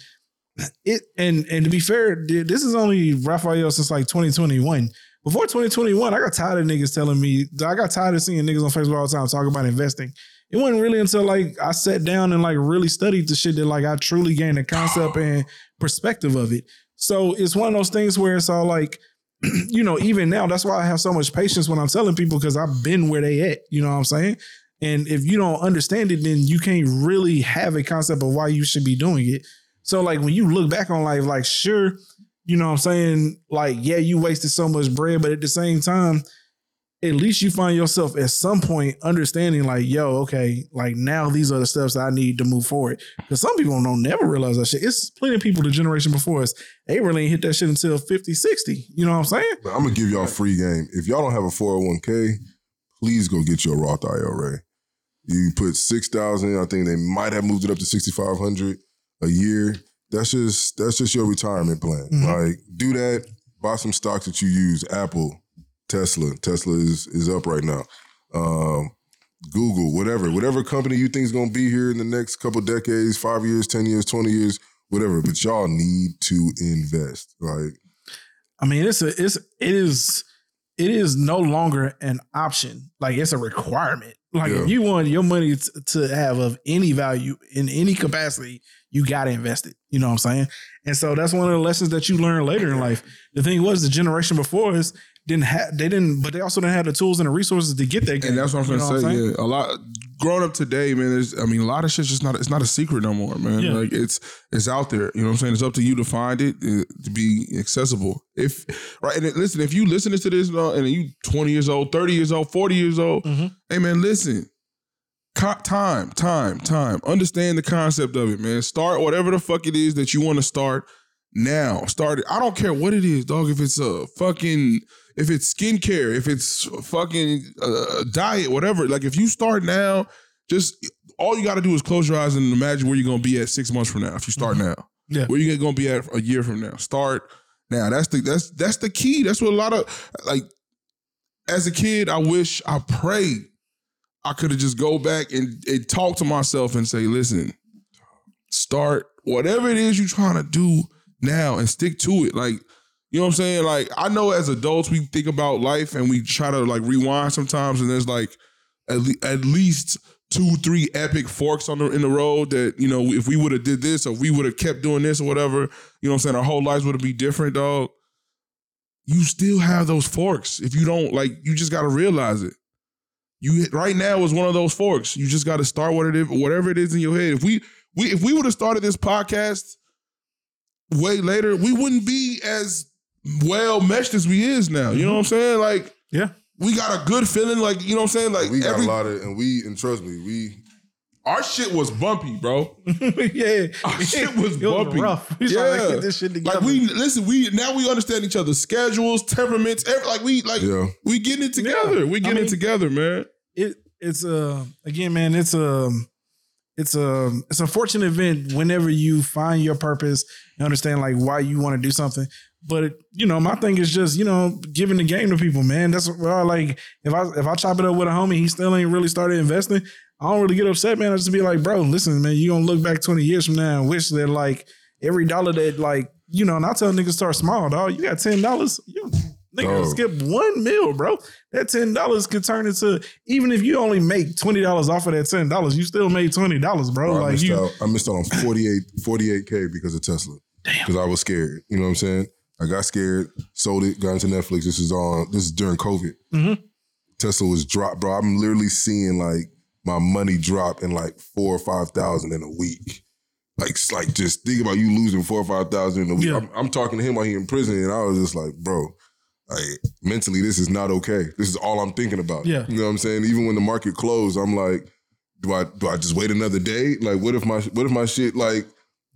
[SPEAKER 3] it and and to be fair, dude, this is only Raphael since like 2021. Before 2021, I got tired of niggas telling me. I got tired of seeing niggas on Facebook all the time talking about investing. It wasn't really until like I sat down and like really studied the shit that like I truly gained a concept and perspective of it. So it's one of those things where it's all like, you know, even now that's why I have so much patience when I'm telling people because I've been where they at. You know what I'm saying? And if you don't understand it, then you can't really have a concept of why you should be doing it. So like when you look back on life, like sure, you know what I'm saying? Like, yeah, you wasted so much bread, but at the same time, at least you find yourself at some point understanding, like, yo, okay, like now these are the steps I need to move forward. Because some people don't never realize that shit. It's plenty of people the generation before us. They really ain't hit that shit until 50, 60. You know what I'm saying?
[SPEAKER 2] But I'm gonna give y'all a free game. If y'all don't have a 401k, please go get your Roth IRA. You put six thousand. I think they might have moved it up to sixty five hundred a year. That's just that's just your retirement plan.
[SPEAKER 3] Mhm.
[SPEAKER 2] Like do that. Buy some stocks that you use. Apple, Tesla. Tesla is is up right now. Um, Google, whatever, whatever company you think is gonna be here in the next couple decades, five years, ten years, twenty years, whatever. But y'all need to invest. Like
[SPEAKER 3] I mean, it's a it's it is it is no longer an option. Like it's a requirement. Like
[SPEAKER 2] Yeah.
[SPEAKER 3] if you want your money t- to have of any value in any capacity, you gotta invest it. You know what I'm saying? And so that's one of the lessons that you learn later in life. The thing was, the generation before us didn't have they didn't, but they also didn't have the tools and the resources to get that. game.
[SPEAKER 4] And that's what I'm
[SPEAKER 3] You
[SPEAKER 4] gonna
[SPEAKER 3] know what I'm
[SPEAKER 4] say.
[SPEAKER 3] saying?
[SPEAKER 4] yeah, a lot. Growing up today, man. There's, I mean, a lot of shit's just not. It's not a secret no more, man.
[SPEAKER 3] Yeah.
[SPEAKER 4] Like it's it's out there. You know what I'm saying? It's up to you to find it uh, to be accessible. If right, and it- listen, if you listen to this uh, and you 20 years old, 30 years old, 40 years old,
[SPEAKER 3] Mhm.
[SPEAKER 4] hey man, listen. Co- time, time, time. Understand the concept of it, man. Start whatever the fuck it is that you want to start now. Start it. I don't care what it is, dog. If it's a fucking if it's skincare, if it's fucking uh, diet, whatever. Like if you start now, just all you got to do is close your eyes and imagine where you're gonna be at six months from now. If you start now,
[SPEAKER 3] Yeah.
[SPEAKER 4] where you gonna be at a year from now? Start now. That's the that's that's the key. That's what a lot of like. As a kid, I wish I prayed I could have just go back and, and talk to myself and say, listen, start whatever it is you're trying to do now and stick to it. Like, you know what I'm saying? Like, I know as adults, we think about life and we try to like rewind sometimes, and there's like at, le- at least two, three epic forks on the in the road that, you know, if we would have did this or we would have kept doing this or whatever, you know what I'm saying? Our whole lives would have been different, dog. You still have those forks. If you don't, like, you just gotta realize it you right now is one of those forks. You just got to start what it is, whatever it is in your head. If we we if we would have started this podcast way later, we wouldn't be as well meshed as we is now. You know what I'm saying? Like
[SPEAKER 3] Yeah.
[SPEAKER 4] we got a good feeling. Like you know what I'm saying? Like
[SPEAKER 2] we got
[SPEAKER 4] every-
[SPEAKER 2] a lot of, and we, and trust me, we
[SPEAKER 4] Our shit was bumpy, bro.
[SPEAKER 3] yeah,
[SPEAKER 4] Our Oh, shit was
[SPEAKER 3] it was
[SPEAKER 4] bumpy.
[SPEAKER 3] rough. He's trying to
[SPEAKER 4] Yeah.
[SPEAKER 3] get this shit together.
[SPEAKER 4] Like we listen, we now we understand each other's schedules, temperaments, every, like we like
[SPEAKER 2] Yeah.
[SPEAKER 4] we getting it together. We getting
[SPEAKER 3] mean-
[SPEAKER 4] it together, man.
[SPEAKER 3] it it's uh again man it's um it's a it's a fortunate event whenever you find your purpose and understand like why you want to do something but you know my thing is just you know giving the game to people man that's well like if i if i chop it up with a homie he still ain't really started investing i don't really get upset man i just be like bro listen man you gonna look back 20 years from now and wish that like every dollar that like you know and i tell niggas start small dog you got $10 you nigga
[SPEAKER 2] Dog.
[SPEAKER 3] skip one meal bro that ten dollars could turn into even if you only make twenty dollars off of that ten dollars, you still made twenty dollars, bro.
[SPEAKER 2] I,
[SPEAKER 3] like
[SPEAKER 2] missed
[SPEAKER 3] you,
[SPEAKER 2] out, I missed out on 48, 48K because of Tesla. Because I was scared. You know what I'm saying? I got scared, sold it, got into Netflix. This is on this is during COVID.
[SPEAKER 3] Mhm.
[SPEAKER 2] Tesla was dropped, bro. I'm literally seeing like my money drop in like four or five thousand in a week. Like, it's like just think about you losing four or five thousand in a week.
[SPEAKER 3] Yeah.
[SPEAKER 2] I'm, I'm talking to him while he in prison, and I was just like, bro, like mentally, this is not okay. This is all I'm thinking about.
[SPEAKER 3] Yeah.
[SPEAKER 2] You know what I'm saying? Even when the market closed, I'm like, do I do I just wait another day? Like, what if my what if my shit like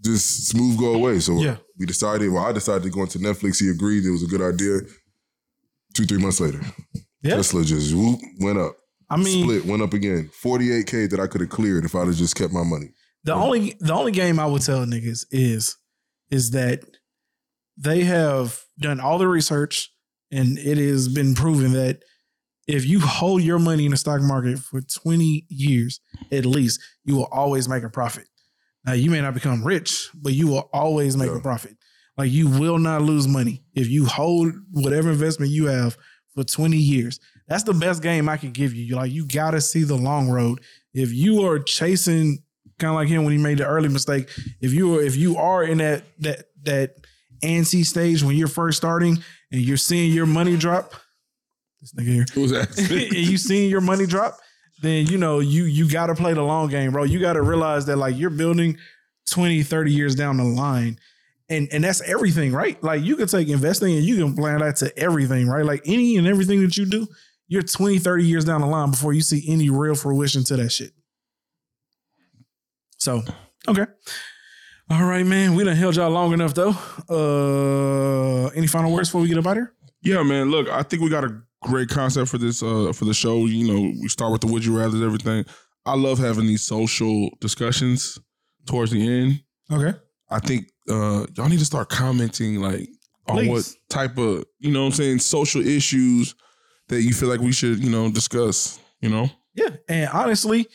[SPEAKER 2] just smooth go away? So
[SPEAKER 3] Yeah.
[SPEAKER 2] we decided. Well, I decided to go into Netflix. He agreed it was a good idea. Two three months later,
[SPEAKER 3] Yeah.
[SPEAKER 2] Tesla just whoop, went up,
[SPEAKER 3] I mean,
[SPEAKER 2] split, went up again. Forty eight k that I could have cleared if I'd have just kept my money.
[SPEAKER 3] the only the only game I would tell niggas is is that they have done all the research and it has been proven that if you hold your money in the stock market for 20 years at least, you will always make a profit. Now you may not become rich, but you will always make
[SPEAKER 2] Yeah.
[SPEAKER 3] a profit. Like you will not lose money if you hold whatever investment you have for 20 years. That's the best game I could give you. Like you gotta see the long road. If you are chasing kind of like him when he made the early mistake, if you are if you are in that that that antsy stage when you're first starting and you're seeing your money drop, this nigga here
[SPEAKER 4] It was that?
[SPEAKER 3] and you seeing your money drop, then you know you you got to play the long game, bro. You got to realize that like you're building 20, 30 years down the line. And and that's everything, right? Like you can take investing and you can plan that to everything, right? Like any and everything that you do, you're 20, 30 years down the line before you see any real fruition to that shit. So, okay. All right, man. We done held y'all long enough though. Uh any final words before we get up out here?
[SPEAKER 4] Yeah, man. Look, I think we got a great concept for this uh for the show. You know, we start with the would you rather everything. I love having these social discussions towards the end.
[SPEAKER 3] Okay.
[SPEAKER 4] I think uh y'all need to start commenting like on
[SPEAKER 3] Please.
[SPEAKER 4] what type of, you know what I'm saying, social issues that you feel like we should, you know, discuss, you know?
[SPEAKER 3] Yeah, and honestly,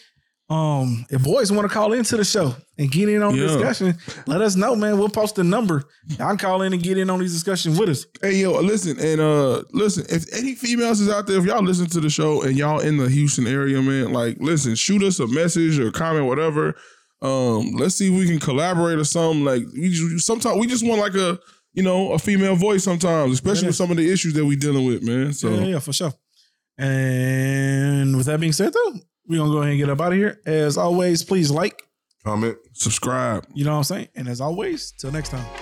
[SPEAKER 3] um, if boys want to call into the show and get in on the
[SPEAKER 4] Yeah.
[SPEAKER 3] discussion, let us know, man. We'll post the number. I can call in and get in on these discussions with us.
[SPEAKER 4] Hey yo, listen and uh listen, if any females is out there, if y'all listen to the show and y'all in the Houston area, man, like listen, shoot us a message or comment, whatever. Um, let's see if we can collaborate or something. Like we just, sometimes we just want like a you know, a female voice sometimes, especially
[SPEAKER 3] Yeah.
[SPEAKER 4] with some of the issues that we dealing with, man. So
[SPEAKER 3] yeah, yeah, for sure. And with that being said, though, we're gonna go ahead and get up out of here. As always, please like.
[SPEAKER 2] Comment.
[SPEAKER 4] subscribe.
[SPEAKER 3] You know what I'm saying? And as always, till next time.